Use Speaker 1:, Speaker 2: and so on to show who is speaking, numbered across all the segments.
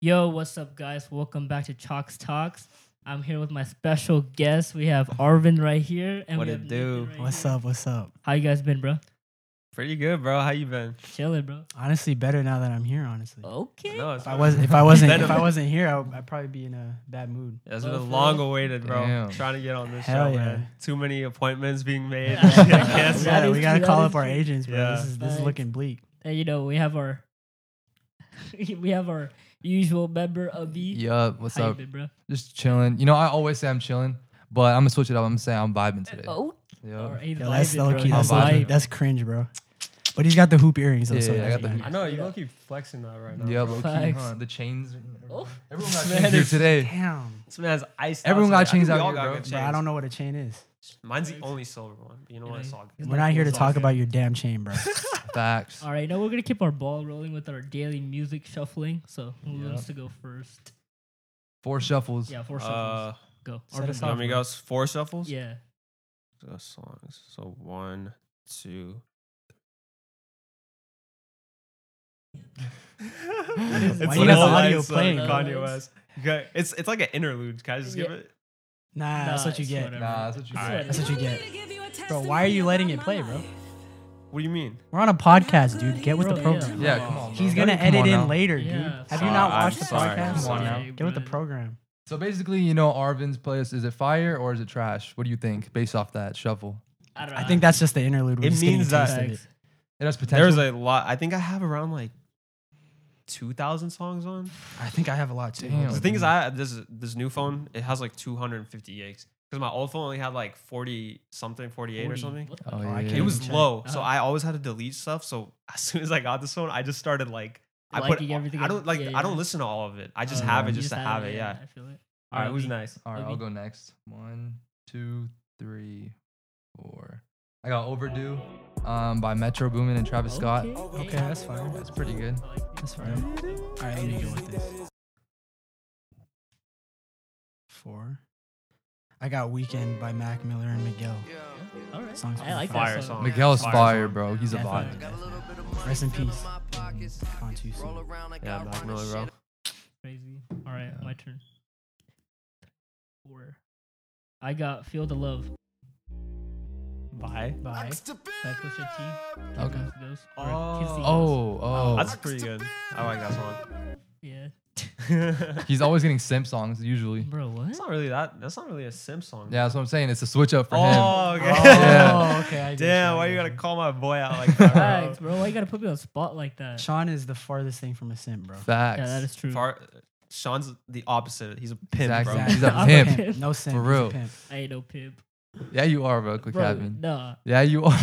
Speaker 1: Yo, what's up, guys? Welcome back to Chalks Talks. I'm here with my special guest. We have Arvin right here, and
Speaker 2: What
Speaker 1: we
Speaker 2: it
Speaker 1: have Nathan
Speaker 2: do?
Speaker 1: right
Speaker 3: What's
Speaker 1: here.
Speaker 3: up? What's up?
Speaker 1: How you guys been, bro?
Speaker 2: Pretty good, bro. How you been?
Speaker 1: Chilling, bro.
Speaker 3: Honestly, better now that I'm here. Honestly,
Speaker 1: Okay.
Speaker 2: No, it's
Speaker 3: if I was if I wasn't
Speaker 2: Better
Speaker 3: if I
Speaker 2: than-
Speaker 3: wasn't here, I would, I'd probably be in a bad mood.
Speaker 2: It's
Speaker 1: Oh,
Speaker 2: been
Speaker 1: for
Speaker 2: long
Speaker 1: real?
Speaker 2: awaited, bro.
Speaker 4: Damn.
Speaker 2: Trying to get on this
Speaker 3: Hell
Speaker 2: show,
Speaker 3: yeah.
Speaker 2: man. Too many appointments being made.
Speaker 1: Yeah.
Speaker 2: I guess.
Speaker 1: That
Speaker 3: yeah,
Speaker 1: is
Speaker 3: we gotta
Speaker 1: true,
Speaker 3: call
Speaker 1: that
Speaker 3: up
Speaker 1: is
Speaker 3: our
Speaker 1: true.
Speaker 3: agents, bro.
Speaker 2: Yeah.
Speaker 3: This is this is
Speaker 1: Facts.
Speaker 3: looking bleak.
Speaker 1: And you know we have our we have our usual member Abi.
Speaker 4: Yup, what's
Speaker 1: How you
Speaker 4: up?
Speaker 1: been, bro?
Speaker 4: Just chilling. You know, I always say I'm chilling, but I'm gonna switch it up. I'm gonna say I'm vibing today.
Speaker 1: Oh,
Speaker 4: Yup.
Speaker 1: all right,
Speaker 3: Yo,
Speaker 1: vibing,
Speaker 3: that's
Speaker 1: bro.
Speaker 3: low key.
Speaker 1: He's
Speaker 3: That's,
Speaker 4: I'm
Speaker 3: low-key-
Speaker 4: vibing.
Speaker 3: that's cringe, bro. But he's got the hoop earrings. Though,
Speaker 4: Yeah,
Speaker 3: so
Speaker 4: yeah, I
Speaker 3: that's
Speaker 4: got the
Speaker 3: nice.
Speaker 2: I know you're gonna keep flexing that right now.
Speaker 4: Yeah, low key,
Speaker 1: Facts.
Speaker 4: huh? The chains.
Speaker 1: Oh.
Speaker 4: Everyone got
Speaker 2: Man,
Speaker 4: chains here
Speaker 2: it's-
Speaker 4: today.
Speaker 3: Damn,
Speaker 2: This man's iced.
Speaker 4: Everyone
Speaker 2: out
Speaker 4: got
Speaker 2: today. I think
Speaker 4: chains
Speaker 2: we
Speaker 4: out
Speaker 2: all
Speaker 4: here,
Speaker 2: got
Speaker 4: bro.
Speaker 2: good
Speaker 3: bro. I
Speaker 2: chains.
Speaker 3: don't know what a chain is.
Speaker 2: Mine's the only silver one. You know what? It's all good.
Speaker 3: We're not here to
Speaker 2: it's
Speaker 3: talk
Speaker 2: okay.
Speaker 3: about your damn chain, bro.
Speaker 4: Facts.
Speaker 1: All right, now we're gonna keep our ball rolling with our daily music shuffling. So who wants to go first?
Speaker 4: Four shuffles.
Speaker 1: Yeah, four shuffles.
Speaker 2: Uh,
Speaker 1: Go.
Speaker 3: set
Speaker 1: Arvin,
Speaker 3: us
Speaker 1: go
Speaker 2: how many
Speaker 1: first.
Speaker 2: goes? Four shuffles.
Speaker 1: Yeah.
Speaker 2: The songs. So one, two. it's
Speaker 3: Why
Speaker 2: like
Speaker 3: you got the audio
Speaker 2: lights on
Speaker 3: playing?
Speaker 2: Kanye West. You got- It's it's like an interlude. Can I just give
Speaker 1: Yeah.
Speaker 2: it?
Speaker 3: Nah, Ah, that's
Speaker 1: Nah,
Speaker 3: what you
Speaker 1: it's
Speaker 3: get.
Speaker 1: whatever.
Speaker 4: Nah, that's what you
Speaker 1: It's
Speaker 4: said.
Speaker 3: That's what you
Speaker 1: whatever.
Speaker 3: get. Bro, why are you letting it play, bro?
Speaker 2: What do you mean?
Speaker 3: We're on a podcast, dude. Get with the
Speaker 1: Bro,
Speaker 3: program.
Speaker 4: Yeah, come on. Bro.
Speaker 3: He's gonna
Speaker 4: Come on
Speaker 3: edit in
Speaker 4: now.
Speaker 3: later, dude.
Speaker 1: Yeah,
Speaker 3: Have you
Speaker 2: sorry.
Speaker 3: not
Speaker 2: I'm
Speaker 3: watched the
Speaker 2: sorry.
Speaker 3: podcast?
Speaker 4: Come on now.
Speaker 1: Sorry,
Speaker 3: Get with the
Speaker 1: bro.
Speaker 3: program.
Speaker 4: So basically, you know, Arvin's playlist is it fire or is it trash? What do you think based off that shuffle?
Speaker 1: don't know.
Speaker 3: I think that's just the interlude. We're
Speaker 2: It
Speaker 3: just getting
Speaker 2: means
Speaker 3: a
Speaker 2: that-
Speaker 3: taste of it.
Speaker 1: Facts.
Speaker 4: It has potential.
Speaker 2: There's a lot. I think I have around like two thousand songs on.
Speaker 3: I think I have a lot too.
Speaker 4: Damn.
Speaker 2: The thing is, I this this new phone it has like two hundred and fifty gigs because my old phone only had like forty something, forty eight or
Speaker 1: 40.
Speaker 2: something.
Speaker 1: What the-
Speaker 4: oh,
Speaker 3: Oh,
Speaker 4: yeah.
Speaker 3: I
Speaker 2: It
Speaker 3: can't-
Speaker 2: was
Speaker 3: check.
Speaker 2: low, so
Speaker 1: Uh-huh.
Speaker 2: I always had to delete stuff. So as soon as I got this phone, I just started like I put
Speaker 1: Liking everything
Speaker 2: I
Speaker 1: and-
Speaker 2: don't like
Speaker 1: yeah,
Speaker 2: I
Speaker 1: yeah.
Speaker 2: don't listen to all of it. I just
Speaker 1: Oh,
Speaker 2: have
Speaker 4: yeah.
Speaker 2: it
Speaker 1: you
Speaker 2: just to have it. Yeah.
Speaker 1: I feel it.
Speaker 2: All right, who's
Speaker 1: Alright,
Speaker 2: nice?
Speaker 4: All right, I'll
Speaker 1: Okay.
Speaker 4: go next. One, two, three, four. I got Overdue um, by Metro Boomin and Travis Scott.
Speaker 1: Okay, Oh,
Speaker 3: Okay, that's fine.
Speaker 4: That's pretty good.
Speaker 1: I like
Speaker 3: That's fine. All right, let me go with this. Four. I got Weekend by Mac Miller and Miguel.
Speaker 1: it. All right.
Speaker 3: Songs
Speaker 1: I
Speaker 3: from
Speaker 1: like
Speaker 3: Fire
Speaker 1: that
Speaker 2: song.
Speaker 1: song.
Speaker 4: Miguel's
Speaker 2: Fire
Speaker 4: fire,
Speaker 2: song.
Speaker 4: bro. He's a
Speaker 3: Definitely.
Speaker 4: vibe.
Speaker 3: Rest in peace. Gone too soon.
Speaker 2: Yeah, Mac Miller, bro.
Speaker 1: Crazy. All right, my turn. Four. I got Feel the Love
Speaker 2: Bye.
Speaker 1: by by Pusha T. Kids
Speaker 4: Okay.
Speaker 1: Knows Goes, or
Speaker 2: Oh.
Speaker 1: Kids See Goes.
Speaker 4: Oh, oh.
Speaker 2: That's pretty good. I like that song.
Speaker 1: Yeah.
Speaker 4: He's always getting simp songs usually.
Speaker 1: Bro,
Speaker 2: it's
Speaker 1: what?
Speaker 2: not really that. That's not really a Sim song.
Speaker 4: Yeah, that's what I'm saying. It's a switch up for him.
Speaker 2: Oh, okay.
Speaker 4: Yeah.
Speaker 3: Oh, okay. I get you, I
Speaker 2: Damn, why
Speaker 3: get
Speaker 2: you gotta
Speaker 3: you.
Speaker 2: call my boy out like that? bro?
Speaker 1: Facts, bro. Why you gotta put me on the spot like that?
Speaker 3: Sean is the farthest thing from a simp, bro.
Speaker 4: Facts.
Speaker 1: Yeah, that is true.
Speaker 2: Far, uh, Sean's the opposite. He's a pimp,
Speaker 4: Exactly.
Speaker 2: bro.
Speaker 4: He's a
Speaker 1: I'm a
Speaker 4: pimp.
Speaker 1: pimp.
Speaker 3: No simp.
Speaker 4: For
Speaker 3: he's a
Speaker 4: real.
Speaker 3: pimp.
Speaker 1: I ain't no pimp.
Speaker 4: Yeah, you are, bro. Quick
Speaker 1: Bro,
Speaker 4: cabin.
Speaker 1: nah.
Speaker 4: Yeah, you are.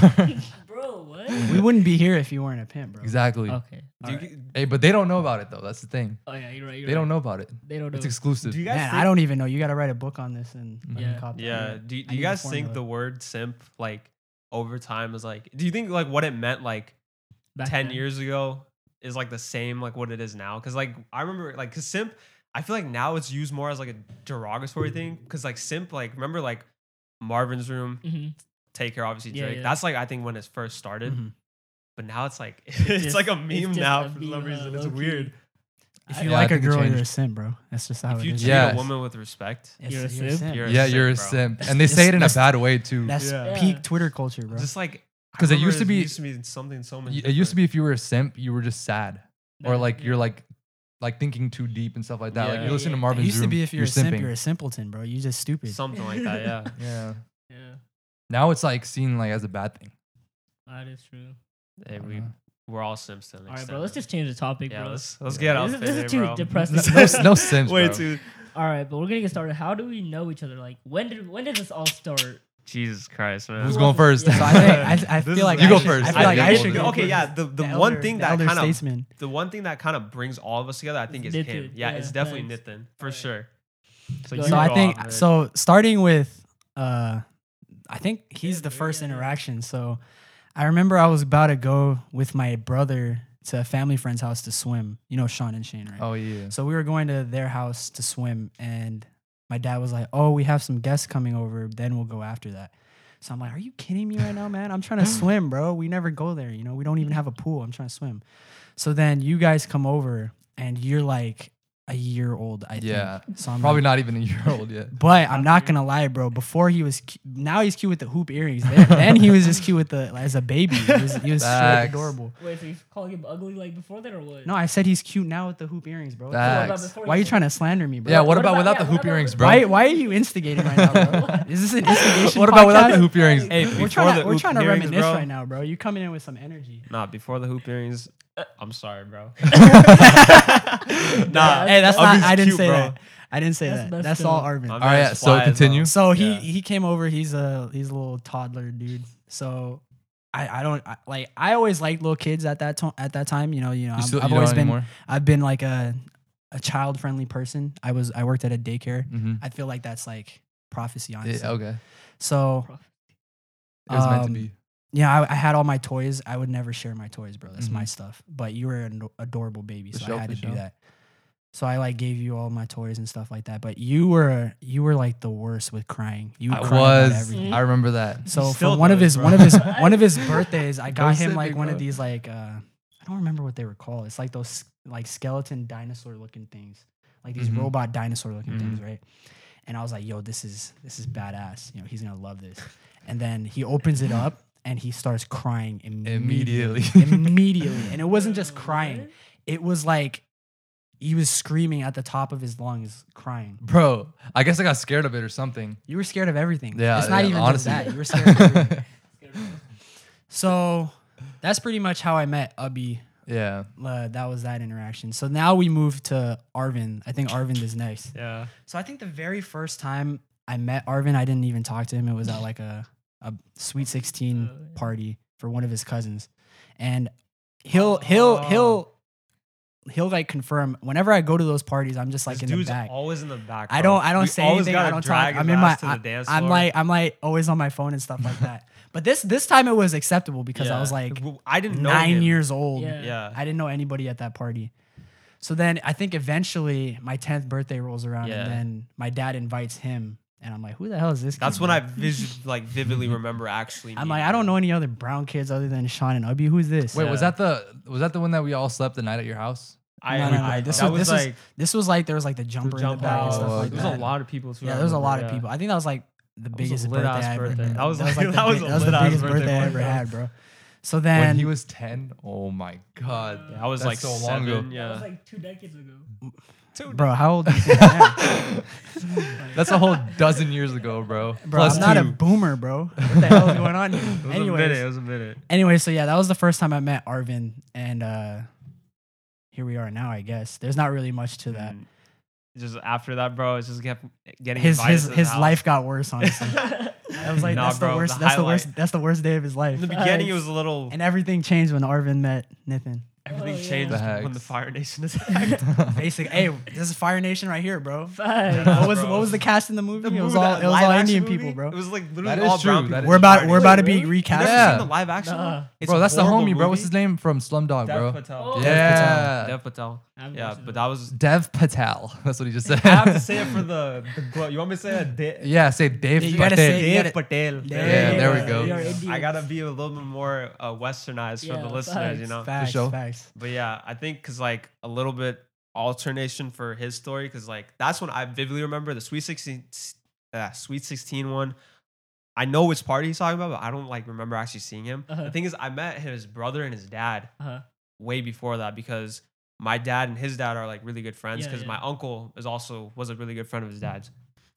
Speaker 1: Bro, what?
Speaker 3: We wouldn't be here if you weren't a pimp, bro.
Speaker 4: exactly.
Speaker 1: Okay.
Speaker 2: Do you,
Speaker 1: alright.
Speaker 4: Hey, but they don't know about it though. That's the thing.
Speaker 1: Oh yeah, you're right. You're
Speaker 4: They
Speaker 1: right.
Speaker 4: don't know about it.
Speaker 1: They don't know.
Speaker 4: It's exclusive.
Speaker 2: do you guys
Speaker 3: Man,
Speaker 2: think,
Speaker 3: I don't even know. You got to write a book on this and let me
Speaker 1: Yeah.
Speaker 3: cop that.
Speaker 2: Yeah. Do, you-
Speaker 3: I
Speaker 2: do you
Speaker 3: need
Speaker 2: guys
Speaker 3: the
Speaker 2: think
Speaker 3: formula.
Speaker 2: the word simp like over time is like? Do you think like what it meant like
Speaker 1: Back
Speaker 2: ten
Speaker 1: then.
Speaker 2: years ago is like the same like what it is now? Because like I remember like because simp, I feel like now it's used more as like a derogatory thing. Because like simp, like remember like Marvin's room,
Speaker 1: Mhm.
Speaker 2: take care, obviously
Speaker 1: Yeah,
Speaker 2: Drake.
Speaker 1: yeah.
Speaker 2: That's like I think when it first started.
Speaker 3: Mhm.
Speaker 2: But now it's like it's,
Speaker 1: just-
Speaker 2: like a
Speaker 1: it's
Speaker 2: meme
Speaker 1: just
Speaker 2: now
Speaker 1: a
Speaker 2: for
Speaker 1: meme,
Speaker 2: some
Speaker 1: uh,
Speaker 2: reason. It's
Speaker 1: low-key.
Speaker 2: weird.
Speaker 3: If you
Speaker 4: Yeah, I
Speaker 3: like a
Speaker 4: think it
Speaker 3: girl, you're a
Speaker 4: changed.
Speaker 3: simp, bro. That's just how
Speaker 2: If
Speaker 3: it
Speaker 2: you
Speaker 3: is.
Speaker 2: treat
Speaker 4: Yes.
Speaker 2: a woman with respect,
Speaker 3: It's-
Speaker 1: You're a
Speaker 3: you're
Speaker 1: simp.
Speaker 2: you're
Speaker 4: yeah, you're a
Speaker 2: bro.
Speaker 4: simp,
Speaker 3: That's-
Speaker 4: and they say it in a
Speaker 3: that's-
Speaker 4: bad way too.
Speaker 3: That's
Speaker 2: Yeah.
Speaker 1: Yeah.
Speaker 3: peak Twitter culture, bro.
Speaker 2: Just like I
Speaker 4: 'Cause it
Speaker 2: remember
Speaker 4: used to be-
Speaker 2: used to be something so
Speaker 4: Y-
Speaker 2: many.
Speaker 4: It used to be if you were a simp, you were just sad, or
Speaker 1: That-
Speaker 4: like
Speaker 1: yeah.
Speaker 4: you're like, like thinking too deep and stuff like that. Like
Speaker 2: Yeah.
Speaker 4: you listen to
Speaker 1: It
Speaker 3: it
Speaker 4: Marvin's
Speaker 3: used to
Speaker 4: Room,
Speaker 3: be if you're,
Speaker 4: you're
Speaker 3: a simp,
Speaker 4: simping.
Speaker 3: you're a simpleton, bro. You just stupid.
Speaker 2: something like that. Yeah.
Speaker 4: yeah.
Speaker 1: Yeah,
Speaker 4: Now it's like seen like as a bad thing.
Speaker 1: that is true.
Speaker 2: Hey,
Speaker 4: I don't
Speaker 2: we
Speaker 4: know.
Speaker 2: we're all Sims to an
Speaker 1: Uh-huh. All right,
Speaker 2: extent.
Speaker 1: bro. Let's just change the topic,
Speaker 2: yeah,
Speaker 1: bro.
Speaker 2: let's let's
Speaker 4: Yeah.
Speaker 2: get out
Speaker 1: This is-
Speaker 2: there,
Speaker 1: this is too
Speaker 2: bro.
Speaker 1: depressing.
Speaker 4: No s- no Sims,
Speaker 2: Way
Speaker 4: bro.
Speaker 2: too.
Speaker 1: All right, but we're gonna get started. How do we know each other? Like, when did when did this all start?
Speaker 2: Jesus Christ, man.
Speaker 4: Who's
Speaker 1: Who
Speaker 4: going
Speaker 1: else-
Speaker 4: first?
Speaker 1: yeah.
Speaker 3: So I, think, I, I
Speaker 2: This
Speaker 3: feel
Speaker 2: is
Speaker 3: like
Speaker 4: You
Speaker 3: I
Speaker 4: go
Speaker 3: should-
Speaker 4: first.
Speaker 3: I feel like I,
Speaker 4: think-
Speaker 3: should go.
Speaker 2: Okay,
Speaker 3: first.
Speaker 2: yeah. The the
Speaker 3: elder-
Speaker 2: one thing
Speaker 3: the
Speaker 2: that
Speaker 3: elder
Speaker 2: kind of
Speaker 3: statesman.
Speaker 2: the one thing that kind of brings all of us together, I think, is
Speaker 1: It's
Speaker 2: him.
Speaker 1: Nitin,
Speaker 2: Yeah,
Speaker 1: yeah,
Speaker 2: it's definitely
Speaker 1: thanks.
Speaker 2: Nathan for
Speaker 1: Alright.
Speaker 2: sure.
Speaker 1: So
Speaker 2: you
Speaker 3: So I
Speaker 2: go
Speaker 3: think
Speaker 2: off, man.
Speaker 3: so. Starting with, uh, I think he's
Speaker 1: Yeah,
Speaker 3: the
Speaker 1: bro,
Speaker 3: first
Speaker 1: yeah.
Speaker 3: interaction. So I remember I was about to go with my brother to a family friend's house to swim. You know Sean and Shane, right?
Speaker 4: Oh yeah.
Speaker 3: So we were going to their house to swim, and my dad was like, "Oh, we have some guests coming over. Then we'll go after that." So I'm like, "Are you kidding me right now, man? I'm trying to swim, bro. We never go there. You know, we don't even have a pool. I'm trying to swim." So then you guys come over, and you're like, a year old, I
Speaker 4: Yeah,
Speaker 3: think. So I'm
Speaker 4: Probably
Speaker 3: like-
Speaker 4: not even a year old yet.
Speaker 3: But I'm not gonna lie, bro. Before he was, cu- now he's cute with the hoop earrings. Then, then he was just cute with the as a baby. He was, he was straight
Speaker 4: Facts.
Speaker 3: adorable.
Speaker 1: Wait, so you calling him ugly like before that or what?
Speaker 3: No, I said he's cute now with the hoop earrings, bro.
Speaker 1: Oh,
Speaker 4: That-
Speaker 1: about
Speaker 4: Facts.
Speaker 1: before
Speaker 3: Why are you
Speaker 1: that.
Speaker 3: trying to slander me, bro?
Speaker 4: Yeah, what,
Speaker 1: What
Speaker 4: about,
Speaker 1: about-
Speaker 4: without
Speaker 1: yeah,
Speaker 4: the
Speaker 1: what
Speaker 4: hoop
Speaker 1: about
Speaker 4: earrings,
Speaker 1: with-
Speaker 4: bro?
Speaker 3: Why, why are you instigating right now, bro? Is this an instigation?
Speaker 4: What about
Speaker 3: podcast?
Speaker 4: without the hoop earrings?
Speaker 2: Hey,
Speaker 3: We're
Speaker 2: before
Speaker 3: trying
Speaker 2: the
Speaker 3: to, we're
Speaker 2: hoop
Speaker 3: trying to
Speaker 2: earrings,
Speaker 3: reminisce
Speaker 2: bro.
Speaker 3: right now, bro. You coming in with some energy.
Speaker 2: Nah, before the hoop earrings. I'm sorry, bro.
Speaker 1: Nah,
Speaker 2: nah,
Speaker 3: Hey, that's
Speaker 2: Arvin's
Speaker 3: not. I didn't
Speaker 2: cute,
Speaker 3: say
Speaker 2: bro.
Speaker 3: that. I didn't say
Speaker 1: That's
Speaker 3: that.
Speaker 1: messed
Speaker 3: That's all
Speaker 1: up.
Speaker 3: Arvin.
Speaker 2: My
Speaker 4: All right,
Speaker 2: man's
Speaker 4: so
Speaker 2: fly,
Speaker 4: continue.
Speaker 2: though.
Speaker 3: So he
Speaker 2: Yeah.
Speaker 3: he came over. He's a he's a little toddler dude. So I I don't I, like I always liked little kids at that time at that time. You know you know
Speaker 4: You
Speaker 3: I'm-
Speaker 4: still,
Speaker 3: I've
Speaker 4: you
Speaker 3: always
Speaker 4: don't
Speaker 3: been
Speaker 4: anymore.
Speaker 3: I've been like a a child friendly person. I was I worked at a daycare.
Speaker 4: Mhm.
Speaker 3: I feel like that's like prophecy
Speaker 4: Yeah,
Speaker 3: honestly.
Speaker 4: okay,
Speaker 3: So
Speaker 4: it was meant to
Speaker 3: Um,
Speaker 4: be.
Speaker 3: yeah, I, I had all my toys. I would never share my toys, bro. That's my
Speaker 4: Mhm.
Speaker 3: stuff. But you were an ad- adorable baby,
Speaker 4: For
Speaker 3: so
Speaker 4: sure,
Speaker 3: I had
Speaker 4: for
Speaker 3: to
Speaker 4: sure.
Speaker 3: do that. So I like gave you all my toys and stuff like that. But you were you were like the worst with crying. You would
Speaker 4: I
Speaker 3: cry about
Speaker 4: was.
Speaker 3: everything.
Speaker 4: I remember that.
Speaker 3: So
Speaker 2: He still
Speaker 3: for one of
Speaker 2: does,
Speaker 3: his
Speaker 2: bro.
Speaker 3: one of his one of his birthdays, I
Speaker 4: Go
Speaker 3: got
Speaker 4: sit,
Speaker 3: him like
Speaker 4: big
Speaker 3: one of
Speaker 4: bro.
Speaker 3: these like uh, I don't remember what they were called. It's like those like skeleton dinosaur looking things, like these
Speaker 4: Mhm.
Speaker 3: robot dinosaur looking
Speaker 2: Mhm.
Speaker 3: things,
Speaker 4: Mm-hmm.
Speaker 3: right? And I was like, "Yo, this is this is badass. You know, he's gonna love this." And then he opens it up and he starts crying immediately,
Speaker 4: Immediately.
Speaker 3: immediately. And it wasn't just crying; it was like he was screaming at the top of his lungs, crying.
Speaker 4: Bro, I guess I got scared of it or something.
Speaker 3: You were scared of everything.
Speaker 4: Yeah,
Speaker 3: it's not
Speaker 4: yeah,
Speaker 3: even
Speaker 4: honestly.
Speaker 3: just that. You were scared of everything. So that's pretty much how I met Ubby.
Speaker 4: yeah.
Speaker 3: Uh, that was that interaction. So now we move to Arvin. I think Arvin is next.
Speaker 2: Yeah.
Speaker 3: So I think the very first time I met Arvin, I didn't even talk to him. It was at like a, a Sweet 16
Speaker 2: Oh,
Speaker 3: party for one of his cousins. And he'll, he'll,
Speaker 2: Oh.
Speaker 3: he'll, he'll like confirm whenever I go to those parties, I'm just like
Speaker 2: This
Speaker 3: in the
Speaker 2: dude's
Speaker 3: back.
Speaker 2: always in the back.
Speaker 3: I
Speaker 2: bro.
Speaker 3: don't. I don't
Speaker 2: We
Speaker 3: say
Speaker 2: always
Speaker 3: anything.
Speaker 2: gotta
Speaker 3: I don't
Speaker 2: drag
Speaker 3: talk.
Speaker 2: his
Speaker 3: I'm in my.
Speaker 2: ass to
Speaker 3: I,
Speaker 2: the dance
Speaker 3: am
Speaker 2: floor.
Speaker 3: like. I'm like always on my phone and stuff like that. But this this time it was acceptable because I
Speaker 2: Yeah.
Speaker 3: was like
Speaker 2: W- I didn't know
Speaker 3: nine
Speaker 2: him.
Speaker 3: years old.
Speaker 1: Yeah.
Speaker 2: Yeah.
Speaker 3: I didn't know anybody at that party. So then I think eventually my tenth birthday rolls around
Speaker 2: Yeah.
Speaker 3: and then my dad invites him and I'm like, who the hell is this?
Speaker 2: That's
Speaker 3: kid,
Speaker 2: when I
Speaker 3: man?
Speaker 2: vis- like vividly remember actually.
Speaker 3: I'm like, I don't know any other brown kids other than Sean and Ubby. Who's this?
Speaker 4: Wait, was
Speaker 2: Yeah.
Speaker 4: that the was that the one that we all slept the night at your house?
Speaker 2: I,
Speaker 3: No, no, no,
Speaker 2: I-
Speaker 3: this
Speaker 2: that
Speaker 3: was- this was
Speaker 2: like
Speaker 3: This was like there was like the
Speaker 2: the
Speaker 3: jumper in
Speaker 2: jump
Speaker 3: the back and
Speaker 2: house.
Speaker 3: stuff
Speaker 4: Oh,
Speaker 3: like
Speaker 2: there was a
Speaker 3: that.
Speaker 2: lot of people. who
Speaker 3: yeah,
Speaker 2: I
Speaker 3: there was a
Speaker 2: remember,
Speaker 3: lot of
Speaker 2: yeah.
Speaker 3: people. I think that was like the
Speaker 2: was a
Speaker 3: biggest
Speaker 2: lit
Speaker 3: birthday
Speaker 2: ass
Speaker 3: I ever
Speaker 2: birthday.
Speaker 3: had.
Speaker 2: That was a-
Speaker 3: like, the
Speaker 2: that was
Speaker 3: big-
Speaker 2: a
Speaker 3: that was the
Speaker 2: lit ass
Speaker 3: biggest
Speaker 2: birthday,
Speaker 3: birthday I ever
Speaker 2: bro.
Speaker 3: had, bro. So
Speaker 4: when
Speaker 3: then
Speaker 4: he was 10? Oh my god.
Speaker 2: Yeah, I was
Speaker 4: That's
Speaker 2: like
Speaker 4: so long
Speaker 2: seven,
Speaker 4: ago.
Speaker 1: That was
Speaker 2: Yeah.
Speaker 1: like two decades ago.
Speaker 3: bro, how old? do you think I am?
Speaker 4: That's a whole dozen years ago, bro.
Speaker 3: Bro,
Speaker 4: Plus
Speaker 3: I'm not a
Speaker 4: two.
Speaker 3: boomer, bro. What the hell is going on here?
Speaker 2: It was a minute. It
Speaker 3: Anyways,
Speaker 2: was a minute.
Speaker 3: anyway, so yeah, that was the first time I met Arvin, and uh here we are now. I guess there's not really much to that.
Speaker 2: And just after that, bro, it's just kept getting
Speaker 3: His
Speaker 2: invited
Speaker 3: his
Speaker 2: to the
Speaker 3: his
Speaker 2: house.
Speaker 3: life got worse. Honestly, I was like,
Speaker 2: Nah,
Speaker 3: that's the
Speaker 2: bro,
Speaker 3: worst.
Speaker 2: the
Speaker 3: that's the worst.
Speaker 2: highlight.
Speaker 3: That's the worst day of his life.
Speaker 2: In the beginning, it was a little.
Speaker 3: and everything changed when Arvin met Nathan.
Speaker 2: Everything
Speaker 1: Oh, yeah.
Speaker 2: changed when
Speaker 4: Facts.
Speaker 2: the Fire Nation attacked.
Speaker 3: Basic. hey, this is Fire Nation right here, bro.
Speaker 1: Five.
Speaker 3: What was
Speaker 2: bro.
Speaker 3: what was the cast in the movie? it was
Speaker 2: movie,
Speaker 3: all
Speaker 2: that
Speaker 3: it was
Speaker 2: live
Speaker 3: all
Speaker 2: action
Speaker 3: Indian
Speaker 2: movie,
Speaker 3: people, bro.
Speaker 2: It was like
Speaker 4: That
Speaker 2: literally
Speaker 4: is
Speaker 2: all brown
Speaker 4: true, that
Speaker 2: people.
Speaker 4: is
Speaker 3: We're about we're about to
Speaker 1: Wait,
Speaker 3: be
Speaker 1: really?
Speaker 2: You never
Speaker 3: recast.
Speaker 4: Yeah.
Speaker 2: seen the live action? one?
Speaker 1: Nah.
Speaker 2: It's
Speaker 4: bro,
Speaker 2: a
Speaker 4: that's the homie,
Speaker 2: horrible
Speaker 4: bro. What's
Speaker 2: movie.
Speaker 4: his name from Slumdog,
Speaker 2: Dev
Speaker 4: bro?
Speaker 2: Patel.
Speaker 1: Oh.
Speaker 4: Yeah.
Speaker 2: Dev Patel.
Speaker 1: I haven't
Speaker 2: Yeah,
Speaker 1: watched it.
Speaker 2: but that was.
Speaker 4: Dev Patel. That's what he just said.
Speaker 2: I have to say it for the, the glow. You want me to say it? De-
Speaker 4: yeah, say Dave
Speaker 3: Yeah, you
Speaker 4: Patel.
Speaker 3: gotta say-
Speaker 2: Dave
Speaker 3: gotta-
Speaker 2: Patel.
Speaker 3: Yeah,
Speaker 4: yeah, there we
Speaker 1: yeah,
Speaker 4: go.
Speaker 1: we are Indians.
Speaker 2: I gotta be a little bit more uh, westernized for
Speaker 1: Yeah,
Speaker 2: the listeners, you
Speaker 1: facts,
Speaker 2: know.
Speaker 3: Facts,
Speaker 4: sure.
Speaker 3: facts.
Speaker 2: But yeah, I think because like a little bit alternation for his story, because like that's when I vividly remember the Sweet Sixteen, uh, Sweet Sixteen one. I know which party he's talking about, but I don't like remember actually seeing him.
Speaker 1: Uh-huh.
Speaker 2: The thing is, I met his brother and his dad
Speaker 1: Uh-huh.
Speaker 2: way before that because my dad and his dad are like really good friends
Speaker 1: Yeah,
Speaker 2: because
Speaker 1: yeah.
Speaker 2: my uncle is also was a really good friend of his dad's.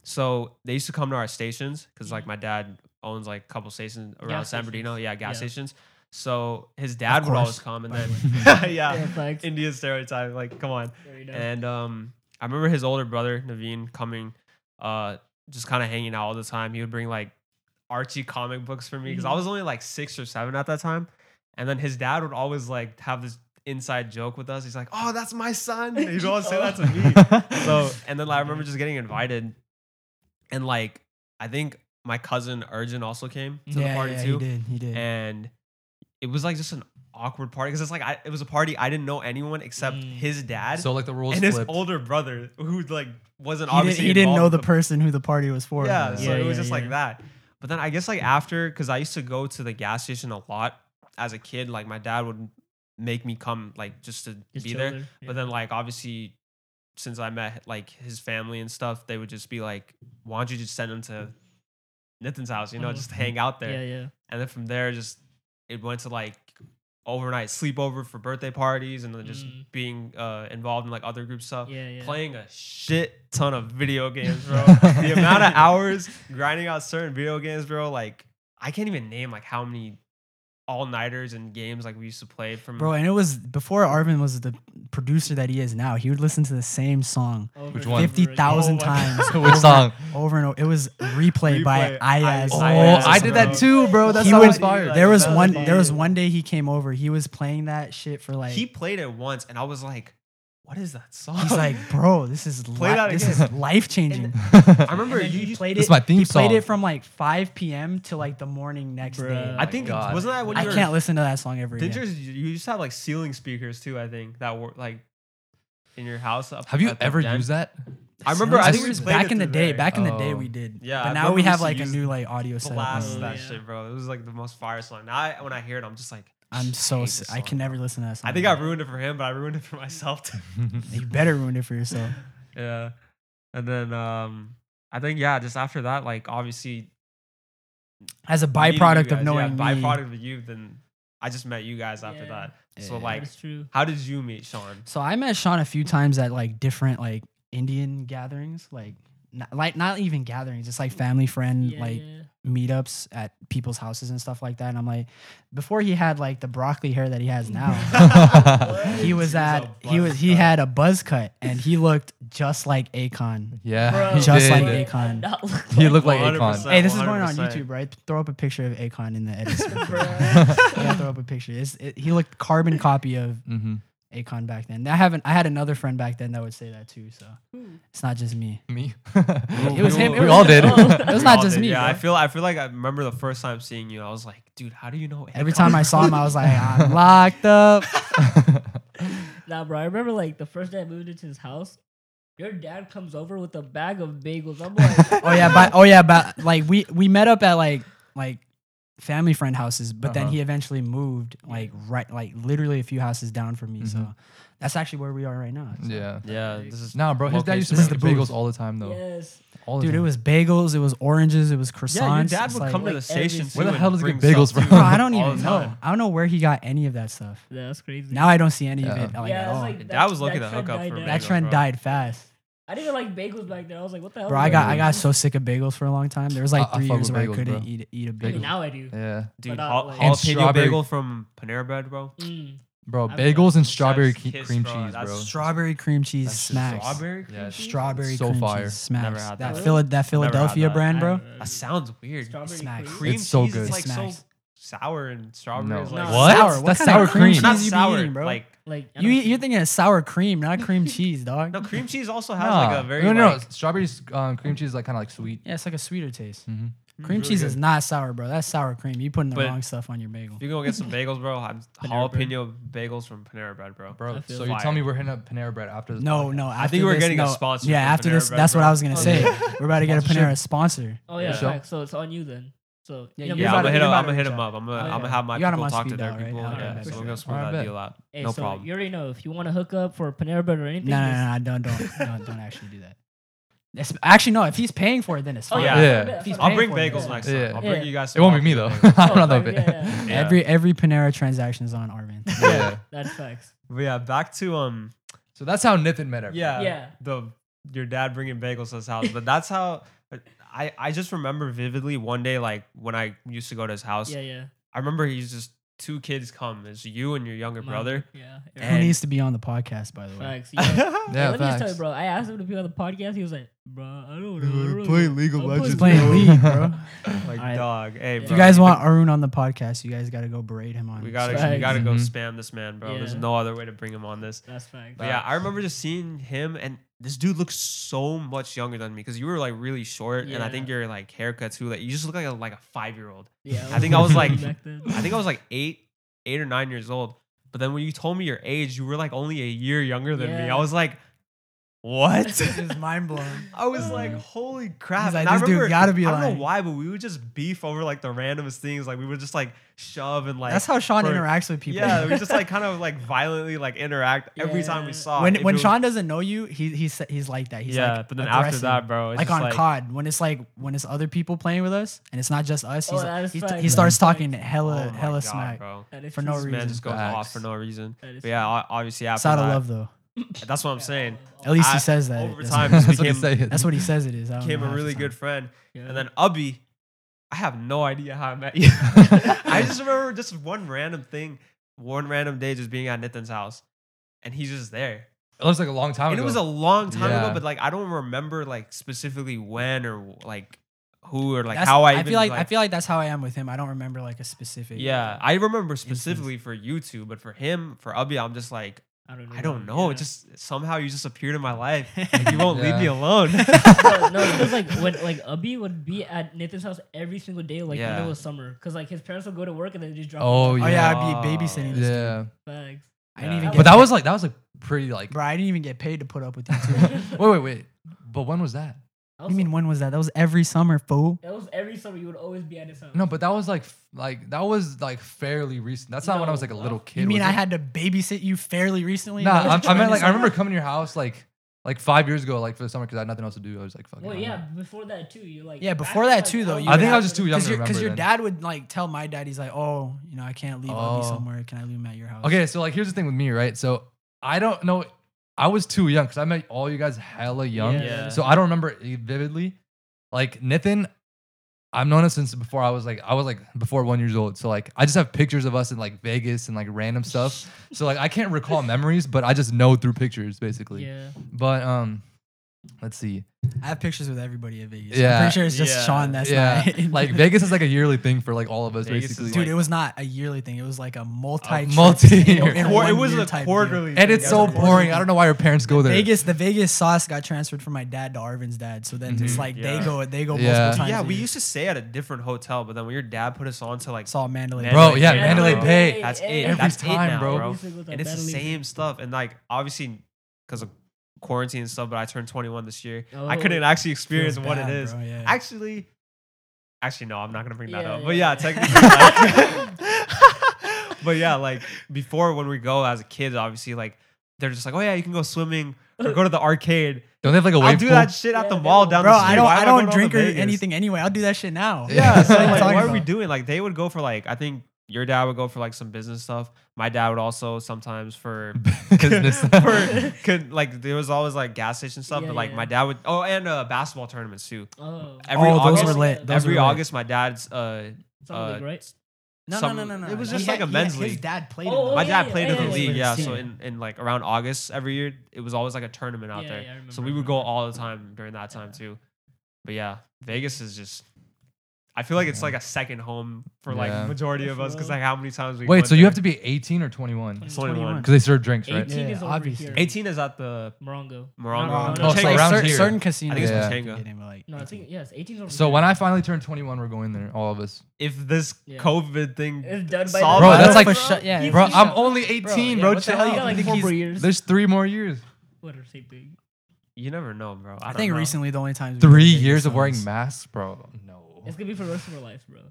Speaker 2: So they used to come to our stations because like my dad owns like a couple stations around
Speaker 1: Mm-hmm. Gas
Speaker 2: San Bernardino, yeah, gas
Speaker 1: Yeah.
Speaker 2: stations. So his dad would
Speaker 3: course,
Speaker 2: always come and
Speaker 3: by
Speaker 2: then
Speaker 1: Yeah,
Speaker 2: yeah,
Speaker 1: facts.
Speaker 2: Indian stereotype, like come on.
Speaker 1: There you go.
Speaker 2: And um, I remember his older brother Naveen coming, uh, just kind of hanging out all the time. He would bring like Archie comic books for me because I
Speaker 3: Mm-hmm.
Speaker 2: was only like six or seven at that time. And then his dad would always like have this inside joke with us. He's like, "Oh, that's my son." He'd always say that to me. So, and then like, I remember just getting invited, and like I think my cousin Urgent also came to the party too
Speaker 3: He did. He did.
Speaker 2: and it was like just an awkward party because it's like I, it was a party I didn't know anyone except
Speaker 1: Mm.
Speaker 2: his dad
Speaker 4: So like the rules
Speaker 2: and his
Speaker 4: flipped.
Speaker 2: older brother who like wasn't
Speaker 3: he, did,
Speaker 2: obviously
Speaker 3: he didn't
Speaker 2: involved
Speaker 3: know
Speaker 2: with
Speaker 3: the person who the party was for.
Speaker 2: yeah,
Speaker 3: though.
Speaker 2: so
Speaker 1: Yeah,
Speaker 2: it was
Speaker 1: yeah,
Speaker 2: just
Speaker 1: yeah.
Speaker 2: like that. But then I guess like after because I used to go to the gas station a lot as a kid. Like my dad would make me come like just to
Speaker 1: Just
Speaker 2: be
Speaker 1: chill
Speaker 2: there.
Speaker 1: there, yeah.
Speaker 2: But then like obviously since I met like his family and stuff, they would just be like, "Why don't you just send him to Nathan's house? You know,
Speaker 1: Mhm.
Speaker 2: just hang out there."
Speaker 1: Yeah, yeah.
Speaker 2: And then from there, just it went to like overnight sleepover for birthday parties, and then just
Speaker 1: Mm.
Speaker 2: being uh, involved in like other group stuff.
Speaker 1: Yeah, yeah.
Speaker 2: Playing a shit ton of video games, bro. the amount of hours grinding out certain video games, bro. Like I can't even name like how many all nighters and games like we used to play from.
Speaker 3: Bro, and it was before Arvin was the producer that he is now. He would listen to the same song
Speaker 1: Over
Speaker 4: Which
Speaker 1: and
Speaker 4: one?
Speaker 1: over
Speaker 3: fifty thousand
Speaker 2: Oh,
Speaker 1: again.
Speaker 3: times.
Speaker 4: Which
Speaker 3: over-
Speaker 4: song?
Speaker 3: Over and over. It was replayed by
Speaker 2: Replay.
Speaker 3: Ayaz.
Speaker 4: Oh,
Speaker 2: Ayaz,
Speaker 4: I did that
Speaker 2: bro.
Speaker 4: too, bro. That's
Speaker 3: He
Speaker 4: how
Speaker 3: would-
Speaker 4: inspired.
Speaker 3: There was
Speaker 2: Like,
Speaker 3: one.
Speaker 2: that was
Speaker 3: There was
Speaker 2: fire.
Speaker 3: one day he came over. He was playing that shit for like.
Speaker 2: he played it once, and I was like, "What is that song?"
Speaker 3: he's like, bro, this is
Speaker 2: Play
Speaker 3: li-
Speaker 2: that
Speaker 3: this
Speaker 2: again."
Speaker 3: is life changing.
Speaker 2: I remember you. used-
Speaker 3: played
Speaker 4: This is my theme
Speaker 3: he played
Speaker 4: song.
Speaker 3: it from like 5 p.m. to like the morning next day.
Speaker 1: Bruh.
Speaker 2: I think
Speaker 4: God.
Speaker 2: wasn't that when
Speaker 3: I
Speaker 2: you were,
Speaker 3: can't listen to that song ever
Speaker 2: Did
Speaker 3: again.
Speaker 2: you you used to have like ceiling speakers too? I think that were like in your house. Up
Speaker 4: Have you
Speaker 2: at the
Speaker 4: ever
Speaker 2: den.
Speaker 4: used that?
Speaker 2: I remember. I
Speaker 3: Sounds
Speaker 2: think we
Speaker 3: like
Speaker 2: played
Speaker 3: back
Speaker 2: it
Speaker 3: in the
Speaker 2: through
Speaker 3: day.
Speaker 2: there.
Speaker 3: Back in the day
Speaker 4: Oh.
Speaker 3: we did.
Speaker 2: Yeah, I
Speaker 3: but now
Speaker 2: remember
Speaker 3: we
Speaker 2: we used
Speaker 3: have
Speaker 2: to
Speaker 3: like a
Speaker 2: use
Speaker 3: new like audio setup. now.
Speaker 2: blast that
Speaker 1: yeah.
Speaker 2: shit, bro. It was like the most fire song. Now I, when I hear it, I'm just like,
Speaker 3: I'm so
Speaker 2: hate
Speaker 3: s-
Speaker 2: this
Speaker 3: I
Speaker 2: song,
Speaker 3: can never listen to that song.
Speaker 2: I think I ruined it for him, but I ruined it for myself. Too.
Speaker 3: You better ruin it for yourself.
Speaker 2: yeah, and then um, I think yeah, just after that, like obviously
Speaker 3: As a
Speaker 2: meeting you
Speaker 3: byproduct
Speaker 2: guys-
Speaker 3: of knowing
Speaker 2: yeah,
Speaker 3: me.
Speaker 2: byproduct of you. Then I just met you guys after
Speaker 1: Yeah.
Speaker 2: that. So
Speaker 3: Yeah.
Speaker 2: like,
Speaker 1: That's true.
Speaker 2: how did you meet Sean?
Speaker 3: So I met Sean a few times at like different like Indian gatherings, like not, like not even gatherings, just like family friend
Speaker 1: Yeah,
Speaker 3: like
Speaker 1: yeah.
Speaker 3: meetups at people's houses and stuff like that. And I'm like, before he had like the broccoli hair that he has now. he was at he was he had a buzz cut and he looked just like Akon.
Speaker 4: yeah,
Speaker 1: Bro,
Speaker 4: he
Speaker 3: Just
Speaker 4: did.
Speaker 3: like
Speaker 1: bro,
Speaker 3: Akon.
Speaker 1: that looked
Speaker 4: He
Speaker 1: like-
Speaker 4: looked like
Speaker 2: 100%.
Speaker 4: Akon.
Speaker 3: Hey, this is going on
Speaker 2: 100%.
Speaker 3: YouTube, right? Throw up a picture of Akon in the edit. section.
Speaker 1: Bruh.
Speaker 3: yeah, throw up a picture. It's, it, he looked carbon copy of
Speaker 4: Mm-hmm.
Speaker 3: Akon back then. I haven't. I had another friend back then that would say that too. So
Speaker 2: Hmm.
Speaker 1: Who?
Speaker 3: it's not just me.
Speaker 4: Me.
Speaker 3: It was him.
Speaker 2: We
Speaker 3: It was
Speaker 4: all
Speaker 3: him.
Speaker 4: did.
Speaker 3: It was
Speaker 2: We
Speaker 3: not
Speaker 2: all
Speaker 3: just
Speaker 2: did,
Speaker 3: me.
Speaker 2: Yeah, I
Speaker 3: bro.
Speaker 2: feel I feel like I remember the first time seeing you. I was like, dude, how do you know?
Speaker 3: Every
Speaker 2: Akon?"
Speaker 3: time I saw him, I was like, I'm locked up.
Speaker 1: Nah, bro. I remember like the first day I moved into his house, your dad comes over with a bag of bagels. I'm like,
Speaker 3: Oh yeah, but oh yeah, but like we we met up at like like family friend houses, but then
Speaker 4: Uh-huh.
Speaker 3: he eventually moved like right like literally a few houses down from me. So
Speaker 4: Mhm.
Speaker 3: that's actually where we are right now. So.
Speaker 4: yeah.
Speaker 2: Yeah, this is
Speaker 4: Nah, bro. His dad used to
Speaker 2: Location.
Speaker 4: bring the bagels all the time,
Speaker 3: Oh,
Speaker 4: though.
Speaker 1: yes.
Speaker 4: All the
Speaker 3: Dude, it
Speaker 4: time.
Speaker 3: was bagels, it was oranges, it was
Speaker 2: Yeah, your
Speaker 3: croissants.
Speaker 2: dad
Speaker 3: it's
Speaker 2: would
Speaker 3: like-
Speaker 2: come to the
Speaker 1: like
Speaker 2: station.
Speaker 1: every
Speaker 2: too
Speaker 4: Where the
Speaker 2: and
Speaker 4: hell does he
Speaker 2: bring
Speaker 4: get bagels
Speaker 2: stuff,
Speaker 4: from?
Speaker 2: too.
Speaker 3: Bro, I don't
Speaker 2: All
Speaker 3: even
Speaker 2: the
Speaker 3: know.
Speaker 2: time. Mm.
Speaker 3: I don't know where he got any of that stuff.
Speaker 1: Yeah, that's crazy.
Speaker 3: Now I don't see any
Speaker 4: Yeah.
Speaker 3: of it like,
Speaker 1: yeah,
Speaker 3: at
Speaker 1: it's
Speaker 3: all.
Speaker 1: like
Speaker 2: Dad was lucky to
Speaker 1: trend
Speaker 2: hook up
Speaker 1: died
Speaker 2: for
Speaker 1: down.
Speaker 3: that
Speaker 2: bagels,
Speaker 3: trend
Speaker 2: bro.
Speaker 3: died fast.
Speaker 1: I didn't like bagels back then. I was like, what the hell?
Speaker 3: Bro,
Speaker 1: is
Speaker 3: I got I
Speaker 1: bagels?
Speaker 3: got so sick of bagels for a long time. There was like
Speaker 4: I- I
Speaker 3: three
Speaker 4: fuck
Speaker 3: years
Speaker 4: with
Speaker 3: where I
Speaker 4: bagels,
Speaker 3: couldn't
Speaker 4: bro.
Speaker 3: eat
Speaker 1: I
Speaker 3: eat a
Speaker 1: mean,
Speaker 3: bagel.
Speaker 1: now I do.
Speaker 4: yeah,
Speaker 2: Dude,
Speaker 1: But not
Speaker 2: hal-
Speaker 1: like-
Speaker 4: And
Speaker 2: jalapeno
Speaker 4: strawberry-
Speaker 2: bagel from Panera Bread, bro.
Speaker 1: Mm.
Speaker 4: bro.
Speaker 1: I've
Speaker 4: Bagels
Speaker 1: got-
Speaker 4: and strawberry
Speaker 2: Chef's
Speaker 4: ke-
Speaker 2: kiss,
Speaker 4: cream
Speaker 2: bro.
Speaker 4: cheese,
Speaker 2: That's
Speaker 4: bro.
Speaker 3: Strawberry cream cheese
Speaker 4: That's just
Speaker 3: smacks.
Speaker 2: Strawberry.
Speaker 4: Yeah,
Speaker 2: cream
Speaker 4: it's
Speaker 2: cheese?
Speaker 3: Strawberry
Speaker 4: So
Speaker 3: cream
Speaker 4: fire.
Speaker 3: cheese smacks.
Speaker 2: Never had
Speaker 3: that.
Speaker 1: that.
Speaker 3: Phila- that
Speaker 2: had
Speaker 3: Philadelphia
Speaker 2: that.
Speaker 3: brand,
Speaker 1: I
Speaker 3: bro.
Speaker 1: don't know.
Speaker 2: That sounds weird.
Speaker 1: Strawberry
Speaker 3: Smacks.
Speaker 1: cream?
Speaker 2: Cream
Speaker 4: It's so
Speaker 2: cheese
Speaker 4: good.
Speaker 2: is like so
Speaker 3: Smacks.
Speaker 2: sour and strawberry
Speaker 4: No.
Speaker 2: is like
Speaker 1: No.
Speaker 2: What?
Speaker 3: Sour.
Speaker 4: What?
Speaker 3: What
Speaker 4: That's
Speaker 3: kind
Speaker 4: sour
Speaker 3: of cream
Speaker 4: cream.
Speaker 3: cheese?
Speaker 2: Not
Speaker 3: you be
Speaker 2: sour,
Speaker 3: eating, bro?
Speaker 2: Like
Speaker 1: Like I
Speaker 3: You
Speaker 1: don't-
Speaker 3: you're thinking of sour cream, not cream cheese, dog.
Speaker 2: no, cream cheese also has
Speaker 4: Nah.
Speaker 2: like a very
Speaker 4: no, no, no.
Speaker 2: like,
Speaker 4: Strawberries, um, cream cheese is like kind of like sweet.
Speaker 3: Yeah, it's like a sweeter taste.
Speaker 4: Mm-hmm.
Speaker 3: Cream
Speaker 2: really
Speaker 3: cheese
Speaker 2: good.
Speaker 3: is not sour, bro. That's sour cream. You putting the
Speaker 2: But-
Speaker 3: wrong stuff on your bagel.
Speaker 2: If you go get some bagels, bro, I'm
Speaker 1: Panera Bread.
Speaker 2: jalapeno bagels from Panera Bread, bro.
Speaker 4: Bro,
Speaker 1: I
Speaker 4: so
Speaker 1: feel
Speaker 4: you're
Speaker 2: fire.
Speaker 4: telling me we're hitting up Panera Bread after this?
Speaker 3: No,
Speaker 4: podcast?
Speaker 3: no.
Speaker 2: I
Speaker 3: After
Speaker 2: think we're
Speaker 3: this,
Speaker 2: getting a
Speaker 3: no.
Speaker 2: sponsor
Speaker 3: Yeah,
Speaker 2: from
Speaker 3: after
Speaker 2: Panera
Speaker 3: this,
Speaker 2: Bread,
Speaker 3: that's what
Speaker 2: bro.
Speaker 3: I was gonna
Speaker 2: Oh,
Speaker 3: say.
Speaker 2: yeah.
Speaker 3: We're about to get a
Speaker 4: Sponsorship.
Speaker 3: Panera sponsor.
Speaker 1: Oh yeah,
Speaker 4: Yeah.
Speaker 1: facts. so it's on you then. So
Speaker 3: Yeah,
Speaker 1: never
Speaker 3: you
Speaker 2: Yeah, I'm
Speaker 1: mind.
Speaker 3: gotta-
Speaker 2: gonna hit
Speaker 3: you
Speaker 2: him. I'm
Speaker 3: gotta
Speaker 2: gonna hit him
Speaker 3: reach out.
Speaker 2: up. I'm gonna,
Speaker 3: Oh,
Speaker 2: I'm
Speaker 3: yeah.
Speaker 2: gonna have my
Speaker 3: You got him
Speaker 2: people
Speaker 3: on
Speaker 2: talk to
Speaker 3: speed
Speaker 2: their
Speaker 3: dial, right?
Speaker 2: people.
Speaker 3: Okay,
Speaker 2: yeah,
Speaker 3: for
Speaker 2: so we're
Speaker 4: sure.
Speaker 2: gonna sort
Speaker 4: Alright,
Speaker 2: that
Speaker 4: bet.
Speaker 2: deal out.
Speaker 1: Hey,
Speaker 2: no
Speaker 1: so
Speaker 2: problem.
Speaker 1: You already know if you want to hook up for Panera Bread or anything.
Speaker 3: No, no,
Speaker 1: just-
Speaker 3: no, no. Don't, don't, don't, don't actually do that. That's- actually, no. If he's paying for it, then it's
Speaker 1: Oh
Speaker 3: fine.
Speaker 2: Yeah.
Speaker 4: Yeah.
Speaker 1: He's
Speaker 2: I'll bring
Speaker 3: paying for it,
Speaker 2: bagels
Speaker 3: yeah.
Speaker 2: next time.
Speaker 4: Yeah.
Speaker 2: I'll bring
Speaker 1: Yeah.
Speaker 2: you guys.
Speaker 4: It
Speaker 2: some
Speaker 4: won't be me though.
Speaker 2: jalapeno bagels.
Speaker 4: I don't know
Speaker 1: Oh,
Speaker 4: that
Speaker 1: yeah,
Speaker 4: bit.
Speaker 1: yeah.
Speaker 2: Yeah.
Speaker 3: Every every Panera transaction's on Arvin.
Speaker 4: Yeah.
Speaker 1: That's facts.
Speaker 2: But yeah, back to um.
Speaker 4: So that's how Nathan met everyone.
Speaker 2: Yeah.
Speaker 1: Yeah.
Speaker 2: The your dad bringing bagels to his house, but that's how. I, I just remember vividly one day like when I used to go to his house.
Speaker 1: Yeah, yeah.
Speaker 2: I remember he's just two kids come. It's you and your younger
Speaker 1: My-
Speaker 2: brother.
Speaker 1: Yeah.
Speaker 3: Who
Speaker 2: And-
Speaker 3: needs to be on the podcast, by the way?
Speaker 1: Facts. You know,
Speaker 4: Yeah,
Speaker 1: let me just tell you,
Speaker 4: facts.
Speaker 1: bro. I asked him to be on the podcast. He was like, "Bro, I don't know. I don't really know."
Speaker 4: League
Speaker 1: of I'm Legends,
Speaker 3: He's playing League, bro.
Speaker 2: like
Speaker 1: I-
Speaker 2: dog. Hey,
Speaker 1: If
Speaker 2: bro.
Speaker 3: If you guys want Arun on the podcast, you guys got to go berate him on.
Speaker 2: We gotta we
Speaker 1: Facts.
Speaker 2: gotta
Speaker 3: Mm-hmm.
Speaker 2: go
Speaker 4: Mhm.
Speaker 2: spam this man, bro. There's
Speaker 1: Yeah.
Speaker 2: no other way to bring him on this.
Speaker 1: That's facts.
Speaker 2: But yeah, I remember just seeing him, and this dude looks so much younger than me because you were like really short, and I
Speaker 1: Yeah.
Speaker 2: think your like haircut too. Like you just look like a like a five year old.
Speaker 1: Yeah.
Speaker 2: I think I was like-
Speaker 1: back then.
Speaker 2: I think I was like eight, eight or nine years old. But then when you told me your age, you were like only a year younger than me.
Speaker 1: Yeah.
Speaker 2: I was like, what?
Speaker 3: Just mind blown.
Speaker 2: I was like, holy crap.
Speaker 3: He's like,
Speaker 2: And I
Speaker 3: "This dude
Speaker 2: remember-
Speaker 3: gotta be
Speaker 2: I don't
Speaker 3: lying."
Speaker 2: know why, but we would just beef over like the randomest things. Like we would just like shove and like
Speaker 3: That's how Sean
Speaker 2: for-
Speaker 3: interacts with people.
Speaker 2: Yeah, we just like kind of like violently like interact every time
Speaker 1: Yeah.
Speaker 2: we saw.
Speaker 3: when
Speaker 2: If
Speaker 3: when
Speaker 2: it was-
Speaker 3: Sean doesn't know you, he he's he's like that. He's
Speaker 2: yeah,
Speaker 3: like
Speaker 2: but then after
Speaker 3: aggressive.
Speaker 2: that, bro, it's
Speaker 3: like
Speaker 2: just
Speaker 3: on COD, when it's like when it's other people playing with us and it's not just us,
Speaker 1: Oh,
Speaker 3: he's,
Speaker 1: that is
Speaker 3: he's-
Speaker 1: facts,
Speaker 3: he
Speaker 1: that
Speaker 3: starts
Speaker 1: is facts.
Speaker 3: talking
Speaker 2: oh
Speaker 3: hella
Speaker 2: my
Speaker 3: hella
Speaker 2: God,
Speaker 3: smack
Speaker 2: bro.
Speaker 1: That is
Speaker 3: for no
Speaker 1: true.
Speaker 2: This man just goes off
Speaker 4: Facts.
Speaker 2: for no reason.
Speaker 1: That is
Speaker 2: But yeah, o- obviously
Speaker 3: It's
Speaker 2: after
Speaker 3: out of
Speaker 2: that,
Speaker 3: love though.
Speaker 2: that's what I'm saying.
Speaker 3: At least
Speaker 2: I-
Speaker 3: he says that.
Speaker 2: Over
Speaker 3: That's
Speaker 2: time,
Speaker 3: what-
Speaker 2: just
Speaker 4: That's what he
Speaker 2: became,
Speaker 4: said.
Speaker 3: that's what he says. It is. I don't
Speaker 2: became
Speaker 3: know
Speaker 2: a
Speaker 3: half the
Speaker 2: really good
Speaker 3: time.
Speaker 2: friend.
Speaker 1: Yeah.
Speaker 2: And then Ubby, I have no idea how I met you. I just remember just one random thing, one random day just being at Nathan's house. And he's just there.
Speaker 4: It looks like a long time
Speaker 2: And
Speaker 4: ago.
Speaker 2: it was a long time
Speaker 4: Yeah.
Speaker 2: ago, but like I don't remember like specifically when or like who or like
Speaker 3: That's-
Speaker 2: how I, even,
Speaker 3: feel like, I feel like that's how I am with him. I don't remember like a specific.
Speaker 2: yeah, I remember specifically for you two, but for him, for Ubby, I'm just like,
Speaker 1: don't
Speaker 2: I don't know.
Speaker 1: Mm, Yeah.
Speaker 2: It just somehow you just appeared in my life. Like, you won't leave me
Speaker 4: Yeah.
Speaker 2: alone.
Speaker 1: no, no, because like when like Abby would be at Nathan's house every single day, like when
Speaker 2: Yeah.
Speaker 1: it was summer, because like his parents would go to work and then just drop. him
Speaker 4: Oh
Speaker 1: off.
Speaker 3: Oh
Speaker 4: yeah.
Speaker 3: yeah, I'd be babysitting this dude.
Speaker 4: Yeah.
Speaker 1: Facts.
Speaker 3: I didn't
Speaker 2: Yeah.
Speaker 3: even. Get
Speaker 4: But that was like that was like pretty like.
Speaker 3: Bro, I didn't even get paid to put up with you. Too. what
Speaker 4: wait, wait, wait. But when was that?
Speaker 1: What
Speaker 3: do you mean? When was that? That was every summer, fool.
Speaker 1: That was every summer. You would always be at his house.
Speaker 4: No, but that was like f- like that was like fairly recent. That's not when I was
Speaker 1: No,
Speaker 4: like a
Speaker 1: well,
Speaker 4: little kid.
Speaker 3: You mean
Speaker 4: was
Speaker 3: I
Speaker 4: it?
Speaker 3: had to babysit you fairly recently? That
Speaker 4: Nah,
Speaker 3: was
Speaker 4: I'm, I meant
Speaker 3: during the
Speaker 4: like I remember
Speaker 3: summer?
Speaker 4: coming to your house like like five years ago, like for the summer, because I had nothing else to do. I was like, fucking.
Speaker 1: Well, yeah, before that too. You like.
Speaker 3: Yeah,
Speaker 1: back
Speaker 3: before
Speaker 1: in,
Speaker 3: that, too, though,
Speaker 1: how
Speaker 3: you
Speaker 1: you
Speaker 3: I
Speaker 4: think
Speaker 1: were
Speaker 4: I was just
Speaker 1: at
Speaker 4: too
Speaker 1: the-
Speaker 4: young.
Speaker 3: Because your, 'cause your
Speaker 4: remember then.
Speaker 3: dad would like tell my dad, he's like, oh, you know, I can't leave I'll be
Speaker 4: Oh.
Speaker 3: somewhere. Can I leave him at your house?
Speaker 4: Okay, so like here's the thing with me, right? So I don't know. I was too young because I met all you guys hella young.
Speaker 1: Yeah.
Speaker 2: Yeah.
Speaker 4: So I don't remember it vividly. Like Nathan, I've known him since before I was like I was like before one years old. So like I just have pictures of us in like Vegas and like random stuff. so like I can't recall memories, but I just know through pictures basically.
Speaker 1: Yeah.
Speaker 4: But um, let's see.
Speaker 3: I have pictures with everybody at Vegas. I'm
Speaker 4: Yeah,
Speaker 3: pretty sure it's just
Speaker 2: yeah,
Speaker 3: Sean that's
Speaker 4: yeah,
Speaker 3: not. in-
Speaker 4: like Vegas is like a yearly thing for like all of us
Speaker 2: Vegas is
Speaker 4: basically.
Speaker 3: Dude, it was not a yearly thing. It was like a multi
Speaker 4: multi-
Speaker 2: It
Speaker 4: In
Speaker 2: wa- it
Speaker 3: one
Speaker 2: was
Speaker 3: year
Speaker 2: a
Speaker 3: type
Speaker 2: quarterly.
Speaker 4: and it's
Speaker 2: thing.
Speaker 4: so
Speaker 2: Yeah.
Speaker 4: boring. I don't know why your parents go there.
Speaker 3: Vegas, the Vegas sauce got transferred from my dad to Arvin's dad. So then it's
Speaker 2: Mhm.
Speaker 3: like
Speaker 2: Yeah.
Speaker 3: they go, they go
Speaker 4: Yeah.
Speaker 3: multiple
Speaker 4: Dude,
Speaker 3: times.
Speaker 2: Uh, Yeah,
Speaker 3: a
Speaker 2: we
Speaker 3: year.
Speaker 2: used to stay at a different hotel, but then when your dad put us on to like
Speaker 3: saw Mandalay.
Speaker 4: Bro, yeah,
Speaker 2: Bay,
Speaker 4: Mandalay
Speaker 2: bro,
Speaker 4: Bay.
Speaker 2: That's it.
Speaker 1: Every
Speaker 2: That's
Speaker 4: time,
Speaker 2: it now,
Speaker 4: bro.
Speaker 2: bro.
Speaker 1: Every single time,
Speaker 2: And it's the
Speaker 1: Mandalay Bay.
Speaker 2: same stuff. And like obviously, because of quarantine and stuff, but I turned 21 this year. I
Speaker 1: Oh.
Speaker 2: couldn't actually
Speaker 3: Feels
Speaker 2: experience what
Speaker 3: bad,
Speaker 2: it is.
Speaker 3: bro, yeah.
Speaker 2: Actually, actually, no, I'm not gonna bring that
Speaker 1: Yeah,
Speaker 2: up. But
Speaker 1: yeah,
Speaker 2: yeah,
Speaker 1: yeah.
Speaker 2: technically. like- but yeah, like before when we go as a kid, obviously, like they're just like, oh yeah, you can go swimming or go to the arcade.
Speaker 4: Don't they have like a
Speaker 2: I'll
Speaker 4: wave
Speaker 2: do
Speaker 4: pool?
Speaker 2: that shit at
Speaker 1: Yeah,
Speaker 2: the
Speaker 1: they
Speaker 2: mall
Speaker 1: will.
Speaker 2: down
Speaker 3: Bro,
Speaker 2: the street.
Speaker 3: I don't,
Speaker 2: Why am
Speaker 3: I
Speaker 2: going
Speaker 3: don't
Speaker 2: to
Speaker 3: drink or
Speaker 2: Vegas?
Speaker 3: anything anyway. I'll do that shit now.
Speaker 4: Yeah,
Speaker 2: Yeah, so
Speaker 4: What
Speaker 3: I'm
Speaker 2: like,
Speaker 3: talking
Speaker 2: what are we
Speaker 3: about.
Speaker 2: doing? Like, they would go for like, I think your dad would go for like some business stuff. My dad would also sometimes for
Speaker 4: Business.
Speaker 2: for could, like there was always like gas station stuff,
Speaker 1: Yeah,
Speaker 2: but like
Speaker 1: yeah.
Speaker 2: my dad would. Oh, and uh, basketball tournaments too.
Speaker 1: Oh.
Speaker 2: Every
Speaker 3: oh,
Speaker 2: August,
Speaker 3: those were lit. Those
Speaker 2: every
Speaker 3: were lit.
Speaker 2: August, my dad's. Uh,
Speaker 1: Summer league,
Speaker 2: uh,
Speaker 1: right?
Speaker 3: No,
Speaker 2: some-
Speaker 3: no, no, no, no.
Speaker 2: it was
Speaker 3: He
Speaker 2: just
Speaker 3: had-
Speaker 2: like a
Speaker 3: he had-
Speaker 2: men's
Speaker 3: His
Speaker 2: league.
Speaker 3: dad played.
Speaker 1: Oh,
Speaker 3: in
Speaker 2: my
Speaker 3: the-
Speaker 1: yeah,
Speaker 2: dad played
Speaker 1: yeah,
Speaker 2: in the
Speaker 1: yeah,
Speaker 2: league,
Speaker 1: yeah.
Speaker 2: yeah. So in, in like around August every year, it was always like a tournament out
Speaker 1: Yeah,
Speaker 2: there.
Speaker 1: yeah, I remember,
Speaker 2: so
Speaker 1: I
Speaker 2: we would go
Speaker 1: remember.
Speaker 2: all the time during that time too. But yeah, Vegas is just. I feel like it's like a second home for like
Speaker 4: Yeah.
Speaker 2: majority of us because like how many times we
Speaker 4: Wait,
Speaker 2: went
Speaker 4: so you have
Speaker 2: there.
Speaker 4: to be 18 or 21?
Speaker 2: It's only one.
Speaker 3: 21.
Speaker 4: Because they serve drinks, right?
Speaker 1: 18
Speaker 3: Yeah,
Speaker 1: is over
Speaker 3: obviously.
Speaker 1: here.
Speaker 2: 18 is at the
Speaker 1: Morongo.
Speaker 2: Morongo.
Speaker 1: No, no, no,
Speaker 4: Oh,
Speaker 1: no,
Speaker 4: so
Speaker 1: no,
Speaker 4: around
Speaker 3: cer-
Speaker 4: here.
Speaker 3: certain casinos.
Speaker 2: I think
Speaker 4: it's
Speaker 3: yeah.
Speaker 2: Pachanga.
Speaker 1: No, I think yes, 18 is over
Speaker 4: So
Speaker 1: here.
Speaker 4: when I finally turn 21, we're going there, all of us.
Speaker 2: if this
Speaker 1: Yeah.
Speaker 2: COVID thing
Speaker 1: It's done by
Speaker 2: solved
Speaker 1: then.
Speaker 4: Bro,
Speaker 2: that-
Speaker 4: that's like-
Speaker 3: for sure. Yeah,
Speaker 1: He's-
Speaker 4: Bro,
Speaker 1: he's
Speaker 4: I'm
Speaker 1: got-
Speaker 4: only 18,
Speaker 3: yeah,
Speaker 4: bro.
Speaker 3: what the
Speaker 4: chill
Speaker 3: hell?
Speaker 1: You
Speaker 4: out.
Speaker 1: got like
Speaker 4: I think
Speaker 1: four more
Speaker 4: he's-
Speaker 1: years.
Speaker 4: There's three more years.
Speaker 1: What are they big?
Speaker 2: you never know, bro. I,
Speaker 3: I
Speaker 2: don't
Speaker 3: think
Speaker 2: know.
Speaker 3: recently the only times
Speaker 4: Three years of wearing masks, bro. No.
Speaker 1: It's gonna be for the rest of our lives, bro.
Speaker 4: Nah,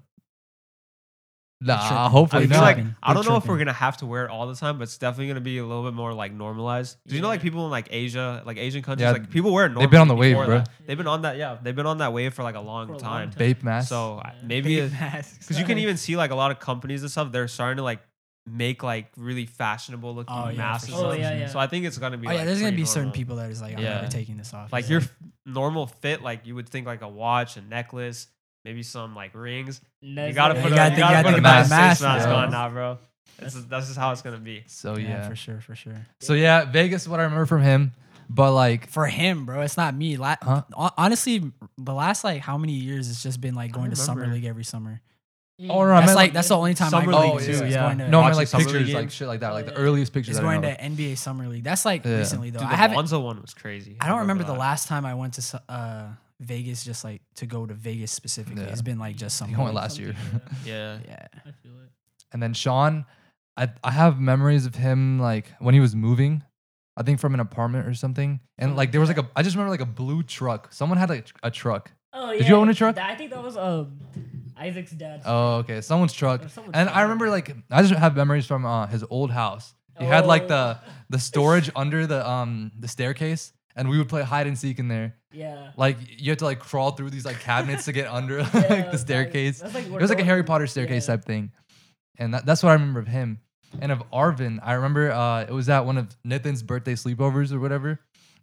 Speaker 3: tripping.
Speaker 2: I
Speaker 4: hopefully
Speaker 2: feel
Speaker 3: They're
Speaker 4: not.
Speaker 2: like
Speaker 3: tripping.
Speaker 2: I don't
Speaker 3: They're
Speaker 2: know if we're
Speaker 3: tripping.
Speaker 2: gonna have to wear it all the time, but it's definitely gonna be a little bit more like normalized. 'Cause you know, like
Speaker 1: Yeah.
Speaker 2: people in like Asia, like Asian countries,
Speaker 4: Yeah,
Speaker 2: like people wear it.
Speaker 4: they've been on the
Speaker 2: normally before
Speaker 4: wave, bro.
Speaker 2: that. They've been on that, yeah. They've been on that wave for like a long
Speaker 1: For a long
Speaker 2: time.
Speaker 1: time.
Speaker 4: Vape mask.
Speaker 2: So I-
Speaker 1: Yeah.
Speaker 2: maybe
Speaker 3: masks.
Speaker 2: because you can even see like a lot of companies and stuff, they're starting to like make like really fashionable looking
Speaker 3: Oh, yeah,
Speaker 2: masks.
Speaker 3: for
Speaker 2: and
Speaker 1: sure. Oh,
Speaker 2: stuff.
Speaker 1: yeah, yeah.
Speaker 2: So I think it's gonna be.
Speaker 3: Oh yeah,
Speaker 2: like,
Speaker 3: there's gonna
Speaker 2: pretty
Speaker 3: be certain
Speaker 2: normal.
Speaker 3: people that is like, I'm
Speaker 2: Yeah.
Speaker 3: never taking this off.
Speaker 2: Like
Speaker 3: It's
Speaker 2: your f- normal fit, like you would think like a watch, a necklace, maybe some like rings. You gotta
Speaker 3: Yeah,
Speaker 2: put
Speaker 3: you
Speaker 2: a, you
Speaker 3: gotta think- you
Speaker 2: gotta
Speaker 3: gotta
Speaker 2: put a
Speaker 3: think about
Speaker 2: mask.
Speaker 3: the
Speaker 2: mask
Speaker 3: mask,
Speaker 2: mask
Speaker 4: bro.
Speaker 2: on now, bro. That's that's just how it's gonna be.
Speaker 3: yeah,
Speaker 4: So Oh, yeah.
Speaker 3: for sure, for sure.
Speaker 4: So yeah, Vegas is what I remember from him. But like,
Speaker 3: For him, bro, it's not me. La-
Speaker 4: Huh?
Speaker 3: hon- Honestly, the last like how many years it's just been like going to summer
Speaker 2: remember.
Speaker 3: league every summer.
Speaker 4: oh no, I
Speaker 3: That's
Speaker 4: meant
Speaker 3: like that's the only time
Speaker 2: Summer
Speaker 3: I go
Speaker 2: league
Speaker 3: to
Speaker 2: too,
Speaker 3: is
Speaker 2: yeah.
Speaker 3: going to
Speaker 4: no, I
Speaker 2: Watching
Speaker 4: meant like
Speaker 2: summer
Speaker 4: pictures,
Speaker 2: league
Speaker 4: like
Speaker 2: games.
Speaker 4: shit like that,
Speaker 1: Oh,
Speaker 4: like the
Speaker 1: yeah.
Speaker 4: earliest pictures.
Speaker 3: It's
Speaker 4: I
Speaker 3: going
Speaker 4: know.
Speaker 3: to NBA summer league. That's like
Speaker 4: Yeah.
Speaker 3: recently though.
Speaker 2: Dude,
Speaker 3: I
Speaker 2: the
Speaker 3: haven't.
Speaker 2: Monza one was crazy.
Speaker 3: I don't remember the
Speaker 2: that.
Speaker 3: last time I went to su- uh, Vegas just like to go to Vegas specifically.
Speaker 4: Yeah.
Speaker 3: It's been like just
Speaker 4: I
Speaker 3: summer.
Speaker 4: think I went
Speaker 3: league.
Speaker 4: last year.
Speaker 2: Yeah.
Speaker 3: Yeah.
Speaker 1: I feel it.
Speaker 4: And then Sean, I I have memories of him like when he was moving. I think from an apartment or something. And like there was like a I just remember like a blue truck. Someone had like a truck.
Speaker 1: Oh,
Speaker 4: Did you own a truck?
Speaker 1: that- I think that was um, Isaac's dad.
Speaker 4: Oh, okay, someone's truck.
Speaker 1: Or someone's
Speaker 4: And
Speaker 1: truck.
Speaker 4: I remember like I just have memories from uh, his old house. He had like the
Speaker 1: Oh.
Speaker 4: the storage under the um the staircase, and we would play hide and seek in there.
Speaker 1: yeah.
Speaker 4: Like you had to like crawl through these like cabinets to get under
Speaker 1: Yeah,
Speaker 4: like the
Speaker 1: that's
Speaker 4: staircase.
Speaker 1: that's like
Speaker 4: It was like a Harry Potter staircase type thing, and that, that's what I remember of him. And of Arvin, I remember uh, it was at one of Nathan's birthday sleepovers or whatever.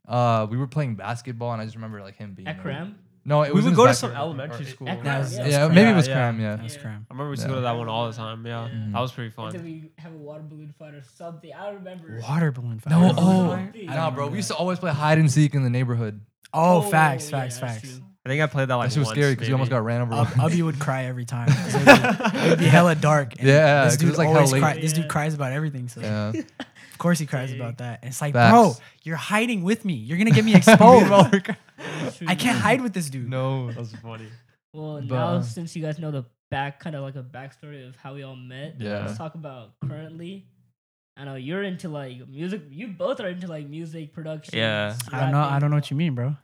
Speaker 4: Uh, we were playing basketball, and I just remember like him being
Speaker 1: At
Speaker 4: there.
Speaker 1: Cram?
Speaker 4: No, it
Speaker 2: We
Speaker 4: was in
Speaker 2: would
Speaker 4: his
Speaker 2: go to some
Speaker 4: backyard. Or-
Speaker 2: elementary
Speaker 4: or-
Speaker 2: school.
Speaker 1: Akron.
Speaker 3: That was-
Speaker 1: Yeah.
Speaker 3: that was
Speaker 4: Yeah,
Speaker 3: cram.
Speaker 4: maybe it was
Speaker 2: Yeah,
Speaker 4: Cram. Yeah,
Speaker 3: That was
Speaker 1: Yeah.
Speaker 3: cram.
Speaker 2: I remember we used to
Speaker 4: Yeah.
Speaker 2: go to that one all the time. Yeah,
Speaker 1: Yeah.
Speaker 2: that was pretty
Speaker 1: And then
Speaker 2: fun.
Speaker 1: we have a water balloon fight or something. I remember.
Speaker 3: Water balloon fire.
Speaker 4: No,
Speaker 1: Or
Speaker 4: oh,
Speaker 1: something.
Speaker 4: nah, bro. We used to always play hide and seek in the neighborhood.
Speaker 3: Oh, facts,
Speaker 1: yeah,
Speaker 3: facts,
Speaker 1: that's
Speaker 3: facts.
Speaker 1: true.
Speaker 2: I think I played that like
Speaker 4: That shit was
Speaker 2: once,
Speaker 4: scary because we almost
Speaker 2: maybe.
Speaker 4: got ran over.
Speaker 3: Ub-
Speaker 4: once.
Speaker 3: Ubby would cry every time. It would be hella dark. and
Speaker 4: Yeah,
Speaker 3: this
Speaker 4: 'cause
Speaker 3: dude
Speaker 4: it's like how
Speaker 3: always
Speaker 4: late-
Speaker 3: cry- This
Speaker 1: Yeah.
Speaker 3: dude cries about everything. So
Speaker 4: yeah.
Speaker 3: of course he cries about that. And it's like,
Speaker 4: Facts.
Speaker 3: bro, you're hiding with me. You're gonna get me exposed.
Speaker 1: That's true.
Speaker 3: I can't hide with this dude.
Speaker 4: No.
Speaker 2: That was funny.
Speaker 1: Well,
Speaker 4: But,
Speaker 1: now
Speaker 4: uh,
Speaker 1: since you guys know the back, kind of like a backstory of how we all met,
Speaker 4: Yeah.
Speaker 1: let's talk about currently. I know you're into like music. You both are into like music production.
Speaker 2: Yeah.
Speaker 3: I don't know. I don't know what you mean, bro.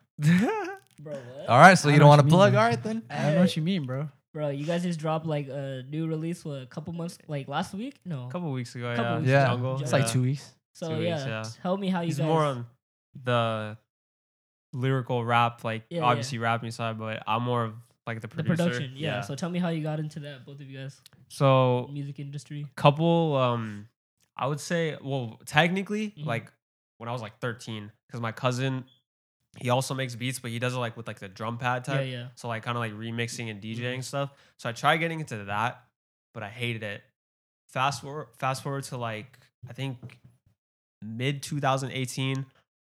Speaker 1: Bro, what?
Speaker 4: All right, so
Speaker 3: I
Speaker 4: you
Speaker 3: know
Speaker 4: don't
Speaker 3: what
Speaker 4: want to
Speaker 3: you mean,
Speaker 4: plug?
Speaker 3: though.
Speaker 4: All right then.
Speaker 3: I don't know what you mean, bro.
Speaker 1: Bro, you guys just dropped like a new release what, a couple months, like last week? No.
Speaker 2: A couple weeks ago,
Speaker 1: Couple
Speaker 2: yeah.
Speaker 1: weeks
Speaker 4: ago.
Speaker 2: Jungle,
Speaker 3: It's
Speaker 1: Yeah.
Speaker 3: like two weeks.
Speaker 1: so
Speaker 2: two weeks,
Speaker 1: yeah,
Speaker 2: yeah.
Speaker 1: tell me how you
Speaker 2: He's
Speaker 1: guys.
Speaker 2: more on the lyrical rap, like
Speaker 1: Yeah, yeah.
Speaker 2: obviously rapping side, but I'm more of like the
Speaker 1: the
Speaker 2: producer.
Speaker 1: production, yeah. So tell me how you got into that, both of you guys,
Speaker 2: so
Speaker 1: music industry.
Speaker 2: couple, um, I would say, well, technically,
Speaker 1: Mhm.
Speaker 2: like when I was like 13, because my cousin, he also makes beats, but he does it like with like the drum pad type.
Speaker 1: Yeah, yeah.
Speaker 2: So like kind of like remixing and
Speaker 1: Mm-hmm.
Speaker 2: DJing stuff. So I tried getting into that, but I hated it. Fast forward, fast forward to like I think mid 2018,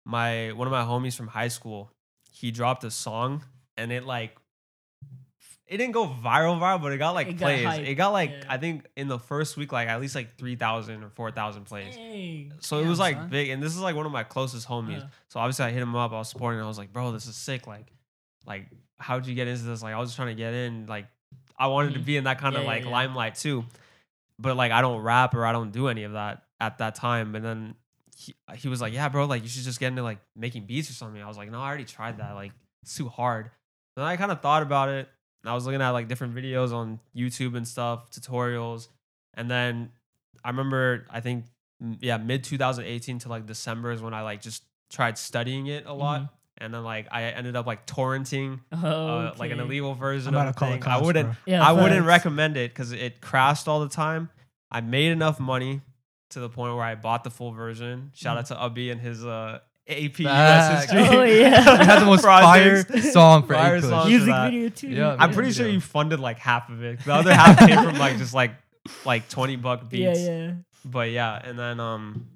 Speaker 2: my one of my homies from high school, he dropped a song and it like it didn't go viral viral, but it got like
Speaker 1: It got
Speaker 2: plays.
Speaker 1: hype,
Speaker 2: it got like
Speaker 1: yeah.
Speaker 2: I think in the first week like at least like 3,000 or 4,000 plays.
Speaker 1: Dang.
Speaker 2: So it
Speaker 3: Damn,
Speaker 2: was like
Speaker 3: son.
Speaker 2: big, and this is like one of my closest homies.
Speaker 1: Yeah.
Speaker 2: So obviously I hit him up. I was supporting. Him. I was like, bro, this is sick. Like, like how'd you get into this? Like I was just trying to get in. Like I wanted to
Speaker 1: Mhm.
Speaker 2: be in that kind
Speaker 1: Yeah,
Speaker 2: of
Speaker 1: yeah,
Speaker 2: like
Speaker 1: yeah.
Speaker 2: limelight too, but like I don't rap or I don't do any of that at that time. And then he, he was like, yeah, bro, like you should just get into like making beats or something. I was like, no, I already tried that. Like it's too hard. Then I kind of thought about it. And I was looking at like different videos on YouTube and stuff, tutorials. And then I remember, I think, m- yeah, mid 2018 to like December is when I like just tried studying it a lot.
Speaker 1: Mm-hmm.
Speaker 2: And then like I ended up like torrenting uh, like an
Speaker 1: Okay.
Speaker 2: illegal version
Speaker 3: I'm about
Speaker 2: of the
Speaker 3: to call
Speaker 2: thing.
Speaker 3: it
Speaker 2: I
Speaker 3: cops,
Speaker 2: wouldn't,
Speaker 3: bro.
Speaker 1: Yeah,
Speaker 2: I wouldn't
Speaker 1: facts.
Speaker 2: recommend it because it crashed all the time. I made enough money to the point where I bought the full version. Shout out to Ubby and his uh, AP US
Speaker 4: Facts.
Speaker 2: history.
Speaker 1: Mm. Oh, yeah.
Speaker 4: We had the most fire
Speaker 2: projects.
Speaker 4: song for
Speaker 2: Fire
Speaker 4: Eight Push.
Speaker 2: song.
Speaker 1: music
Speaker 2: that.
Speaker 1: video too.
Speaker 4: Yeah,
Speaker 2: I'm
Speaker 4: Yeah.
Speaker 2: pretty sure
Speaker 4: Yeah.
Speaker 2: you funded like half of it. The other half came from like just like like 20 buck beats.
Speaker 1: Yeah, yeah.
Speaker 2: But yeah, and then um,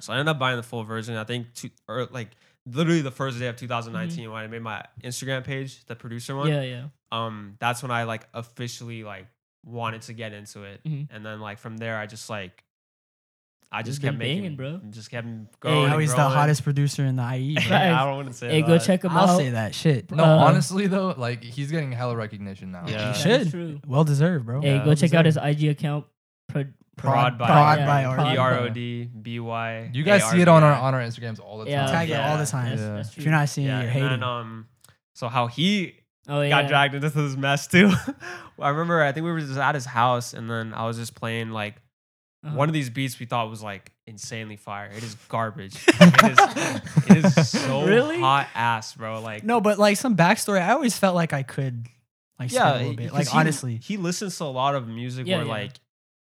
Speaker 2: so I ended up buying the full version. I think two or like literally the first day of 2019 when I made my Instagram page, the producer one.
Speaker 1: Mm-hmm. Yeah, yeah.
Speaker 2: Um, that's when I like officially like wanted to get into it,
Speaker 1: Mhm.
Speaker 2: and then like from there I just like I
Speaker 1: Just
Speaker 2: just kept
Speaker 1: been
Speaker 2: making,
Speaker 1: banging, bro.
Speaker 2: Just kept going.
Speaker 3: Hey, now
Speaker 2: and
Speaker 3: he's the
Speaker 2: growing.
Speaker 3: hottest producer in the IE. Bro.
Speaker 2: I don't want to uh, say.
Speaker 1: Hey, go
Speaker 2: that.
Speaker 1: check him out.
Speaker 3: I'll say that shit.
Speaker 4: No,
Speaker 1: Uh,
Speaker 4: honestly though, like he's getting hella recognition now.
Speaker 2: Yeah.
Speaker 1: That
Speaker 3: He
Speaker 1: is
Speaker 3: should.
Speaker 1: true.
Speaker 3: Well deserved, bro.
Speaker 1: Hey,
Speaker 2: Yeah,
Speaker 1: go
Speaker 2: that
Speaker 1: check out his IG account. Pro-
Speaker 2: Prod by
Speaker 3: Prod
Speaker 1: Yeah,
Speaker 3: by
Speaker 1: Prod
Speaker 3: Arvin.
Speaker 2: P R O D B Y.
Speaker 4: You guys see it on our on our Instagrams all the time.
Speaker 1: Yeah,
Speaker 3: Tag
Speaker 2: yeah.
Speaker 3: it all the time.
Speaker 1: That's,
Speaker 4: Yeah.
Speaker 1: that's true.
Speaker 3: If you're not seeing
Speaker 2: Yeah,
Speaker 3: it, you're
Speaker 2: and
Speaker 3: hating.
Speaker 2: then um, so how he
Speaker 1: oh, yeah.
Speaker 2: got dragged into this mess too. I remember I think we were just at his house, and then I was just playing like
Speaker 1: Uh-huh.
Speaker 2: one of these beats we thought was like insanely fire. It is garbage. it is it is so
Speaker 1: Really?
Speaker 2: hot ass, bro. Like
Speaker 3: No, but like some backstory, I always felt like I could, like, yeah, a little bit.
Speaker 2: because
Speaker 3: Like
Speaker 2: he-
Speaker 3: honestly,
Speaker 2: he listens to a lot of music
Speaker 1: Yeah,
Speaker 2: where
Speaker 1: yeah.
Speaker 2: like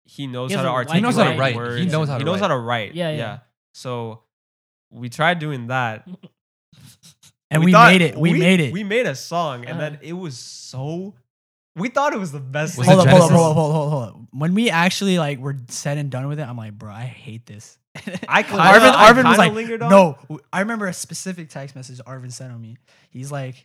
Speaker 2: he knows
Speaker 1: He
Speaker 2: how
Speaker 1: has
Speaker 2: to
Speaker 1: a wide
Speaker 2: articulate.
Speaker 1: He knows how to
Speaker 4: write. He
Speaker 2: Words.
Speaker 1: knows
Speaker 4: how to
Speaker 2: knows
Speaker 4: write.
Speaker 2: how to write.
Speaker 1: Yeah, yeah.
Speaker 2: So we tried doing that,
Speaker 3: and we,
Speaker 2: thought-
Speaker 3: made it. We, made it. Uh-huh.
Speaker 2: We made a song, and then it was so. We thought it was the best.
Speaker 4: Was
Speaker 2: thing.
Speaker 3: hold up,
Speaker 4: it
Speaker 3: hold up,
Speaker 4: Genesis?
Speaker 3: hold up, hold up, hold up, hold up. When we actually like were said and done with it, I'm like, bro, I hate this.
Speaker 2: I kinda,
Speaker 3: Arvin,
Speaker 2: I
Speaker 3: Arvin was
Speaker 2: kinda
Speaker 3: like,
Speaker 2: lingered on.
Speaker 3: no. I remember a specific text message Arvin sent on me. He's like,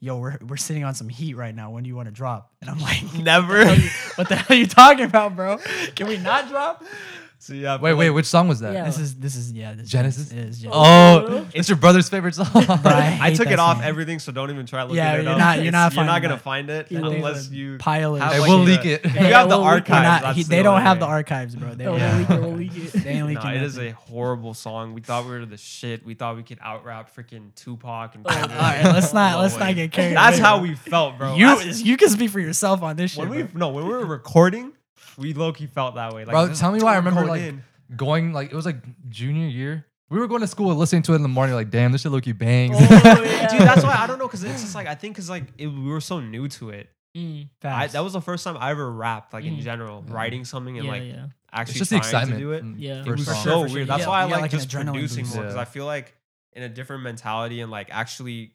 Speaker 3: yo, we're we're sitting on some heat right now. When do you want to drop? And I'm like,
Speaker 2: never.
Speaker 3: what the hell are you talking about, bro? Can we not drop?
Speaker 2: So yeah.
Speaker 4: Wait,
Speaker 2: but,
Speaker 4: wait,
Speaker 2: like,
Speaker 4: which song was that?
Speaker 1: Yeah.
Speaker 3: This is this is yeah. This
Speaker 4: Genesis?
Speaker 3: It is Genesis.
Speaker 4: Oh, it's your brother's favorite song.
Speaker 3: Right.
Speaker 2: I
Speaker 3: hate
Speaker 2: took it
Speaker 3: that
Speaker 2: off
Speaker 3: song.
Speaker 2: everything, so don't even try looking
Speaker 3: Yeah,
Speaker 2: it
Speaker 3: you're
Speaker 2: up.
Speaker 3: not- you're
Speaker 2: It's-
Speaker 3: not
Speaker 2: you're not
Speaker 3: finding
Speaker 2: gonna
Speaker 3: that.
Speaker 2: find it
Speaker 1: Yeah,
Speaker 2: unless
Speaker 1: there's a
Speaker 2: you.
Speaker 3: pile of
Speaker 2: have,
Speaker 4: Hey,
Speaker 3: shit.
Speaker 2: like,
Speaker 4: we'll
Speaker 2: the-
Speaker 4: leak it.
Speaker 2: If you
Speaker 1: we'll leak
Speaker 2: have the
Speaker 1: it.
Speaker 3: They're
Speaker 2: archives,
Speaker 3: not-
Speaker 2: that's
Speaker 3: he-
Speaker 2: the
Speaker 3: they don't
Speaker 2: only
Speaker 3: have the
Speaker 2: way.
Speaker 3: archives, bro. They
Speaker 1: Oh, we'll
Speaker 3: don't have
Speaker 1: leak it,
Speaker 3: the
Speaker 1: we'll
Speaker 3: archives.
Speaker 1: leak it.
Speaker 3: They ain't
Speaker 2: No,
Speaker 3: leaking
Speaker 2: it is
Speaker 3: nothing.
Speaker 2: a horrible song. We thought we were the shit. We thought we could out rap freaking Tupac and.
Speaker 1: Oh,
Speaker 2: Kendrick.
Speaker 3: All right, let's not
Speaker 2: No
Speaker 3: let's
Speaker 2: way.
Speaker 3: not get carried.
Speaker 2: That's
Speaker 3: away.
Speaker 2: how we felt, bro.
Speaker 3: you
Speaker 2: That's-
Speaker 3: you can speak for yourself on this shit.
Speaker 2: when we
Speaker 3: bro.
Speaker 2: no when we were recording, we low key felt that way. Like,
Speaker 4: Bro,
Speaker 2: this
Speaker 4: tell me
Speaker 2: is
Speaker 4: why I
Speaker 2: going
Speaker 4: remember, like,
Speaker 2: in.
Speaker 4: Going like it was like junior year. We were going to school and listening to it in the morning. Like, damn, this shit look you bangs.
Speaker 1: Oh, yeah.
Speaker 2: dude. That's why I don't know because it's just like I think because like it, we were so new to it.
Speaker 1: Mm,
Speaker 2: I,
Speaker 3: Facts.
Speaker 2: that was the first time I ever rapped like in
Speaker 3: Mm-hmm.
Speaker 1: Mm.
Speaker 2: general,
Speaker 4: Yeah.
Speaker 2: writing something
Speaker 1: yeah,
Speaker 2: and like
Speaker 1: yeah.
Speaker 2: actually
Speaker 4: it's just the
Speaker 2: trying
Speaker 4: excitement.
Speaker 2: to do it.
Speaker 4: from
Speaker 1: Yeah.
Speaker 2: It
Speaker 4: first
Speaker 2: was
Speaker 3: For
Speaker 4: song.
Speaker 3: sure,
Speaker 2: so
Speaker 3: for sure.
Speaker 2: weird.
Speaker 3: You
Speaker 2: That's
Speaker 3: get-
Speaker 2: why I
Speaker 3: you get,
Speaker 2: like,
Speaker 3: like, an
Speaker 2: just
Speaker 3: adrenaline
Speaker 2: producing
Speaker 3: boost.
Speaker 2: more because
Speaker 4: Yeah.
Speaker 2: I feel like in a different mentality and like actually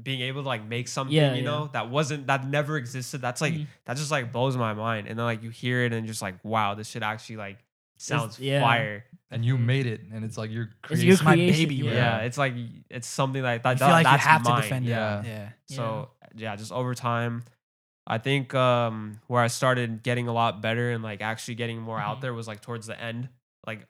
Speaker 2: being able to like make something,
Speaker 1: Yeah,
Speaker 2: you
Speaker 1: yeah.
Speaker 2: know, that wasn't that never existed. That's like
Speaker 3: Mm-hmm.
Speaker 1: Mhm.
Speaker 2: that just like blows my mind. And then like you hear it and just like wow, this shit actually like sounds
Speaker 1: yeah.
Speaker 2: fire.
Speaker 4: and you made it, and it's like you're
Speaker 1: It's
Speaker 4: creating.
Speaker 1: your
Speaker 3: It's my
Speaker 1: creation,
Speaker 3: baby,
Speaker 1: yeah.
Speaker 2: Yeah.
Speaker 4: Yeah.
Speaker 2: it's like it's something like that.
Speaker 3: you
Speaker 2: that
Speaker 3: feel like you
Speaker 2: that's
Speaker 3: have
Speaker 2: mine.
Speaker 3: to defend
Speaker 4: Yeah.
Speaker 3: it. Yeah.
Speaker 2: So yeah, just over time, I think um where I started getting a lot better and like actually getting more out
Speaker 1: Mhm.
Speaker 2: there was like towards the end, like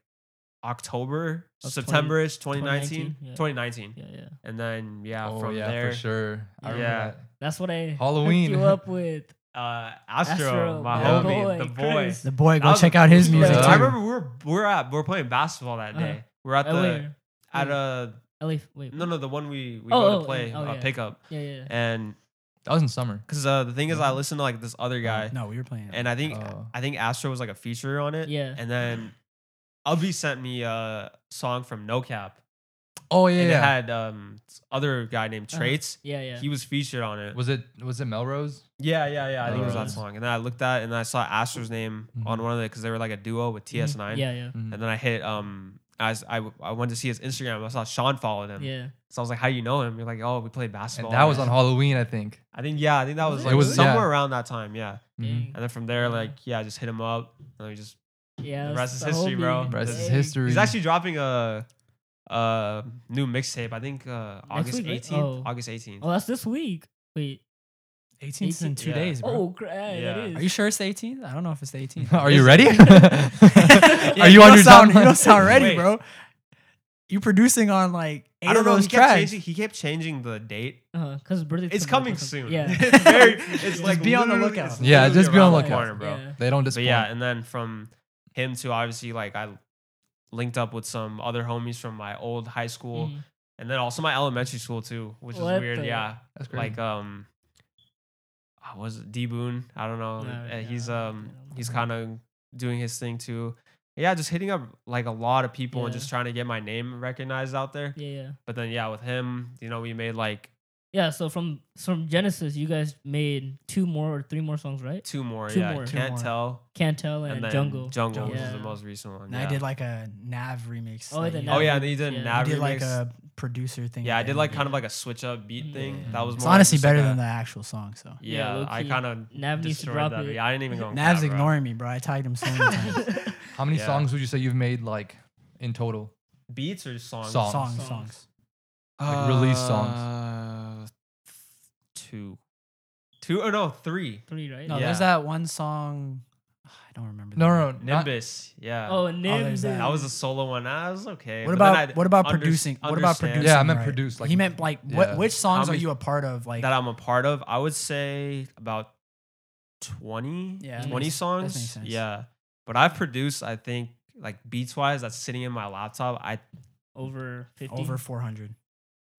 Speaker 2: October,
Speaker 1: Of 20
Speaker 2: September ish, 2019,
Speaker 1: 2019, yeah.
Speaker 2: 2019.
Speaker 1: yeah, yeah.
Speaker 2: And then yeah,
Speaker 4: oh
Speaker 2: from
Speaker 4: yeah,
Speaker 2: there,
Speaker 4: for sure. I remember
Speaker 2: Yeah.
Speaker 4: that.
Speaker 1: That's what I hooked
Speaker 4: Halloween.
Speaker 1: you up with.
Speaker 2: uh Astro,
Speaker 1: Astro,
Speaker 2: my
Speaker 4: my
Speaker 2: homie,
Speaker 1: boy,
Speaker 2: the boy.
Speaker 1: Chris.
Speaker 3: The boy,
Speaker 2: That
Speaker 3: go
Speaker 2: was
Speaker 3: check
Speaker 2: a-
Speaker 3: out his
Speaker 1: Yeah.
Speaker 3: music.
Speaker 1: Yeah.
Speaker 2: I
Speaker 3: too.
Speaker 2: remember we were we were at we were playing basketball that
Speaker 1: Uh-huh.
Speaker 2: day. We're at
Speaker 1: At
Speaker 2: the
Speaker 1: where?
Speaker 2: at a
Speaker 1: LA. Wait.
Speaker 2: no no the one we we
Speaker 1: Oh,
Speaker 2: go
Speaker 1: oh,
Speaker 2: to play
Speaker 1: oh,
Speaker 2: uh,
Speaker 1: yeah.
Speaker 2: pickup
Speaker 1: Yeah, yeah. yeah.
Speaker 2: and
Speaker 4: That was in summer.
Speaker 2: because uh the thing is
Speaker 1: Mm-hmm.
Speaker 2: I listened to like this
Speaker 1: Oh,
Speaker 2: other guy
Speaker 3: No, we were playing.
Speaker 2: and I think
Speaker 4: Oh.
Speaker 2: I think Astro was like a feature on it.
Speaker 1: Yeah.
Speaker 2: And then Ubby sent me a song from No Cap.
Speaker 4: Oh yeah,
Speaker 2: And it
Speaker 4: yeah.
Speaker 2: had um this other guy named
Speaker 1: Uh-huh.
Speaker 2: Traits.
Speaker 1: Yeah, yeah.
Speaker 2: He was featured on it.
Speaker 4: was it was it Melrose?
Speaker 2: yeah, yeah, yeah. I think it was that
Speaker 1: Uh.
Speaker 4: Alright.
Speaker 2: song. And then I looked at and I saw Astro's name on
Speaker 4: Mhm.
Speaker 2: one of the because they were like a duo with
Speaker 1: Mhm.
Speaker 2: TS9.
Speaker 1: Yeah, yeah.
Speaker 4: Mm-hmm.
Speaker 2: And then I hit um as I, I went to see his Instagram. I saw Sean followed him.
Speaker 1: Yeah.
Speaker 2: So I was like, "How you know him?" You're like, "Oh, we played
Speaker 4: And
Speaker 2: basketball."
Speaker 4: that was on Halloween, I think.
Speaker 2: I think yeah. I think that
Speaker 1: Was it
Speaker 2: was like
Speaker 1: really?
Speaker 2: somewhere
Speaker 4: Yeah.
Speaker 2: around that time. Yeah.
Speaker 1: Dang.
Speaker 4: Mhm.
Speaker 2: And then from there,
Speaker 1: Yeah.
Speaker 2: like yeah, I just hit him up and we just
Speaker 1: Yeah.
Speaker 2: The
Speaker 1: that's
Speaker 2: rest is history, bro.
Speaker 1: homie.
Speaker 4: Rest is
Speaker 1: Dang.
Speaker 4: history.
Speaker 2: He's actually dropping a a new mixtape. I think uh, August
Speaker 1: week, right?
Speaker 2: eighteenth.
Speaker 1: Oh.
Speaker 2: August eighteenth.
Speaker 1: Oh, that's this week. Wait.
Speaker 3: 18th is in
Speaker 1: 18?
Speaker 3: two
Speaker 2: Yeah.
Speaker 3: days, bro.
Speaker 1: Oh, crap.
Speaker 2: Yeah.
Speaker 1: That is.
Speaker 3: Are you sure it's the 18th? I don't know if it's the 18th.
Speaker 4: Are you
Speaker 2: Is-
Speaker 4: ready?
Speaker 3: Yeah,
Speaker 4: Are you on
Speaker 3: don't
Speaker 4: your
Speaker 3: sound, You
Speaker 4: timeline?
Speaker 3: don't sound ready,
Speaker 2: Wait.
Speaker 3: bro. You producing on like eight
Speaker 2: I don't
Speaker 3: of
Speaker 2: know.
Speaker 3: those
Speaker 2: He kept,
Speaker 3: tracks.
Speaker 2: changing, he kept changing the date.
Speaker 1: Uh, Cause his birthday.
Speaker 2: It's coming soon.
Speaker 1: Yeah.
Speaker 2: it's very. It's
Speaker 3: Just
Speaker 2: like
Speaker 3: be on the
Speaker 2: literally-
Speaker 3: lookout.
Speaker 2: it's
Speaker 4: Yeah,
Speaker 2: literally
Speaker 4: just be on
Speaker 2: around
Speaker 4: the
Speaker 2: corner,
Speaker 4: lookout.
Speaker 2: bro.
Speaker 1: Yeah.
Speaker 4: They don't
Speaker 2: But
Speaker 4: disappoint.
Speaker 2: yeah, and then from him to obviously like I linked up with some other homies from my old high school
Speaker 1: Mhm.
Speaker 2: and then also my elementary school too, which is
Speaker 1: What
Speaker 2: weird.
Speaker 1: the-
Speaker 2: Yeah,
Speaker 4: that's great.
Speaker 2: like um, I was it D Boone. I don't know.
Speaker 1: Yeah,
Speaker 2: uh,
Speaker 1: yeah,
Speaker 2: he's
Speaker 1: yeah,
Speaker 2: um
Speaker 1: yeah.
Speaker 2: he's kind of doing his thing too. Yeah, just hitting up like a lot of people and
Speaker 1: Yeah.
Speaker 2: just trying to get my name recognized out there.
Speaker 1: Yeah, yeah.
Speaker 2: But then yeah, with him, you know, we made like
Speaker 1: Yeah. So from so from Genesis, you guys made two more or three more songs, right?
Speaker 2: two more.
Speaker 1: Two
Speaker 2: yeah,
Speaker 1: more. Two
Speaker 2: can't
Speaker 3: more.
Speaker 2: tell.
Speaker 1: Can't tell
Speaker 2: And,
Speaker 1: and,
Speaker 2: then
Speaker 1: Jungle.
Speaker 2: Jungle, Jungle which is
Speaker 1: Yeah.
Speaker 2: the most recent one.
Speaker 3: And I
Speaker 2: yeah.
Speaker 3: did like a Nav remix.
Speaker 1: Oh,
Speaker 3: that
Speaker 1: the
Speaker 3: you-
Speaker 1: Nav
Speaker 2: Oh yeah, and then you did
Speaker 1: Yeah.
Speaker 2: an
Speaker 3: You
Speaker 2: Nav
Speaker 3: did like
Speaker 2: remix.
Speaker 3: a producer thing.
Speaker 2: yeah,
Speaker 3: at
Speaker 2: I
Speaker 3: the
Speaker 2: did
Speaker 3: end.
Speaker 2: like
Speaker 1: yeah.
Speaker 2: kind of like a switch up beat thing.
Speaker 3: Yeah.
Speaker 2: That was
Speaker 3: It's
Speaker 2: more like
Speaker 3: honestly
Speaker 2: just like
Speaker 3: better
Speaker 2: a-
Speaker 3: than the actual song. So
Speaker 2: Yeah, I
Speaker 1: low-key.
Speaker 2: kind of
Speaker 1: Nav needs to
Speaker 2: destroyed
Speaker 1: drop
Speaker 2: that.
Speaker 1: it.
Speaker 2: Yeah, I didn't even go. on
Speaker 3: Nav's
Speaker 2: Cap, bro.
Speaker 3: ignoring me, bro. I tagged him so many times.
Speaker 4: How many
Speaker 2: Yeah.
Speaker 4: songs would you say you've made like in total?
Speaker 2: beats or songs?
Speaker 4: Songs.
Speaker 3: songs,
Speaker 1: Songs.
Speaker 3: songs.
Speaker 4: Like, release songs.
Speaker 2: Uh, Two. Two or no, three.
Speaker 1: Three, right?
Speaker 3: No,
Speaker 2: Yeah.
Speaker 3: there's that one song. I don't remember. the
Speaker 4: No,
Speaker 3: name.
Speaker 4: no, no. Not,
Speaker 2: Nimbus. yeah.
Speaker 1: Oh, Nims.
Speaker 3: there's that.
Speaker 2: That was a solo one. That was okay.
Speaker 3: What
Speaker 2: but then
Speaker 3: about
Speaker 2: I
Speaker 3: what about
Speaker 2: under-
Speaker 3: producing? What about
Speaker 2: understand
Speaker 3: producing?
Speaker 4: Yeah, I meant
Speaker 3: right?
Speaker 4: produce, like-
Speaker 3: he meant like what?
Speaker 4: Yeah.
Speaker 3: Which songs
Speaker 2: many-
Speaker 3: are you a part of? Like
Speaker 2: That I'm a part of. I would say about 20,
Speaker 3: Yeah, that
Speaker 2: 20
Speaker 3: makes- that
Speaker 2: songs.
Speaker 3: makes sense.
Speaker 2: Yeah. But I've produced, I think, like beats wise, that's sitting in my laptop. I
Speaker 1: over fifty.
Speaker 3: over 400.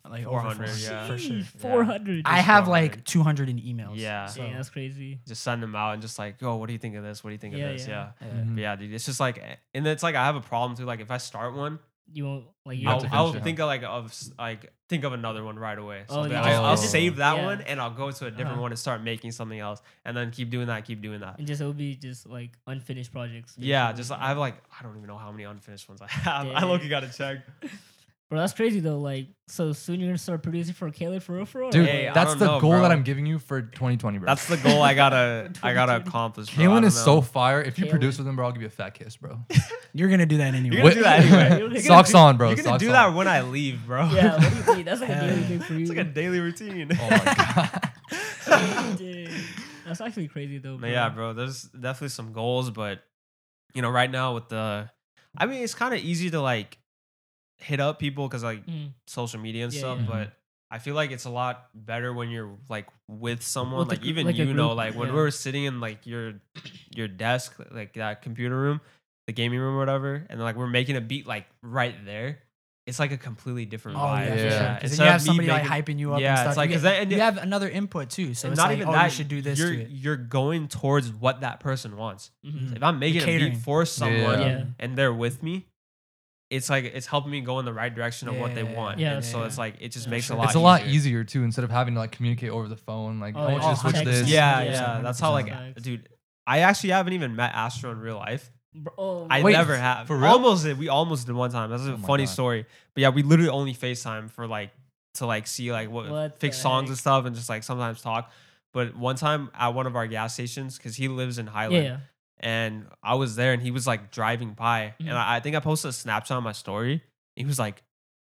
Speaker 3: Like
Speaker 2: 400,
Speaker 3: over 400,
Speaker 2: yeah.
Speaker 3: for sure.
Speaker 1: Four hundred.
Speaker 3: I have
Speaker 2: 400.
Speaker 3: like 200 in emails.
Speaker 2: Yeah.
Speaker 3: so-
Speaker 1: Dang, that's crazy.
Speaker 2: just send them out and just like, yo, what do you think of this? What do you think
Speaker 1: Yeah,
Speaker 2: of this?
Speaker 1: yeah.
Speaker 2: yeah.
Speaker 3: yeah.
Speaker 2: But yeah, dude, it's just like, eh, and it's like I have a problem too. Like if I start one,
Speaker 1: You won't like. You
Speaker 4: You have
Speaker 2: I'll,
Speaker 4: to
Speaker 2: I'll
Speaker 4: finish it.
Speaker 2: think of like of s- like think of another one right away.
Speaker 1: Oh,
Speaker 2: So then
Speaker 1: you
Speaker 2: I,
Speaker 4: just-
Speaker 2: I'll
Speaker 4: Oh.
Speaker 2: save that
Speaker 1: Yeah.
Speaker 2: one and I'll go to a different
Speaker 1: Uh-huh.
Speaker 2: one and start making something else, and then keep doing that, keep doing that.
Speaker 1: And just it'll be just like unfinished projects.
Speaker 2: Yeah,
Speaker 1: basically.
Speaker 2: just I have like I don't even know how many unfinished ones I have. I
Speaker 1: Yeah.
Speaker 2: look, you gotta check.
Speaker 1: Bro, that's crazy though. Like, so soon you're gonna start producing for Caleb for real, for real.
Speaker 4: Dude,
Speaker 2: Hey, I
Speaker 4: that's
Speaker 2: don't
Speaker 4: the
Speaker 2: know,
Speaker 4: goal
Speaker 2: bro.
Speaker 4: that I'm giving you for 2020, bro.
Speaker 2: That's the goal I gotta I gotta accomplish. bro. I
Speaker 4: Kalen
Speaker 2: don't
Speaker 4: is so
Speaker 2: know.
Speaker 4: fire. If you
Speaker 1: Kalen.
Speaker 4: produce with him, bro, I'll give you a fat kiss, bro. Oh
Speaker 3: You're going to do that anyway.
Speaker 2: You're gonna do that anyway. You're gonna
Speaker 4: Socks
Speaker 2: do-
Speaker 4: on, bro.
Speaker 2: You're gonna
Speaker 4: Socks
Speaker 2: do
Speaker 4: on.
Speaker 2: that when I leave, bro.
Speaker 1: yeah, what do you think? That's like a
Speaker 3: Hell
Speaker 1: daily
Speaker 3: yeah.
Speaker 1: thing for you.
Speaker 2: it's like a daily routine.
Speaker 4: Oh my god.
Speaker 1: Dude, that's actually crazy though.
Speaker 2: No, yeah, bro. There's definitely some goals, but you know, right now with the I mean, it's kind of easy to like hit up people because like
Speaker 3: Mm.
Speaker 1: Mhm.
Speaker 2: social media and
Speaker 1: Yeah,
Speaker 2: stuff,
Speaker 1: yeah.
Speaker 2: but I feel like it's a lot better when you're like with someone.
Speaker 1: With a
Speaker 2: like
Speaker 1: gr-
Speaker 2: even
Speaker 1: like a
Speaker 2: you know,
Speaker 1: group,
Speaker 2: like when
Speaker 1: yeah.
Speaker 2: we were sitting in like your your desk, like that computer room, the gaming room or whatever, and like we're making a beat like right there. It's like a completely different
Speaker 3: Oh
Speaker 2: vibe.
Speaker 3: yeah, for
Speaker 4: Yeah.
Speaker 3: sure. Because
Speaker 2: Instead
Speaker 3: then you
Speaker 2: of
Speaker 3: have
Speaker 2: me
Speaker 3: somebody
Speaker 2: making-
Speaker 3: like hyping you up.
Speaker 2: Yeah,
Speaker 3: and
Speaker 2: it's
Speaker 3: stuff.
Speaker 2: like-
Speaker 3: you,
Speaker 2: 'cause
Speaker 3: get-
Speaker 2: that- and
Speaker 3: you
Speaker 2: it-
Speaker 3: have another input too. So
Speaker 2: and
Speaker 3: it's
Speaker 2: not
Speaker 3: like,
Speaker 2: even
Speaker 3: oh,
Speaker 2: that
Speaker 3: you should do this.
Speaker 2: You're
Speaker 3: to it.
Speaker 2: you're going towards what that person wants.
Speaker 1: Mhm.
Speaker 2: If I'm making a beat
Speaker 3: catering.
Speaker 2: for someone
Speaker 1: Yeah.
Speaker 2: and they're with me, it's like it's helping me go in the right direction of what they
Speaker 3: Yeah.
Speaker 2: want.
Speaker 1: Yeah,
Speaker 2: and so
Speaker 3: yeah.
Speaker 2: it's like it just
Speaker 1: Yeah.
Speaker 2: makes
Speaker 1: Sure.
Speaker 2: a lot.
Speaker 4: it's a lot
Speaker 2: easier.
Speaker 4: easier too instead of having to like communicate over the phone. Like,
Speaker 1: Oh,
Speaker 4: I
Speaker 1: yeah.
Speaker 4: want you to
Speaker 1: Oh,
Speaker 4: switch
Speaker 1: text
Speaker 4: this.
Speaker 1: message.
Speaker 2: Yeah,
Speaker 1: Yeah,
Speaker 2: yeah.
Speaker 1: yeah.
Speaker 2: That's how like,
Speaker 1: Facts.
Speaker 2: dude. I actually haven't even met Astro in real life.
Speaker 1: Bro, oh,
Speaker 2: I
Speaker 1: wait.
Speaker 2: never have.
Speaker 4: for real?
Speaker 2: Almost did. We almost did one time. That's a
Speaker 4: Oh my
Speaker 2: funny
Speaker 4: God.
Speaker 2: story. But yeah, we literally only Facetime for like to like see like what,
Speaker 1: What
Speaker 2: fix
Speaker 1: the
Speaker 2: songs
Speaker 1: heck?
Speaker 2: and stuff, and just like sometimes talk. But one time at one of our gas stations, because he lives in
Speaker 1: Yeah,
Speaker 2: Highland,
Speaker 1: yeah.
Speaker 2: and I was there, and he was like driving by,
Speaker 1: Mhm.
Speaker 2: and I, I think I posted a Snapchat on my story. He was like,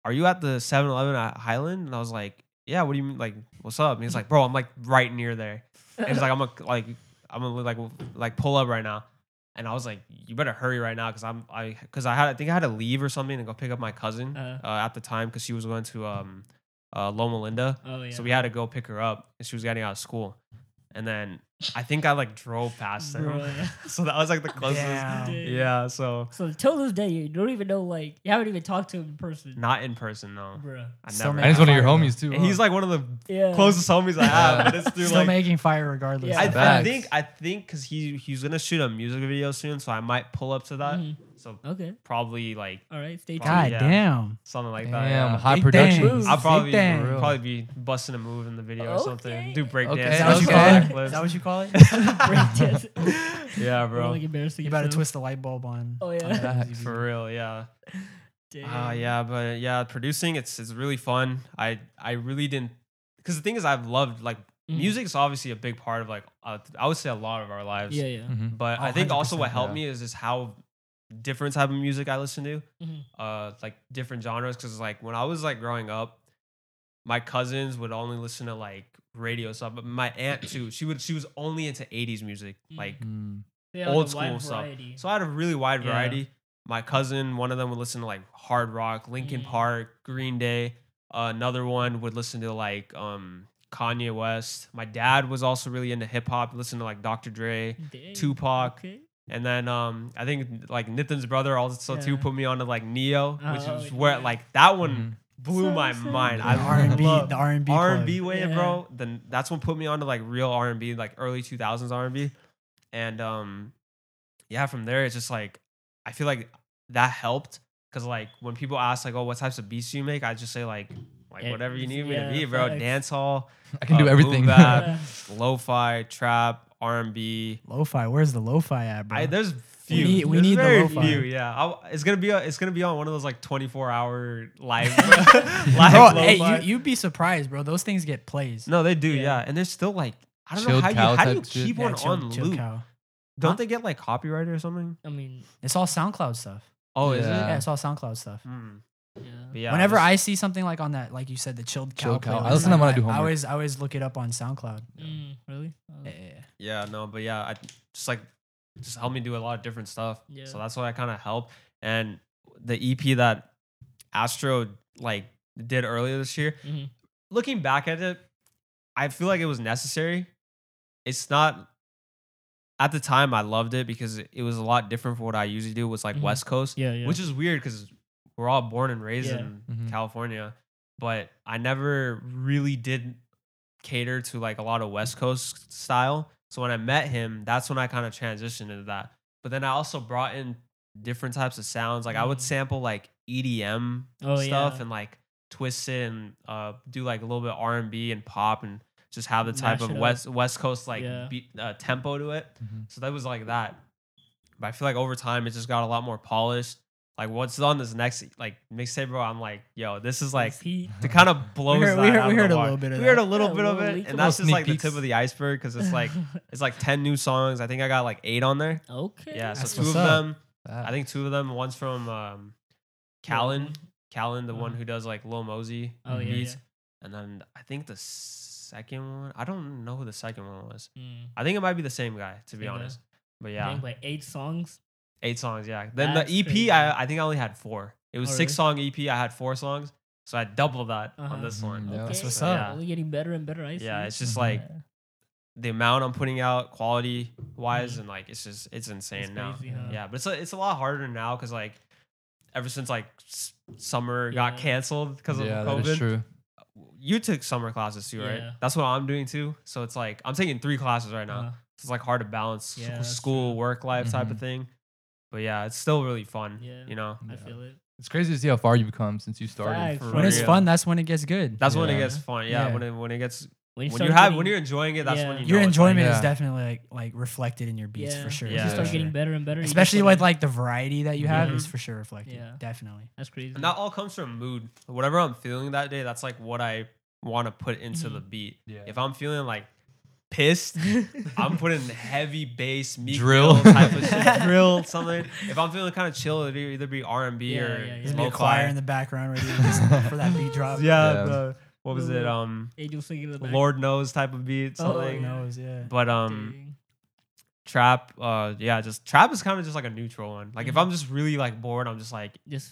Speaker 2: "Are you at the 7-Eleven at Highland?" And I was like, "Yeah." What do you mean? Like, what's up? And he's like, "Bro, I'm like right near there." And he's like, I'm gonna like, I'm gonna like like pull up right now. And I was like, you better hurry right now, cause I'm I cause I had I think I had to leave or something and go pick up my cousin uh,
Speaker 1: Uh.
Speaker 2: at the time, cause she was going to um uh Loma Linda,
Speaker 1: oh yeah.
Speaker 2: so we had to go pick her up, and she was getting out of school. And then I think I like drove past
Speaker 1: Bro,
Speaker 2: them,
Speaker 1: yeah.
Speaker 2: so that was like the closest. Yeah.
Speaker 3: Damn.
Speaker 1: Dude.
Speaker 2: so
Speaker 1: So till this day, you don't even know like you haven't even talked to him in person,
Speaker 2: not in person though.
Speaker 1: bro.
Speaker 2: I
Speaker 3: Still
Speaker 2: never.
Speaker 4: And he's one of your
Speaker 3: Fire, though.
Speaker 4: homies too.
Speaker 2: and he's
Speaker 4: huh?
Speaker 2: like one of the
Speaker 1: Yeah.
Speaker 2: closest homies I have, but it's through
Speaker 3: Still
Speaker 2: like
Speaker 3: making fire regardless.
Speaker 1: Yeah.
Speaker 2: I,
Speaker 1: Yeah.
Speaker 2: I
Speaker 4: Facts.
Speaker 2: think I think because he he's gonna shoot a music video soon, so I might pull up to that.
Speaker 1: Mhm.
Speaker 2: So
Speaker 1: Okay.
Speaker 2: probably like
Speaker 1: All right. Stay tuned.
Speaker 3: God
Speaker 2: Yeah.
Speaker 3: damn.
Speaker 2: something like
Speaker 4: damn
Speaker 2: that. Yeah.
Speaker 4: high
Speaker 3: Big
Speaker 4: production.
Speaker 3: things.
Speaker 2: I'll probably
Speaker 3: Big thing.
Speaker 2: probably be busting a move in the video or
Speaker 1: Okay.
Speaker 2: something. Do break
Speaker 4: Okay,
Speaker 2: dance.
Speaker 4: Is that what
Speaker 2: do
Speaker 4: you call it?
Speaker 2: backflips.
Speaker 3: Is that what you call it?
Speaker 1: Breakdance.
Speaker 2: yeah,
Speaker 1: Bro,
Speaker 2: bro.
Speaker 1: like embarrassing.
Speaker 3: You better
Speaker 1: yourself.
Speaker 3: twist the light bulb on.
Speaker 1: Oh, yeah.
Speaker 3: on that easy.
Speaker 2: For real, yeah. Ah,
Speaker 1: Damn.
Speaker 2: yeah, but yeah, producing it's it's really fun. I I really didn't because the thing is I've loved like
Speaker 1: Mhm.
Speaker 2: music's obviously a big part of like uh, I would say a lot of our lives.
Speaker 1: Yeah, yeah.
Speaker 4: Mhm.
Speaker 2: But
Speaker 3: Oh,
Speaker 2: I think also what
Speaker 3: 100%,
Speaker 2: helped me
Speaker 4: yeah.
Speaker 2: is just how different type of music I listen to.
Speaker 1: Mhm.
Speaker 2: uh like different genres because like when I was like growing up, my cousins would only listen to like radio stuff, but my aunt too. She would she was only into '80s music,
Speaker 1: Mm.
Speaker 2: like
Speaker 4: Mm.
Speaker 1: They have
Speaker 2: old
Speaker 1: a wide
Speaker 2: school stuff.
Speaker 1: variety.
Speaker 2: so I had a really wide
Speaker 1: Yeah.
Speaker 2: variety. My cousin, one of them would listen to like hard rock, Linkin
Speaker 1: Mm.
Speaker 2: Park, Green Day. another one would listen to like um Kanye West. My dad was also really into hip hop, listened to like Dr. Dre,
Speaker 1: Dang.
Speaker 2: Tupac.
Speaker 1: Mm, Okay.
Speaker 2: And then um, I think like Nathan's brother also too
Speaker 1: Yeah.
Speaker 2: put me onto like Neo, which
Speaker 1: Oh,
Speaker 2: is where
Speaker 1: yeah. Mm-hmm.
Speaker 2: like that one
Speaker 4: Mhm.
Speaker 2: blew
Speaker 1: So
Speaker 2: my
Speaker 1: sad.
Speaker 2: mind.
Speaker 1: The
Speaker 2: I
Speaker 3: R&B,
Speaker 2: love
Speaker 3: the R&B plug.
Speaker 2: R and B wave,
Speaker 1: Yeah.
Speaker 2: bro. Then that's what put me onto like real R and B, like early two thousands R and B, and um, yeah. From there, it's just like I feel like that helped because like when people ask like, oh, what types of beats do you make? I just say like, like
Speaker 1: Yeah,
Speaker 2: whatever you need me to
Speaker 1: yeah,
Speaker 2: be, bro.
Speaker 1: facts.
Speaker 2: Dance hall,
Speaker 4: I can do
Speaker 2: Uh,
Speaker 4: everything.
Speaker 2: boom bap.
Speaker 1: Yeah.
Speaker 2: lo fi, trap, R and B.
Speaker 3: Lo-fi. Where's the lo-fi at, bro?
Speaker 2: I there's few.
Speaker 3: need- we
Speaker 2: There's
Speaker 3: need the
Speaker 2: very
Speaker 3: lo-fi.
Speaker 2: few. Yeah, I'll, it's gonna be a, it's gonna be on one of those like 24 hour live live
Speaker 3: bro,
Speaker 2: lo-fi.
Speaker 3: hey, you, you'd be surprised, bro. Those things get plays.
Speaker 2: No, they do. Yeah.
Speaker 1: Yeah.
Speaker 2: and they're still like I don't know
Speaker 4: Chilled
Speaker 2: how you
Speaker 4: cow
Speaker 2: how do you
Speaker 4: type shit.
Speaker 2: keep
Speaker 3: Yeah,
Speaker 2: one
Speaker 3: chill-
Speaker 2: on
Speaker 3: chill
Speaker 2: loop.
Speaker 3: cow.
Speaker 2: Don't
Speaker 3: Huh?
Speaker 2: they get like copyrighted or something?
Speaker 1: I mean,
Speaker 3: It's all SoundCloud stuff.
Speaker 2: Oh, is
Speaker 4: Yeah.
Speaker 2: it?
Speaker 3: Yeah, it's all SoundCloud stuff.
Speaker 2: Hmm. But
Speaker 1: yeah.
Speaker 2: yeah,
Speaker 3: Whenever
Speaker 2: it's-
Speaker 3: I see something like on that, like you said, the chilled cow,
Speaker 4: Chilled cow. I
Speaker 3: playlist,
Speaker 4: listen to them when I do
Speaker 3: I
Speaker 4: homework.
Speaker 3: always, I always look it up on SoundCloud.
Speaker 1: Mm, really? Oh,
Speaker 3: Yeah, yeah, yeah.
Speaker 2: yeah no, but yeah, I just like just helped me do a lot of different stuff.
Speaker 1: Yeah.
Speaker 2: So that's why I kind of helped. And the EP that Astro like did earlier this year,
Speaker 1: mhm.
Speaker 2: looking back at it, I feel like it was necessary. It's not at the time I loved it because it was a lot different from what I usually do was like
Speaker 1: Mhm.
Speaker 2: West Coast,
Speaker 1: Yeah, yeah.
Speaker 2: which is weird because we're all born and raised
Speaker 1: Yeah.
Speaker 2: in
Speaker 4: Mhm.
Speaker 2: California, but I never really did cater to like a lot of West Coast style. So when I met him, that's when I kind of transitioned into that. But then I also brought in different types of sounds. Like I would
Speaker 1: Mm.
Speaker 2: sample like EDM
Speaker 1: Oh,
Speaker 2: stuff
Speaker 1: yeah.
Speaker 2: and like twist it and uh, do like a little bit R and B and pop and just have the type
Speaker 1: Mash it up.
Speaker 2: of West West Coast like
Speaker 1: Yeah.
Speaker 2: beat, uh, tempo to it.
Speaker 4: Mhm.
Speaker 2: So that was like that. But I feel like over time it just got a lot more polished. Like what's on this next like mixtape, bro? I'm like, yo, this is like
Speaker 1: he,
Speaker 2: to kind of blows.
Speaker 3: heard-
Speaker 2: that
Speaker 3: we heard-
Speaker 2: out
Speaker 3: we
Speaker 2: of the
Speaker 3: heard a
Speaker 2: water.
Speaker 3: little bit of
Speaker 2: We heard
Speaker 3: that.
Speaker 2: a little
Speaker 1: Yeah,
Speaker 2: bit of
Speaker 1: little
Speaker 2: it,
Speaker 1: leak
Speaker 2: and
Speaker 1: of
Speaker 2: that's
Speaker 4: it.
Speaker 2: just like
Speaker 4: Sneak
Speaker 2: the tip
Speaker 4: peeks.
Speaker 2: of the iceberg because it's like it's like ten new songs. I think I got like eight on there.
Speaker 1: okay.
Speaker 2: Yeah, so
Speaker 3: That's
Speaker 2: two
Speaker 3: what's
Speaker 2: of
Speaker 3: up.
Speaker 2: them.
Speaker 4: That-
Speaker 2: I think two of them. One's from um, Callan, Callan, the one
Speaker 3: Uh-huh.
Speaker 2: who does like Lil Mosey
Speaker 1: Oh yeah. yeah.
Speaker 2: beats, and then I think the second one. I don't know who the second one was.
Speaker 1: Mm.
Speaker 2: I think it might be the same guy, to be
Speaker 1: Same guy.
Speaker 2: honest. But yeah,
Speaker 1: Dang, like eight songs.
Speaker 2: Eight songs, yeah. Then
Speaker 1: That's
Speaker 2: the EP,
Speaker 1: crazy.
Speaker 2: I, I think I only had four. It was
Speaker 1: Oh,
Speaker 2: six song EP. I had four songs, so I doubled that
Speaker 1: Uh-huh.
Speaker 2: on this
Speaker 4: Mhm,
Speaker 2: one.
Speaker 4: yeah.
Speaker 3: That's what's
Speaker 2: So,
Speaker 3: up.
Speaker 2: yeah.
Speaker 1: Only getting better and better. I see.
Speaker 2: Yeah, it's just
Speaker 4: Mhm.
Speaker 2: like
Speaker 1: Yeah.
Speaker 2: the amount I'm putting out, quality wise,
Speaker 1: Mhm.
Speaker 2: and like it's just it's insane
Speaker 1: It's
Speaker 2: now.
Speaker 1: crazy, huh?
Speaker 2: Yeah, but it's a, it's a lot harder now because like ever since like s- summer got
Speaker 1: Yeah.
Speaker 2: canceled because
Speaker 4: yeah,
Speaker 2: of
Speaker 4: that
Speaker 2: COVID.
Speaker 4: is true.
Speaker 2: You took summer classes too, right?
Speaker 1: Yeah.
Speaker 2: That's what I'm doing too. So it's like I'm taking three classes right now.
Speaker 1: Uh,
Speaker 2: So it's like hard to balance
Speaker 1: Yeah,
Speaker 2: s-
Speaker 1: that's
Speaker 2: school,
Speaker 1: true.
Speaker 2: work life type of
Speaker 4: Mhm.
Speaker 2: thing. But yeah, it's still really fun.
Speaker 1: Yeah.
Speaker 2: You know,
Speaker 1: I
Speaker 4: Yeah.
Speaker 1: feel it.
Speaker 4: It's crazy to see how far you've come since you started.
Speaker 1: Facts,
Speaker 2: for
Speaker 1: bro.
Speaker 3: When it's
Speaker 2: real.
Speaker 3: fun, that's when it gets good.
Speaker 2: That's when it
Speaker 4: Yeah.
Speaker 2: gets fun. Yeah,
Speaker 3: Yeah.
Speaker 2: when it when it gets
Speaker 1: When
Speaker 2: when
Speaker 1: you,
Speaker 2: you
Speaker 1: start
Speaker 2: have
Speaker 1: getting,
Speaker 2: when you're enjoying it, that's
Speaker 1: Yeah.
Speaker 2: when you
Speaker 3: Your
Speaker 2: know it's
Speaker 3: enjoyment
Speaker 4: like-
Speaker 3: is
Speaker 4: Yeah.
Speaker 3: definitely like like reflected in your beats
Speaker 1: yeah.
Speaker 3: for sure.
Speaker 1: Once
Speaker 2: Yeah,
Speaker 1: you start
Speaker 2: yeah.
Speaker 1: getting better and better. you just
Speaker 3: especially
Speaker 1: wanna-
Speaker 3: with like the variety that you have is
Speaker 2: Mhm.
Speaker 3: for sure reflected.
Speaker 1: Yeah.
Speaker 3: Definitely.
Speaker 1: that's crazy.
Speaker 2: And that all comes from mood. Whatever I'm feeling that day, that's like what I want to put into
Speaker 1: Mm-hmm.
Speaker 2: the beat.
Speaker 4: Yeah.
Speaker 2: If I'm feeling like pissed, I'm putting heavy bass, Meek
Speaker 4: Drill.
Speaker 2: Mill type of shit, drill something. If I'm feeling kind of chill, it'd either be R and B
Speaker 1: Yeah,
Speaker 2: or
Speaker 1: yeah, yeah.
Speaker 3: There's
Speaker 1: Just
Speaker 3: be a
Speaker 2: lo-fi.
Speaker 3: choir in the background ready to just for that beat drop.
Speaker 2: Yeah,
Speaker 4: Yeah.
Speaker 2: the- what was it? Um,
Speaker 1: Angel singing in the back.
Speaker 2: Lord knows type of beat,
Speaker 1: Oh,
Speaker 3: Lord
Speaker 2: something.
Speaker 1: yeah.
Speaker 3: knows, yeah.
Speaker 2: But um,
Speaker 1: Dang.
Speaker 2: trap. Uh, yeah, just trap is kind of just like a neutral one. Like
Speaker 1: Mm-hmm.
Speaker 2: if I'm just really like bored, I'm just like
Speaker 1: just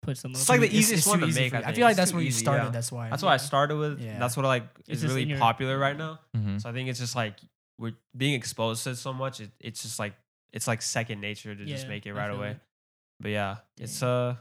Speaker 1: put some.
Speaker 2: It's
Speaker 1: up
Speaker 2: like
Speaker 1: in
Speaker 2: the
Speaker 1: it.
Speaker 2: E
Speaker 3: It's-
Speaker 2: easiest
Speaker 3: it's
Speaker 2: one
Speaker 3: too
Speaker 2: to
Speaker 3: easy
Speaker 2: make,
Speaker 3: for
Speaker 2: I
Speaker 3: you. I
Speaker 2: think.
Speaker 3: feel like
Speaker 2: It's
Speaker 3: that's
Speaker 2: too
Speaker 3: where you
Speaker 2: easy,
Speaker 3: started.
Speaker 2: yeah.
Speaker 3: That's why.
Speaker 2: That's what I started with.
Speaker 3: Yeah.
Speaker 2: That's what I like is
Speaker 1: just in
Speaker 2: really
Speaker 1: your- Mm-hmm.
Speaker 2: popular right now.
Speaker 4: Mhm.
Speaker 2: So I think it's just like we're being exposed to it so much. It, it's just like it's like second nature to just
Speaker 1: Yeah,
Speaker 2: make it
Speaker 1: I
Speaker 2: right
Speaker 1: feel
Speaker 2: away.
Speaker 1: it.
Speaker 2: But yeah, it's
Speaker 1: Dang.
Speaker 2: uh,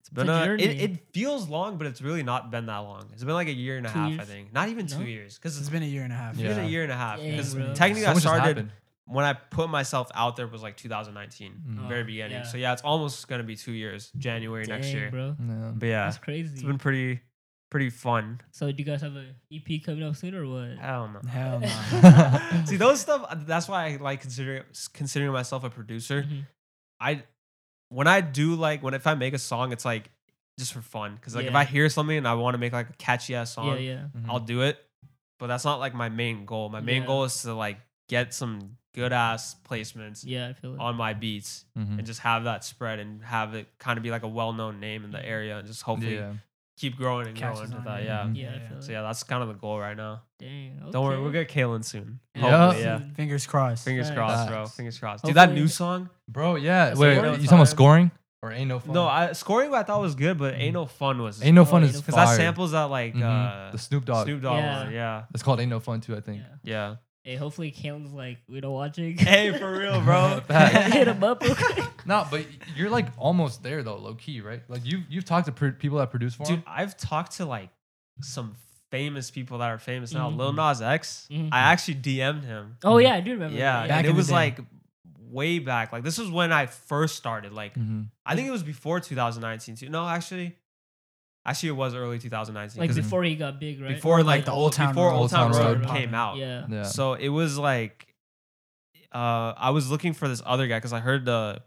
Speaker 2: it's been
Speaker 1: a
Speaker 2: a, it,
Speaker 1: journey.
Speaker 2: it feels long, but it's really not been that long. It's been like a year and a
Speaker 1: Two
Speaker 2: half, I
Speaker 1: years?
Speaker 2: think. Not even
Speaker 1: No?
Speaker 2: two years, because
Speaker 3: It's
Speaker 2: it's
Speaker 3: been a year and a half.
Speaker 2: been
Speaker 4: Yeah.
Speaker 2: a year and a half.
Speaker 1: Dang,
Speaker 2: Because
Speaker 1: bro.
Speaker 2: technically,
Speaker 4: So
Speaker 2: I
Speaker 4: much has
Speaker 2: started
Speaker 4: happened.
Speaker 2: when I put myself out there was like 2019,
Speaker 4: Mm.
Speaker 2: very
Speaker 1: Oh,
Speaker 2: beginning.
Speaker 1: yeah.
Speaker 2: So yeah, it's almost gonna be two years, January next
Speaker 1: Dang,
Speaker 2: year.
Speaker 1: bro.
Speaker 4: Yeah.
Speaker 2: But yeah,
Speaker 1: That's crazy.
Speaker 2: it's been pretty pretty fun.
Speaker 1: so, do you guys have an EP coming up soon or what?
Speaker 2: I don't know.
Speaker 3: Hell no.
Speaker 2: See those stuff. uh, That's why I like considering considering myself a producer.
Speaker 1: Mhm.
Speaker 2: I when I do like when if I make a song, it's like just for fun. Because like if
Speaker 1: Yeah.
Speaker 2: I hear something and I want to make like a catchy ass song,
Speaker 1: Yeah, yeah.
Speaker 4: Mhm.
Speaker 2: I'll do it. But that's not like my main goal. My main
Speaker 1: Yeah.
Speaker 2: goal is to like get some good ass placements
Speaker 1: Yeah, I feel it.
Speaker 2: on my beats
Speaker 4: Mhm.
Speaker 2: and just have that spread and have it kind of be like a well known name in the area and just hopefully
Speaker 4: Mm-hmm. Yeah.
Speaker 2: keep growing and
Speaker 3: Catches
Speaker 2: growing with
Speaker 3: on,
Speaker 2: that.
Speaker 3: yeah.
Speaker 2: Yeah.
Speaker 4: Mhm.
Speaker 1: yeah, I feel
Speaker 2: So
Speaker 1: it.
Speaker 2: yeah, that's kind of the goal right now.
Speaker 1: Dang.
Speaker 2: Don't worry, we'll
Speaker 1: okay.
Speaker 2: get Kalen soon.
Speaker 1: Yeah.
Speaker 2: Hopefully,
Speaker 1: Yeah.
Speaker 2: yeah.
Speaker 3: Fingers crossed.
Speaker 2: Fingers
Speaker 1: Facts.
Speaker 2: crossed, bro.
Speaker 4: Facts.
Speaker 2: Fingers crossed. Dude, that
Speaker 1: Hopefully-
Speaker 2: new song?
Speaker 4: Bro, yeah.
Speaker 1: That's
Speaker 4: wait,
Speaker 1: a
Speaker 4: wait,
Speaker 1: lot of
Speaker 4: you talking about
Speaker 2: time.
Speaker 4: scoring or ain't no fun? Mm-hmm.
Speaker 2: No, I, scoring I thought was good, but Ain't No Fun was.
Speaker 4: ain't no
Speaker 1: Oh,
Speaker 4: fun
Speaker 1: Ain't
Speaker 4: is
Speaker 1: No Fun.
Speaker 2: Because
Speaker 4: fire.
Speaker 2: that samples that like
Speaker 4: Mhm.
Speaker 2: uh,
Speaker 4: the Snoop Dogg.
Speaker 2: Snoop Dogg
Speaker 1: Yeah.
Speaker 2: one. Yeah.
Speaker 4: It's called Ain't No Fun too, I think.
Speaker 1: Yeah.
Speaker 2: Yeah.
Speaker 1: Hey, hopefully Cam's like we don't watching.
Speaker 2: Hey, for real, bro.
Speaker 4: Facts.
Speaker 1: Hit him up, okay?
Speaker 4: No, but you're like almost there though, low key, right? Like you you've talked to pr- people that produce for
Speaker 2: Dude,
Speaker 4: him.
Speaker 2: I've talked to like some famous people that are famous now.
Speaker 4: Mm-hmm.
Speaker 1: Mhm.
Speaker 2: Lil Nas X. I
Speaker 1: Mhm.
Speaker 2: actually DM'd him.
Speaker 1: Oh yeah, I do remember.
Speaker 2: yeah.
Speaker 1: that,
Speaker 3: Back
Speaker 2: and it
Speaker 3: in the
Speaker 2: was
Speaker 3: day.
Speaker 2: like way back. Like this was when I first started. Like
Speaker 3: Mm.
Speaker 4: Mm-hmm.
Speaker 2: I think it was before 2019 too. No, actually, actually it was early 2019.
Speaker 1: Like
Speaker 2: 'cause it-
Speaker 1: before he got big, right?
Speaker 2: before like,
Speaker 3: the
Speaker 2: the
Speaker 3: Old
Speaker 2: old
Speaker 3: Town
Speaker 2: before
Speaker 3: Road.
Speaker 2: Old Town
Speaker 1: Old Town
Speaker 2: Road
Speaker 1: Road.
Speaker 2: came out.
Speaker 1: Yeah.
Speaker 4: Yeah.
Speaker 2: So it was like, uh, I was looking for this other guy because I heard the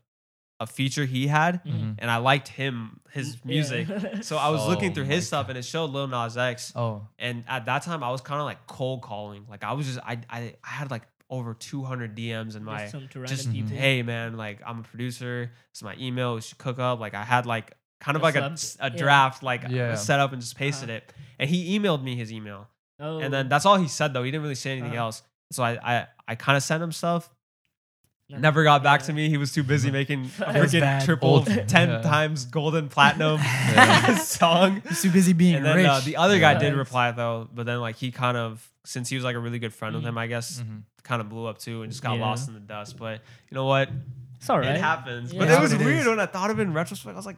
Speaker 2: a feature he
Speaker 3: Mm.
Speaker 2: had,
Speaker 4: Mhm.
Speaker 2: and I liked him his music.
Speaker 1: Mm, Yeah.
Speaker 2: So I was looking
Speaker 4: Oh
Speaker 2: through
Speaker 4: my
Speaker 2: his stuff, and it showed Lil Nas X.
Speaker 4: Oh,
Speaker 2: And at that time, I was kind of like cold calling. Like I was just I I, I had like over 200 DMs in
Speaker 1: Just
Speaker 2: my
Speaker 1: some to random
Speaker 2: just
Speaker 1: people.
Speaker 2: hey man like i'm a producer it's my email we should cook up like i had like kind of
Speaker 1: A
Speaker 2: like
Speaker 1: sub-
Speaker 2: a, a
Speaker 1: yeah. Uh-huh.
Speaker 2: draft like
Speaker 4: Yeah.
Speaker 2: a setup and just pasted it and he emailed me his email
Speaker 1: Oh.
Speaker 2: and then that's all he said though he didn't really say anything
Speaker 1: Uh-huh.
Speaker 2: else so i i, I kind of sent him stuff
Speaker 1: No.
Speaker 2: never got back
Speaker 1: Yeah.
Speaker 2: to me he was too busy making a
Speaker 1: That's
Speaker 2: freaking
Speaker 3: bad.
Speaker 2: triple
Speaker 4: Old-
Speaker 2: 10
Speaker 4: Yeah.
Speaker 2: times golden platinum
Speaker 4: Yeah.
Speaker 2: song
Speaker 3: He's too busy being
Speaker 2: and then
Speaker 3: rich.
Speaker 2: uh, the other guy did
Speaker 1: Yeah.
Speaker 2: reply though but then like he kind of since he was like a really good friend with
Speaker 1: Mhm.
Speaker 2: him i guess
Speaker 4: mhm.
Speaker 2: kind of blew up too and just got
Speaker 1: Yeah.
Speaker 2: lost in the dust but you know what
Speaker 1: It's all right.
Speaker 2: it happens. But
Speaker 1: Yeah.
Speaker 2: it was
Speaker 3: It
Speaker 2: weird
Speaker 3: is.
Speaker 2: when I thought of it in retrospect. I was like,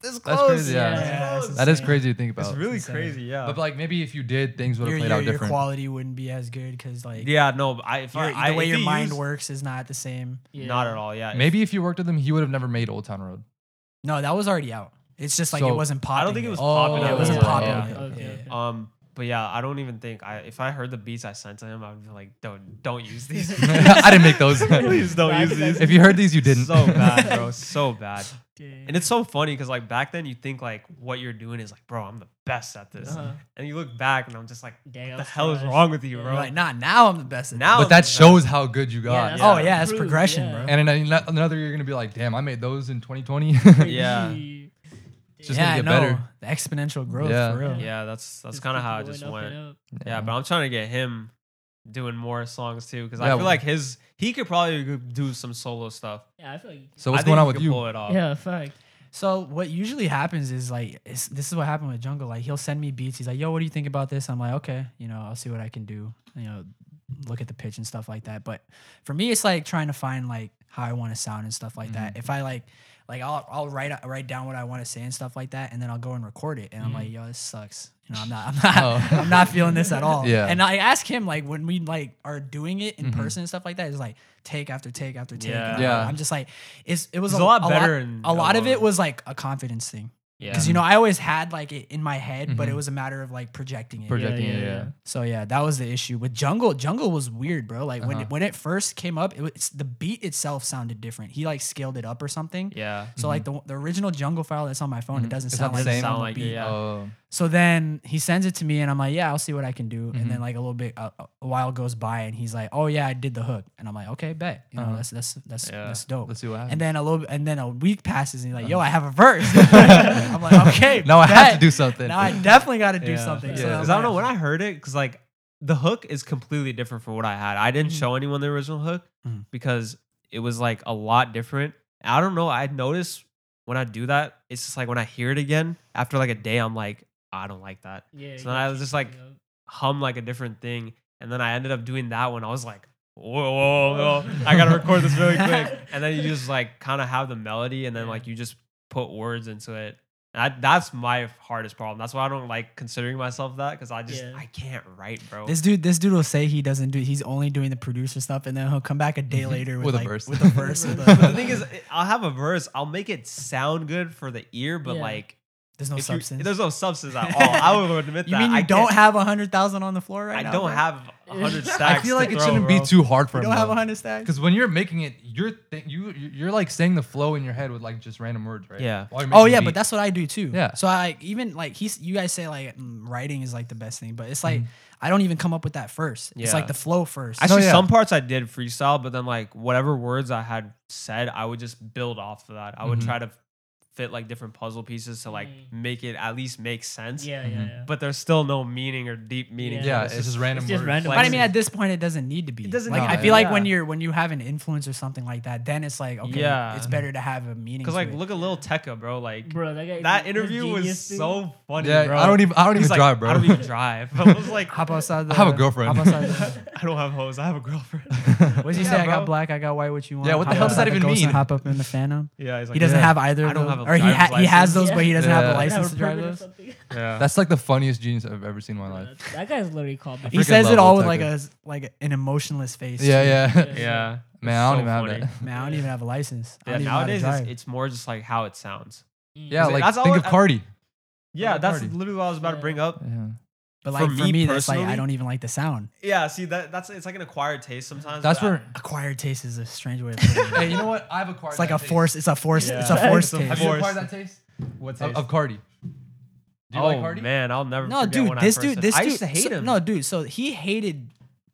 Speaker 2: this is
Speaker 4: That's
Speaker 2: close.
Speaker 4: crazy, yeah.
Speaker 2: This is
Speaker 3: Yeah,
Speaker 2: close.
Speaker 3: it's
Speaker 4: that is
Speaker 3: insane.
Speaker 4: crazy to think about.
Speaker 2: It's really
Speaker 3: insane.
Speaker 2: crazy, yeah.
Speaker 4: but like maybe if you did, things would
Speaker 3: your,
Speaker 4: have played
Speaker 3: your,
Speaker 4: out
Speaker 3: your
Speaker 4: different.
Speaker 3: quality wouldn't be as good because like
Speaker 2: yeah, no, but I, if
Speaker 3: your-
Speaker 2: I, I
Speaker 3: the way
Speaker 2: if
Speaker 3: your
Speaker 2: he
Speaker 3: mind
Speaker 2: used-
Speaker 3: works is not the same.
Speaker 1: Yeah.
Speaker 2: not at all. Yeah,
Speaker 4: Maybe if you worked with him, he would have never made Old Town Road.
Speaker 3: No, that was already out. It's just like it
Speaker 4: So-
Speaker 3: wasn't popular.
Speaker 2: think it was
Speaker 4: popular
Speaker 3: Yeah, it
Speaker 4: at
Speaker 3: wasn't
Speaker 4: the time.
Speaker 3: popular.
Speaker 2: Yeah.
Speaker 1: Okay,
Speaker 3: Yeah.
Speaker 1: okay.
Speaker 2: Um, but yeah, I don't even think I. If I heard the beats I sent to him, I would be like, don't, don't use these.
Speaker 4: I didn't make those.
Speaker 2: Please don't
Speaker 1: No, I
Speaker 2: use
Speaker 1: think that's-
Speaker 2: these.
Speaker 4: if you heard these, you didn't.
Speaker 2: So bad, bro. So bad.
Speaker 1: Dang.
Speaker 2: And it's so funny because like back then you think like what you're doing is like, bro, I'm the best at this.
Speaker 1: Uh-huh.
Speaker 2: And you look back and I'm just like, what
Speaker 1: Dang, I
Speaker 2: the
Speaker 1: was
Speaker 2: hell is
Speaker 1: trash.
Speaker 2: wrong with you,
Speaker 1: Yeah.
Speaker 2: bro?
Speaker 3: You're like, nah, now I'm the best. At
Speaker 2: now,
Speaker 4: but that shows how good you
Speaker 1: Yeah,
Speaker 4: got.
Speaker 1: that's
Speaker 3: this. Oh
Speaker 1: how it
Speaker 3: yeah, it's
Speaker 1: improved,
Speaker 3: progression,
Speaker 1: yeah.
Speaker 3: bro.
Speaker 4: And in an- another year, you're gonna be like, damn, I made those in 2020.
Speaker 2: Yeah.
Speaker 1: Gee.
Speaker 4: Just
Speaker 1: Dang.
Speaker 4: gonna
Speaker 3: yeah,
Speaker 4: get
Speaker 3: no,
Speaker 4: better.
Speaker 3: the exponential growth
Speaker 4: Yeah.
Speaker 3: for real.
Speaker 2: Yeah, that's that's
Speaker 1: Mm-hmm. Just
Speaker 2: kind of
Speaker 1: keep
Speaker 2: how it
Speaker 1: going
Speaker 2: just
Speaker 1: up and
Speaker 2: went.
Speaker 1: up.
Speaker 2: Yeah, but I'm trying to get him doing more songs too because I
Speaker 4: Yeah,
Speaker 2: feel
Speaker 4: well-
Speaker 2: like his he could probably do some solo stuff.
Speaker 1: Yeah, I feel like.
Speaker 2: I
Speaker 4: So what's
Speaker 2: think
Speaker 4: going
Speaker 2: he
Speaker 4: on with
Speaker 2: could
Speaker 4: you?
Speaker 2: Pull it off.
Speaker 1: yeah, fuck.
Speaker 3: So what usually happens is like it's, this is what happened with Jungle. Like he'll send me beats. He's like, "Yo, what do you think about this?" I'm like, "Okay, you know, I'll see what I can do. You know, look at the pitch and stuff like that." But for me, it's like trying to find like how I want to sound and stuff like
Speaker 4: Mm-hmm.
Speaker 3: that. If I like, like I'll I'll write write down what I want to say and stuff like that, and then I'll go and record it. And I'm like, "Yo, this sucks. You know, I'm not I'm not
Speaker 4: Mm-hmm. Oh.
Speaker 3: I'm not feeling this at all."
Speaker 4: Yeah.
Speaker 3: And I ask him like when we like are doing it in
Speaker 4: Mhm.
Speaker 3: person and stuff like that. It's like take after take after take.
Speaker 2: Yeah.
Speaker 3: And
Speaker 4: Yeah.
Speaker 3: I'm just like, it's it was
Speaker 2: He's a lot better in
Speaker 3: a lot of
Speaker 2: Elbow.
Speaker 3: it was like a confidence thing
Speaker 2: Yeah, Mm-hmm.
Speaker 3: because you know I always had like it in my head, but it
Speaker 4: Mhm.
Speaker 3: was a matter of like projecting it.
Speaker 4: Pro- Projecting it, yeah.
Speaker 3: so yeah, that was the issue with Jungle. Jungle was weird, bro. Like when
Speaker 4: Uh-huh.
Speaker 3: it, when it first came up, it was the beat itself sounded different. He like scaled it up or something.
Speaker 2: yeah.
Speaker 3: So like
Speaker 2: Mm-hmm.
Speaker 3: the, the original jungle file that's on my phone, it
Speaker 4: Mhm.
Speaker 3: doesn't
Speaker 4: It's
Speaker 3: sound
Speaker 4: not
Speaker 3: like
Speaker 4: the
Speaker 3: the
Speaker 4: same?
Speaker 3: sound
Speaker 2: Sound like it,
Speaker 3: beat.
Speaker 2: yeah.
Speaker 4: Oh,
Speaker 3: So then he sends it to me, and I'm like, yeah, I'll see what I can do.
Speaker 4: Mhm.
Speaker 3: And
Speaker 2: Mm-hmm.
Speaker 3: then like a little bit, a, a while goes by, and he's like, oh yeah, I did the hook, and I'm like, okay, bet, you know,
Speaker 4: Uh-huh.
Speaker 3: that's that's that's
Speaker 2: Yeah.
Speaker 3: that's dope.
Speaker 4: let's see what happens.
Speaker 3: And then a little, and then a week passes, and you're like, "Yo, I
Speaker 2: Uh-huh.
Speaker 3: have a verse." I'm like, "Okay,
Speaker 4: now I have to
Speaker 3: bet.
Speaker 4: do something.
Speaker 3: Now I definitely got to do
Speaker 2: Yeah.
Speaker 3: something." So
Speaker 4: Yeah.
Speaker 3: I'm
Speaker 2: Because I don't
Speaker 3: like-
Speaker 2: know when I heard it, because like the hook is completely different from what I had. I
Speaker 1: Mm-hmm.
Speaker 2: didn't
Speaker 3: Mhm.
Speaker 2: show anyone the original hook
Speaker 4: Mm.
Speaker 3: Mhm.
Speaker 2: because it was like a lot different. I don't know. I noticed when I do that, it's just like when I hear it again after like a day, I'm like, I don't like that.
Speaker 1: Yeah.
Speaker 2: So then I was just like- Hum like a different thing, and then I ended up doing that one. I was like, whoa, whoa, whoa, whoa. I gotta record this really quick. And then you just like kind of have the melody, and then
Speaker 1: Yeah.
Speaker 2: like you just put words into it. And I, that's my hardest problem. That's why I don't like considering myself that because I just
Speaker 1: Yeah.
Speaker 2: I can't write, bro.
Speaker 3: this dude, this dude will say he doesn't do, he's only doing the producer stuff, and then he'll come back a day
Speaker 2: Mm-hmm.
Speaker 3: later with,
Speaker 4: With a
Speaker 3: like,
Speaker 4: verse.
Speaker 3: with a verse. with
Speaker 2: but the
Speaker 3: a-
Speaker 2: thing is, it- I'll have a verse. I'll make it sound good for the ear, but
Speaker 1: Yeah.
Speaker 2: like
Speaker 3: there's no
Speaker 2: if you-
Speaker 3: substance.
Speaker 2: there's no substance at all. I will admit
Speaker 3: you
Speaker 2: that.
Speaker 3: mean you
Speaker 2: I
Speaker 3: don't
Speaker 2: can't-
Speaker 3: have a hundred thousand on the floor right
Speaker 2: I
Speaker 3: now?
Speaker 2: don't
Speaker 3: bro?
Speaker 2: have a hundred
Speaker 1: I
Speaker 2: stacks.
Speaker 4: I feel
Speaker 2: to
Speaker 4: like it
Speaker 2: throw,
Speaker 4: shouldn't
Speaker 2: bro.
Speaker 4: be too hard for
Speaker 3: You
Speaker 4: him.
Speaker 3: don't have a
Speaker 4: though.
Speaker 3: hundred stacks.
Speaker 4: Because when you're making it, you're think you you're like saying the flow in your head with like just random words, right?
Speaker 2: Yeah.
Speaker 4: While you're
Speaker 3: Oh
Speaker 4: making the
Speaker 3: yeah,
Speaker 4: beat.
Speaker 3: but that's what I do too.
Speaker 4: Yeah.
Speaker 3: So I like, even like he's you guys say like mm, writing is like the best thing, but it's like I don't even come up with that first. It's
Speaker 2: Mm-hmm. Yeah.
Speaker 3: like the flow first.
Speaker 2: Actually,
Speaker 4: Oh, yeah.
Speaker 2: some parts I did freestyle, but then like whatever words I had said, I would just build off of that. I would
Speaker 4: Mhm.
Speaker 2: try to fit like different puzzle pieces to like
Speaker 1: Mm.
Speaker 2: make it at least make sense.
Speaker 1: Yeah,
Speaker 4: Mhm.
Speaker 1: yeah, yeah.
Speaker 2: But there's still no meaning or deep meaning.
Speaker 1: Yeah,
Speaker 4: yeah,
Speaker 2: it's
Speaker 4: it's just random.
Speaker 1: it's just
Speaker 4: words.
Speaker 1: random.
Speaker 3: But I
Speaker 2: Like-
Speaker 3: mean, at this point, it doesn't need to be.
Speaker 2: It doesn't
Speaker 3: Like,
Speaker 4: need
Speaker 3: I
Speaker 4: to
Speaker 3: feel
Speaker 4: be,
Speaker 3: like when
Speaker 2: yeah.
Speaker 3: you're when you have an influence or something like that, then it's like okay,
Speaker 2: Yeah.
Speaker 3: it's better to have a meaning.
Speaker 2: Because
Speaker 3: Because
Speaker 2: like look at Lil Tecca, bro. Like
Speaker 1: Bro, that guy.
Speaker 2: that
Speaker 1: the
Speaker 2: interview was
Speaker 1: genius dude.
Speaker 2: so funny,
Speaker 4: Yeah,
Speaker 2: bro.
Speaker 4: I don't even I don't
Speaker 2: He's
Speaker 4: even
Speaker 2: like,
Speaker 4: drive, bro.
Speaker 2: I don't even drive. I was like,
Speaker 3: hop outside. The,
Speaker 4: I have a girlfriend.
Speaker 3: Hop outside. The,
Speaker 2: I don't have hoes. I have a girlfriend.
Speaker 3: what did you
Speaker 2: Yeah,
Speaker 3: say? I
Speaker 2: bro.
Speaker 3: got black. I got white. What you want?
Speaker 4: Yeah, what the
Speaker 3: Hop
Speaker 4: hell does that
Speaker 3: outside the
Speaker 4: even
Speaker 3: ghost and
Speaker 4: mean?
Speaker 3: Hop up in the phantom.
Speaker 2: Yeah, he's like,
Speaker 3: He doesn't
Speaker 4: Yeah.
Speaker 3: have either. Of
Speaker 2: I don't
Speaker 3: those.
Speaker 2: have a
Speaker 3: or he
Speaker 2: driver's
Speaker 3: ha- he has
Speaker 2: license.
Speaker 3: those, but he doesn't have
Speaker 4: Yeah.
Speaker 3: a
Speaker 1: Didn't have
Speaker 3: license
Speaker 1: a
Speaker 3: to drive
Speaker 1: permit or
Speaker 3: those.
Speaker 1: something.
Speaker 2: yeah.
Speaker 4: That's like the funniest genius I've ever seen in my
Speaker 1: Bro,
Speaker 4: life.
Speaker 1: that- That guy's literally called back.
Speaker 3: He
Speaker 4: freaking
Speaker 3: says
Speaker 4: love
Speaker 3: it all
Speaker 4: Lil
Speaker 3: with like
Speaker 4: Tecca.
Speaker 3: a like an emotionless face.
Speaker 4: Yeah, yeah.
Speaker 1: Yeah.
Speaker 2: yeah.
Speaker 4: Man,
Speaker 2: It's
Speaker 4: I don't
Speaker 2: so
Speaker 4: even have
Speaker 2: funny.
Speaker 3: Man, I don't even have a license. I
Speaker 2: Yeah,
Speaker 3: don't even know how to
Speaker 2: nowadays it's,
Speaker 3: drive.
Speaker 2: it's more just like how it sounds.
Speaker 1: Mm.
Speaker 4: that. Yeah,
Speaker 2: Is it-
Speaker 4: like
Speaker 2: that's all
Speaker 4: think
Speaker 2: I-
Speaker 4: of Cardi.
Speaker 2: Yeah,
Speaker 4: Like
Speaker 2: that's
Speaker 4: Cardi.
Speaker 2: literally what I was about to
Speaker 1: Yeah.
Speaker 2: bring up.
Speaker 4: Yeah.
Speaker 3: but like for me, that's like I
Speaker 2: personally-
Speaker 3: don't even like the sound.
Speaker 2: Yeah, see that that's it's like an acquired taste sometimes.
Speaker 4: That's
Speaker 2: but I-
Speaker 4: where.
Speaker 3: Acquired taste is a strange way of putting it.
Speaker 4: Hey, you know what? I have acquired.
Speaker 3: It's like
Speaker 4: that
Speaker 3: a
Speaker 4: taste.
Speaker 3: force. It's a force. It's a
Speaker 2: Yeah.
Speaker 3: force
Speaker 2: It's a
Speaker 3: taste.
Speaker 4: Have you acquired that taste?
Speaker 2: What
Speaker 4: Of, of Cardi. Do you
Speaker 2: oh
Speaker 4: like Cardi?
Speaker 2: man, I'll never.
Speaker 3: No,
Speaker 2: forget
Speaker 3: dude,
Speaker 2: when I
Speaker 3: this
Speaker 2: first
Speaker 3: dude,
Speaker 2: said-
Speaker 3: this
Speaker 2: I
Speaker 3: dude,
Speaker 2: used to hate
Speaker 3: so-
Speaker 2: him.
Speaker 3: No, dude, so he hated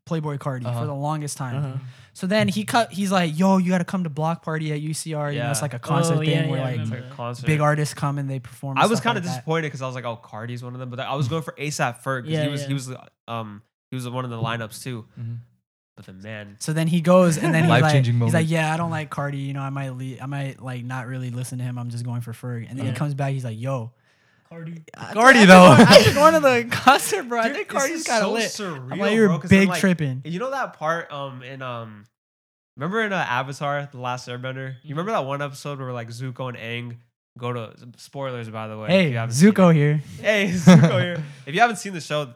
Speaker 3: Playboy Cardi
Speaker 4: Uh-huh.
Speaker 3: for the longest time.
Speaker 1: Uh-huh.
Speaker 3: So then he cut. He's like, "Yo, you got to come to block party at UCR. You know,
Speaker 2: Yeah.
Speaker 3: it's like a concert
Speaker 1: Oh,
Speaker 3: thing
Speaker 1: yeah,
Speaker 3: where
Speaker 1: yeah, I
Speaker 3: like
Speaker 2: it's
Speaker 1: remember.
Speaker 2: like a concert.
Speaker 3: big artists come and they perform."
Speaker 2: I
Speaker 3: and
Speaker 2: was
Speaker 3: stuff
Speaker 2: kind of
Speaker 3: like that.
Speaker 2: disappointed because I was like, oh, Cardi's one of them, but I was going for ASAP Ferg because
Speaker 1: Yeah,
Speaker 2: he was
Speaker 1: yeah.
Speaker 2: he was um he was one of the lineups too.
Speaker 3: Mm-hmm.
Speaker 4: Mhm.
Speaker 2: But the man,
Speaker 3: So then he goes and then he's like,
Speaker 4: Life-changing
Speaker 3: he's
Speaker 4: moment.
Speaker 3: like, yeah, I don't like Cardi. You know, I might leave, I might like not really listen to him. I'm just going for Ferg. And then he
Speaker 1: Yeah.
Speaker 3: comes back. He's like, yo,
Speaker 1: Cardi.
Speaker 4: Cardi,
Speaker 3: I think-
Speaker 4: though.
Speaker 3: I think one of the concert, bro. I
Speaker 2: Dude,
Speaker 3: think
Speaker 2: this
Speaker 3: Cardi's
Speaker 2: is
Speaker 3: kind of
Speaker 2: so
Speaker 3: lit.
Speaker 2: Surreal,
Speaker 3: I'm like, you're
Speaker 2: bro, 'cause I'm
Speaker 3: big
Speaker 2: like-
Speaker 3: tripping.
Speaker 2: You know that part um in um remember in uh, Avatar the Last Airbender?
Speaker 3: Mm-hmm.
Speaker 2: You remember that one episode where like Zuko and Aang go to spoilers by the way. if
Speaker 3: Hey,
Speaker 2: you haven't seen
Speaker 3: Zuko here.
Speaker 2: it. Hey, Zuko here. If you haven't seen the show,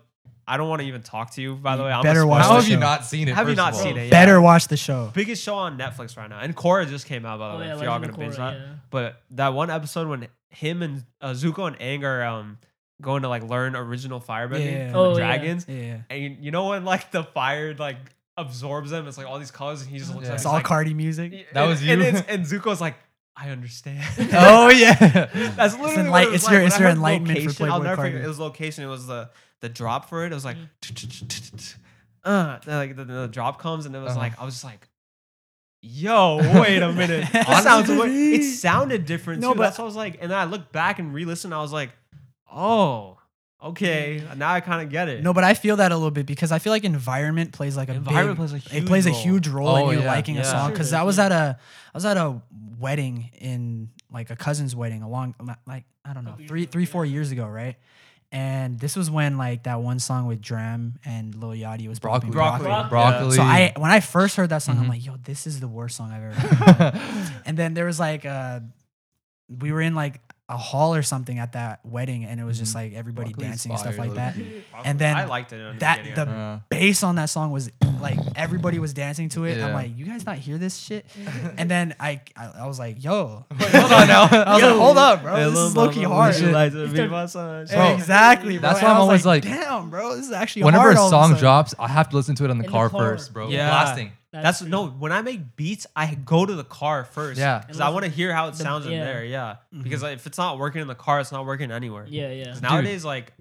Speaker 2: I don't want to even talk to you by the
Speaker 3: You
Speaker 2: way. I'm
Speaker 3: better watch
Speaker 4: How
Speaker 3: the
Speaker 4: have you
Speaker 3: show.
Speaker 4: not seen it?
Speaker 2: Have you
Speaker 4: first
Speaker 2: not
Speaker 4: of all?
Speaker 2: seen it? Yeah.
Speaker 3: Better watch the show.
Speaker 2: biggest show on Netflix right now. And Korra just came out by the
Speaker 1: Oh,
Speaker 2: way.
Speaker 1: yeah,
Speaker 2: if y'all
Speaker 1: Legend
Speaker 2: gonna
Speaker 1: of
Speaker 2: binge that.
Speaker 1: Korra, yeah.
Speaker 2: But that one episode when him and uh, Zuko and Aang are um going to like learn original firebending
Speaker 3: Yeah.
Speaker 2: from
Speaker 1: Oh,
Speaker 2: the
Speaker 1: yeah.
Speaker 2: dragons.
Speaker 3: Yeah,
Speaker 2: And you, you know when like the fire like absorbs them, it's like all these colors, and he just looks
Speaker 4: Yeah.
Speaker 2: at
Speaker 3: it's
Speaker 2: it,
Speaker 3: all
Speaker 2: like,
Speaker 3: Cardi music.
Speaker 4: That
Speaker 2: And-
Speaker 4: was
Speaker 2: And,
Speaker 4: you?
Speaker 2: it's, and Zuko's like, I understand.
Speaker 4: Oh yeah.
Speaker 2: That's literally
Speaker 3: enlight-
Speaker 2: what it was
Speaker 3: it's
Speaker 2: like.
Speaker 3: your-
Speaker 2: When
Speaker 3: it's
Speaker 2: I
Speaker 3: your
Speaker 2: heard
Speaker 3: enlightenment for
Speaker 2: location, I'll
Speaker 3: Playboy
Speaker 2: never forget-
Speaker 3: Cardi. Mm.
Speaker 2: It was location. It was the the drop for it. It was like, uh, like the, the drop comes, and it was
Speaker 4: Uh-huh.
Speaker 2: like I was just like. Yo, wait a minute. That
Speaker 4: Honestly,
Speaker 2: sounds way, it sounded different
Speaker 3: No,
Speaker 2: too.
Speaker 3: but-
Speaker 2: That's what I was like. And then I looked back and re-listened. I was like, oh, Okay, now I kind of get it.
Speaker 3: No, but I feel that a little bit because I feel like environment plays like a
Speaker 2: environment
Speaker 3: big,
Speaker 2: plays a huge
Speaker 3: it plays a
Speaker 2: role.
Speaker 3: huge role
Speaker 4: Oh,
Speaker 3: in you
Speaker 4: yeah,
Speaker 3: liking
Speaker 4: yeah.
Speaker 3: a song.
Speaker 1: Sure
Speaker 3: Because
Speaker 1: does,
Speaker 3: I was
Speaker 1: yeah.
Speaker 3: at a I was at a wedding in like a cousin's wedding a long like I don't know
Speaker 1: Couple years
Speaker 3: three
Speaker 1: ago,
Speaker 3: three four
Speaker 1: yeah.
Speaker 3: years ago, right? And this was when like that one song with Dram and Lil Yachty was bumping,
Speaker 4: broccoli,
Speaker 1: Broccoli.
Speaker 4: broccoli,
Speaker 1: Broccoli.
Speaker 3: So I when I first heard that song,
Speaker 4: Mhm.
Speaker 3: I'm like, yo, this is the worst song I've ever heard. And then there was like uh we were in like a hall or something at that wedding and it was just
Speaker 4: Mhm.
Speaker 3: like everybody
Speaker 4: Broccoli's
Speaker 3: dancing and stuff
Speaker 4: fire,
Speaker 3: like that.
Speaker 4: low-key.
Speaker 3: and then
Speaker 2: I liked it. in the
Speaker 3: that-
Speaker 2: beginning.
Speaker 3: the-
Speaker 4: Yeah.
Speaker 3: Bass on that song was like everybody was dancing to it.
Speaker 4: Yeah.
Speaker 3: I'm like, you guys not hear this shit? And then I I, I was like, yo.
Speaker 4: hold on now.
Speaker 3: I was
Speaker 4: Yo.
Speaker 3: like, hold up, bro.
Speaker 2: Hey,
Speaker 3: this
Speaker 2: little
Speaker 3: is low key
Speaker 2: mama,
Speaker 3: hard.
Speaker 2: would you like to
Speaker 1: It's
Speaker 2: be
Speaker 1: their-
Speaker 2: my son?
Speaker 4: Bro,
Speaker 3: exactly, bro.
Speaker 4: that's
Speaker 3: And
Speaker 4: why
Speaker 3: I
Speaker 4: I'm
Speaker 3: was
Speaker 4: always like,
Speaker 3: damn, bro, this is actually
Speaker 4: Whenever
Speaker 3: hard
Speaker 4: a
Speaker 3: all of
Speaker 4: song
Speaker 3: sudden.
Speaker 4: drops, I have to listen to it in the,
Speaker 1: In the
Speaker 4: car,
Speaker 1: car.
Speaker 4: first, bro.
Speaker 2: Yeah.
Speaker 4: Blasting.
Speaker 2: That's
Speaker 1: true.
Speaker 2: no. When I make beats, I go to the car first.
Speaker 4: Yeah.
Speaker 2: because I want to hear how it
Speaker 1: The-
Speaker 2: sounds in
Speaker 1: yeah.
Speaker 2: there. Yeah,
Speaker 3: Mm-hmm.
Speaker 2: because like, if it's not working in the car, it's not working anywhere.
Speaker 1: Yeah, yeah.
Speaker 2: 'Cause nowadays, like,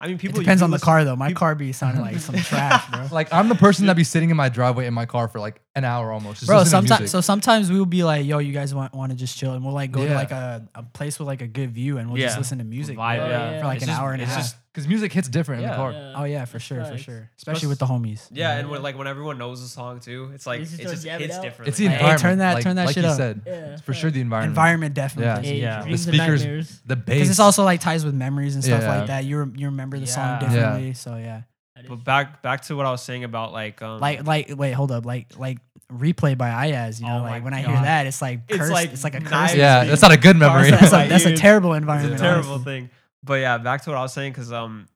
Speaker 2: I mean,
Speaker 3: It
Speaker 2: people
Speaker 3: depends
Speaker 2: you
Speaker 3: on the
Speaker 2: listen-
Speaker 3: car though. My
Speaker 2: people-
Speaker 3: car be sounding like some trash, bro.
Speaker 4: Like I'm the person that be sitting in my driveway in my car for like an hour almost. Just
Speaker 3: bro
Speaker 4: listening to
Speaker 3: sometimes
Speaker 4: music.
Speaker 3: so sometimes we'll be like yo you guys want, want to just chill and we'll like go to
Speaker 4: Yeah.
Speaker 3: like a, a place with like a good view and we'll
Speaker 2: Yeah.
Speaker 3: just listen to music
Speaker 2: Vibe,
Speaker 1: bro.
Speaker 2: yeah.
Speaker 1: For like
Speaker 2: It's
Speaker 3: an
Speaker 2: just-
Speaker 3: hour and a
Speaker 2: it's
Speaker 3: half.
Speaker 2: just-
Speaker 4: because music hits different in
Speaker 2: Yeah.
Speaker 4: the car.
Speaker 3: oh yeah for sure for
Speaker 1: facts.
Speaker 3: sure especially with the homies
Speaker 2: yeah, and
Speaker 1: Yeah.
Speaker 2: when like when everyone knows the song too, it's like
Speaker 1: You
Speaker 2: it's
Speaker 1: just
Speaker 2: just,
Speaker 1: don't jam it
Speaker 2: hits
Speaker 1: out.
Speaker 2: differently.
Speaker 4: It's the
Speaker 3: Hey, turn
Speaker 4: environment.
Speaker 3: that-
Speaker 4: like,
Speaker 3: turn that
Speaker 4: like
Speaker 3: shit
Speaker 4: you
Speaker 3: up.
Speaker 4: said,
Speaker 1: Yeah,
Speaker 4: for sure the environment.
Speaker 3: environment definitely
Speaker 4: Yeah.
Speaker 1: Yeah,
Speaker 2: Yeah. The
Speaker 1: dreams and
Speaker 4: speakers-
Speaker 1: nightmares.
Speaker 4: the bass.
Speaker 3: because it's also like ties with memories and stuff
Speaker 4: Yeah.
Speaker 3: like that you rem- you remember the
Speaker 2: Yeah.
Speaker 3: song
Speaker 2: Yeah.
Speaker 3: differently so yeah
Speaker 1: That is
Speaker 2: But back back to what I was saying about like um
Speaker 3: like like wait hold up like like replay by Ayaz you know
Speaker 2: Oh my
Speaker 3: like when I
Speaker 2: God.
Speaker 3: hear that it's like
Speaker 2: It's
Speaker 3: cursed it's
Speaker 2: like
Speaker 3: like, a
Speaker 2: nice.
Speaker 3: curse
Speaker 4: yeah, that's not a good
Speaker 2: Cars
Speaker 4: memory.
Speaker 2: that-
Speaker 3: that's, a,
Speaker 2: Like,
Speaker 3: that's a
Speaker 2: dude,
Speaker 3: terrible
Speaker 2: it's
Speaker 3: environment
Speaker 2: a terrible
Speaker 3: honestly.
Speaker 2: thing. But yeah, back to what I was saying because um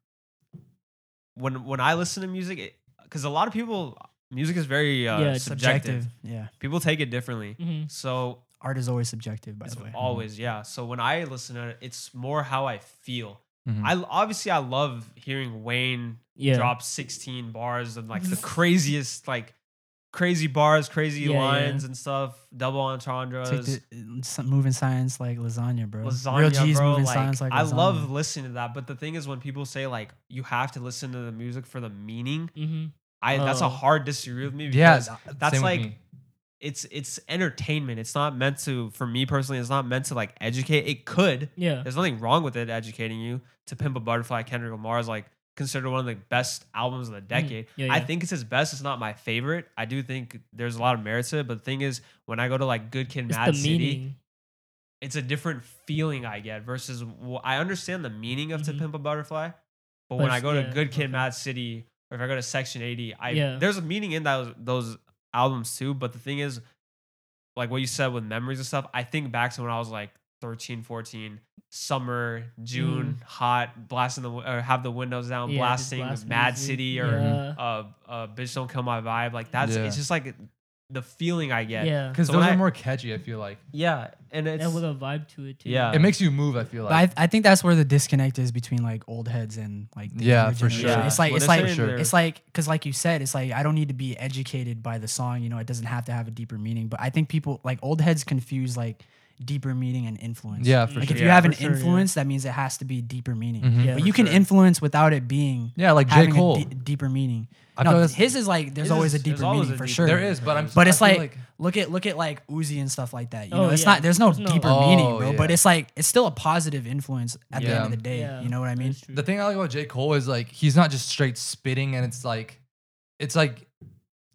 Speaker 2: when when I listen to music, because a lot of people music is very uh,
Speaker 1: Yeah, it's
Speaker 2: subjective.
Speaker 3: subjective yeah
Speaker 2: People take it differently.
Speaker 3: Mm-hmm.
Speaker 1: Mhm.
Speaker 2: So
Speaker 3: art is always subjective by
Speaker 2: it's
Speaker 3: the way
Speaker 2: always yeah. So when I listen to it, it's more how I feel.
Speaker 4: Mhm.
Speaker 2: I obviously I love hearing Wayne
Speaker 1: yeah.
Speaker 2: drop 16 bars of like
Speaker 3: Mm-hmm.
Speaker 2: the craziest like crazy bars, crazy
Speaker 1: Yeah, yeah.
Speaker 2: lines and stuff, double entendres.
Speaker 3: Take the, uh, some moving science like lasagna, bro.
Speaker 2: lasagna,
Speaker 3: Real G's
Speaker 2: bro.
Speaker 3: moving
Speaker 2: like,
Speaker 3: science like
Speaker 2: I
Speaker 3: lasagna.
Speaker 2: love listening to that. But the thing is, when people say like you have to listen to the music for the meaning,
Speaker 1: Mm-hmm.
Speaker 2: I that's a
Speaker 1: Oh.
Speaker 2: hard disagree with me.
Speaker 4: yeah,
Speaker 2: Because
Speaker 4: th-
Speaker 2: that's
Speaker 4: same with
Speaker 2: like-
Speaker 4: me.
Speaker 2: it's it's entertainment. It's not meant to for me personally. It's not meant to like educate. It could.
Speaker 1: Yeah.
Speaker 2: There's nothing wrong with it educating you. To Pimp a Butterfly, Kendrick Lamar is like considered one of the best albums of the decade.
Speaker 1: Mm. Yeah,
Speaker 2: I
Speaker 1: yeah.
Speaker 2: think it's his best. It's not my favorite. I do think there's a lot of merit to it. But the thing is, when I go to like Good Kid,
Speaker 1: It's
Speaker 2: Mad
Speaker 1: the
Speaker 2: City,
Speaker 1: meaning.
Speaker 2: it's a different feeling I get versus wh- I understand the meaning of
Speaker 1: Mhm.
Speaker 2: To Pimp a Butterfly, but when
Speaker 1: But
Speaker 2: I go
Speaker 1: yeah,
Speaker 2: to Good Kid,
Speaker 1: okay.
Speaker 2: Mad City, or if I go to Section 80, I
Speaker 1: Yeah.
Speaker 2: there's a meaning in those those albums too. But the thing is, like what you said with memories and stuff, I think back to when I was like 13, 14, summer, June, hot, blasting the wi- or have the windows down,
Speaker 1: Mm. Yeah, just
Speaker 2: blasting
Speaker 1: blast
Speaker 2: Mad
Speaker 1: music.
Speaker 2: City or
Speaker 1: yeah.
Speaker 2: uh, uh, Bitch Don't Kill My Vibe. Like that's
Speaker 4: Yeah.
Speaker 2: it's just like the feeling I
Speaker 1: yeah,
Speaker 2: get.
Speaker 4: because
Speaker 2: So
Speaker 4: those
Speaker 2: when
Speaker 4: are
Speaker 2: I-
Speaker 4: more catchy. I feel like
Speaker 2: yeah, and it's
Speaker 1: and with a vibe to it too.
Speaker 2: Yeah.
Speaker 4: it makes you move. I feel
Speaker 3: But
Speaker 4: like
Speaker 3: I, I think that's where the disconnect is between like old heads and like the
Speaker 4: Yeah,
Speaker 3: younger
Speaker 4: for
Speaker 3: generation.
Speaker 4: sure.
Speaker 3: It's like
Speaker 2: Well,
Speaker 3: it's
Speaker 2: they're
Speaker 3: like
Speaker 2: saying
Speaker 4: Sure.
Speaker 2: they're-
Speaker 3: it's like because like you said, it's like I don't need to be educated by the song. You know, it doesn't have to have a deeper meaning. But I think people like old heads confuse like deeper meaning and influence.
Speaker 4: yeah, for
Speaker 3: Like
Speaker 4: sure.
Speaker 3: if you
Speaker 2: Yeah,
Speaker 3: have
Speaker 1: for
Speaker 3: an
Speaker 1: sure, yeah.
Speaker 3: influence, that means it has to be deeper meaning.
Speaker 4: Mhm.
Speaker 1: Yeah.
Speaker 3: But
Speaker 2: for
Speaker 3: you can
Speaker 2: sure.
Speaker 3: influence without it being
Speaker 4: Yeah, like J
Speaker 3: having a
Speaker 4: Cole.
Speaker 3: de- deeper meaning.
Speaker 4: I
Speaker 3: no,
Speaker 4: feel that's-
Speaker 3: his is like there's
Speaker 2: His
Speaker 3: always
Speaker 2: is-
Speaker 3: a
Speaker 2: there's
Speaker 3: deeper
Speaker 2: always
Speaker 3: meaning
Speaker 2: a
Speaker 3: for
Speaker 2: deeper-
Speaker 3: sure.
Speaker 4: there is, but I'm.
Speaker 3: But
Speaker 4: I
Speaker 3: it's
Speaker 4: feel
Speaker 3: like, look at look at like Uzi and stuff like that. You
Speaker 1: Oh,
Speaker 3: know, it's
Speaker 1: yeah.
Speaker 3: not there's no
Speaker 1: There's no-
Speaker 3: deeper
Speaker 4: Oh,
Speaker 3: meaning, bro.
Speaker 4: yeah.
Speaker 3: But it's like it's still a positive influence at the end
Speaker 4: Yeah.
Speaker 3: of the day.
Speaker 1: Yeah,
Speaker 3: You know what I
Speaker 1: that
Speaker 3: mean?
Speaker 1: is true.
Speaker 4: the thing I like about J Cole is like he's not just straight spitting, and it's like, it's like,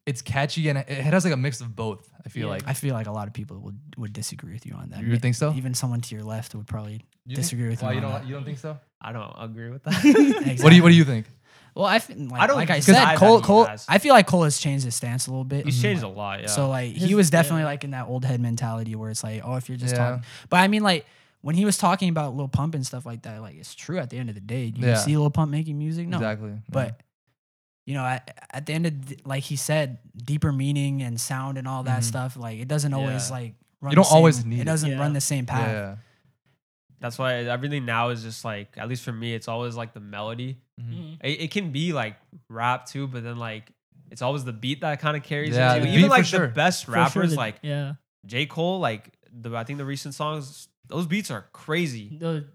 Speaker 4: it's catchy, and it, it has like a mix of both. I feel
Speaker 1: Yeah.
Speaker 4: like
Speaker 3: I feel like a lot of people would would disagree with you on that.
Speaker 4: You think so?
Speaker 3: Even someone to your left would probably.
Speaker 4: You think-
Speaker 3: disagree with
Speaker 4: Why
Speaker 3: him
Speaker 4: you
Speaker 3: on
Speaker 4: don't?
Speaker 3: that.
Speaker 4: You don't think so?
Speaker 2: I don't agree with that.
Speaker 4: What do you What do you think?
Speaker 3: Well, I f- like,
Speaker 2: I don't
Speaker 3: like I
Speaker 2: decide
Speaker 3: said,
Speaker 2: that
Speaker 3: Cole
Speaker 2: he
Speaker 3: Cole.
Speaker 2: has.
Speaker 3: I feel like Cole has changed his stance a little bit.
Speaker 2: He's
Speaker 3: Mhm.
Speaker 2: changed a lot. Yeah.
Speaker 3: So like
Speaker 1: His-
Speaker 3: he was definitely
Speaker 1: yeah.
Speaker 3: like in that old head mentality where it's like, oh, if you're just
Speaker 4: Yeah.
Speaker 3: talking. But I mean, like when he was talking about Lil Pump and stuff like that, like it's true. At the end of the day, do you
Speaker 4: Yeah.
Speaker 3: see Lil Pump making music? No,
Speaker 4: Exactly.
Speaker 3: but you know, at, at the end of the, like he said, deeper meaning and sound and all that
Speaker 4: Mhm.
Speaker 3: stuff. Like it doesn't always
Speaker 2: Yeah.
Speaker 3: like run
Speaker 4: You don't
Speaker 3: the same-
Speaker 4: always need
Speaker 3: it
Speaker 4: it.
Speaker 3: doesn't
Speaker 1: Yeah.
Speaker 3: run the same path.
Speaker 4: yeah.
Speaker 2: that's why everything now is just like, at least for me, it's always like the melody.
Speaker 4: Mhm.
Speaker 1: Mhm.
Speaker 2: It, it can be like rap too, but then like it's always the beat that kind of carries.
Speaker 4: Yeah,
Speaker 2: it too.
Speaker 1: the
Speaker 2: even
Speaker 4: beat for
Speaker 2: like
Speaker 4: sure.
Speaker 2: the best
Speaker 1: For sure
Speaker 2: rappers
Speaker 1: the-
Speaker 2: like
Speaker 1: yeah,
Speaker 2: J Cole, like the I think the recent songs, those beats are crazy.
Speaker 1: the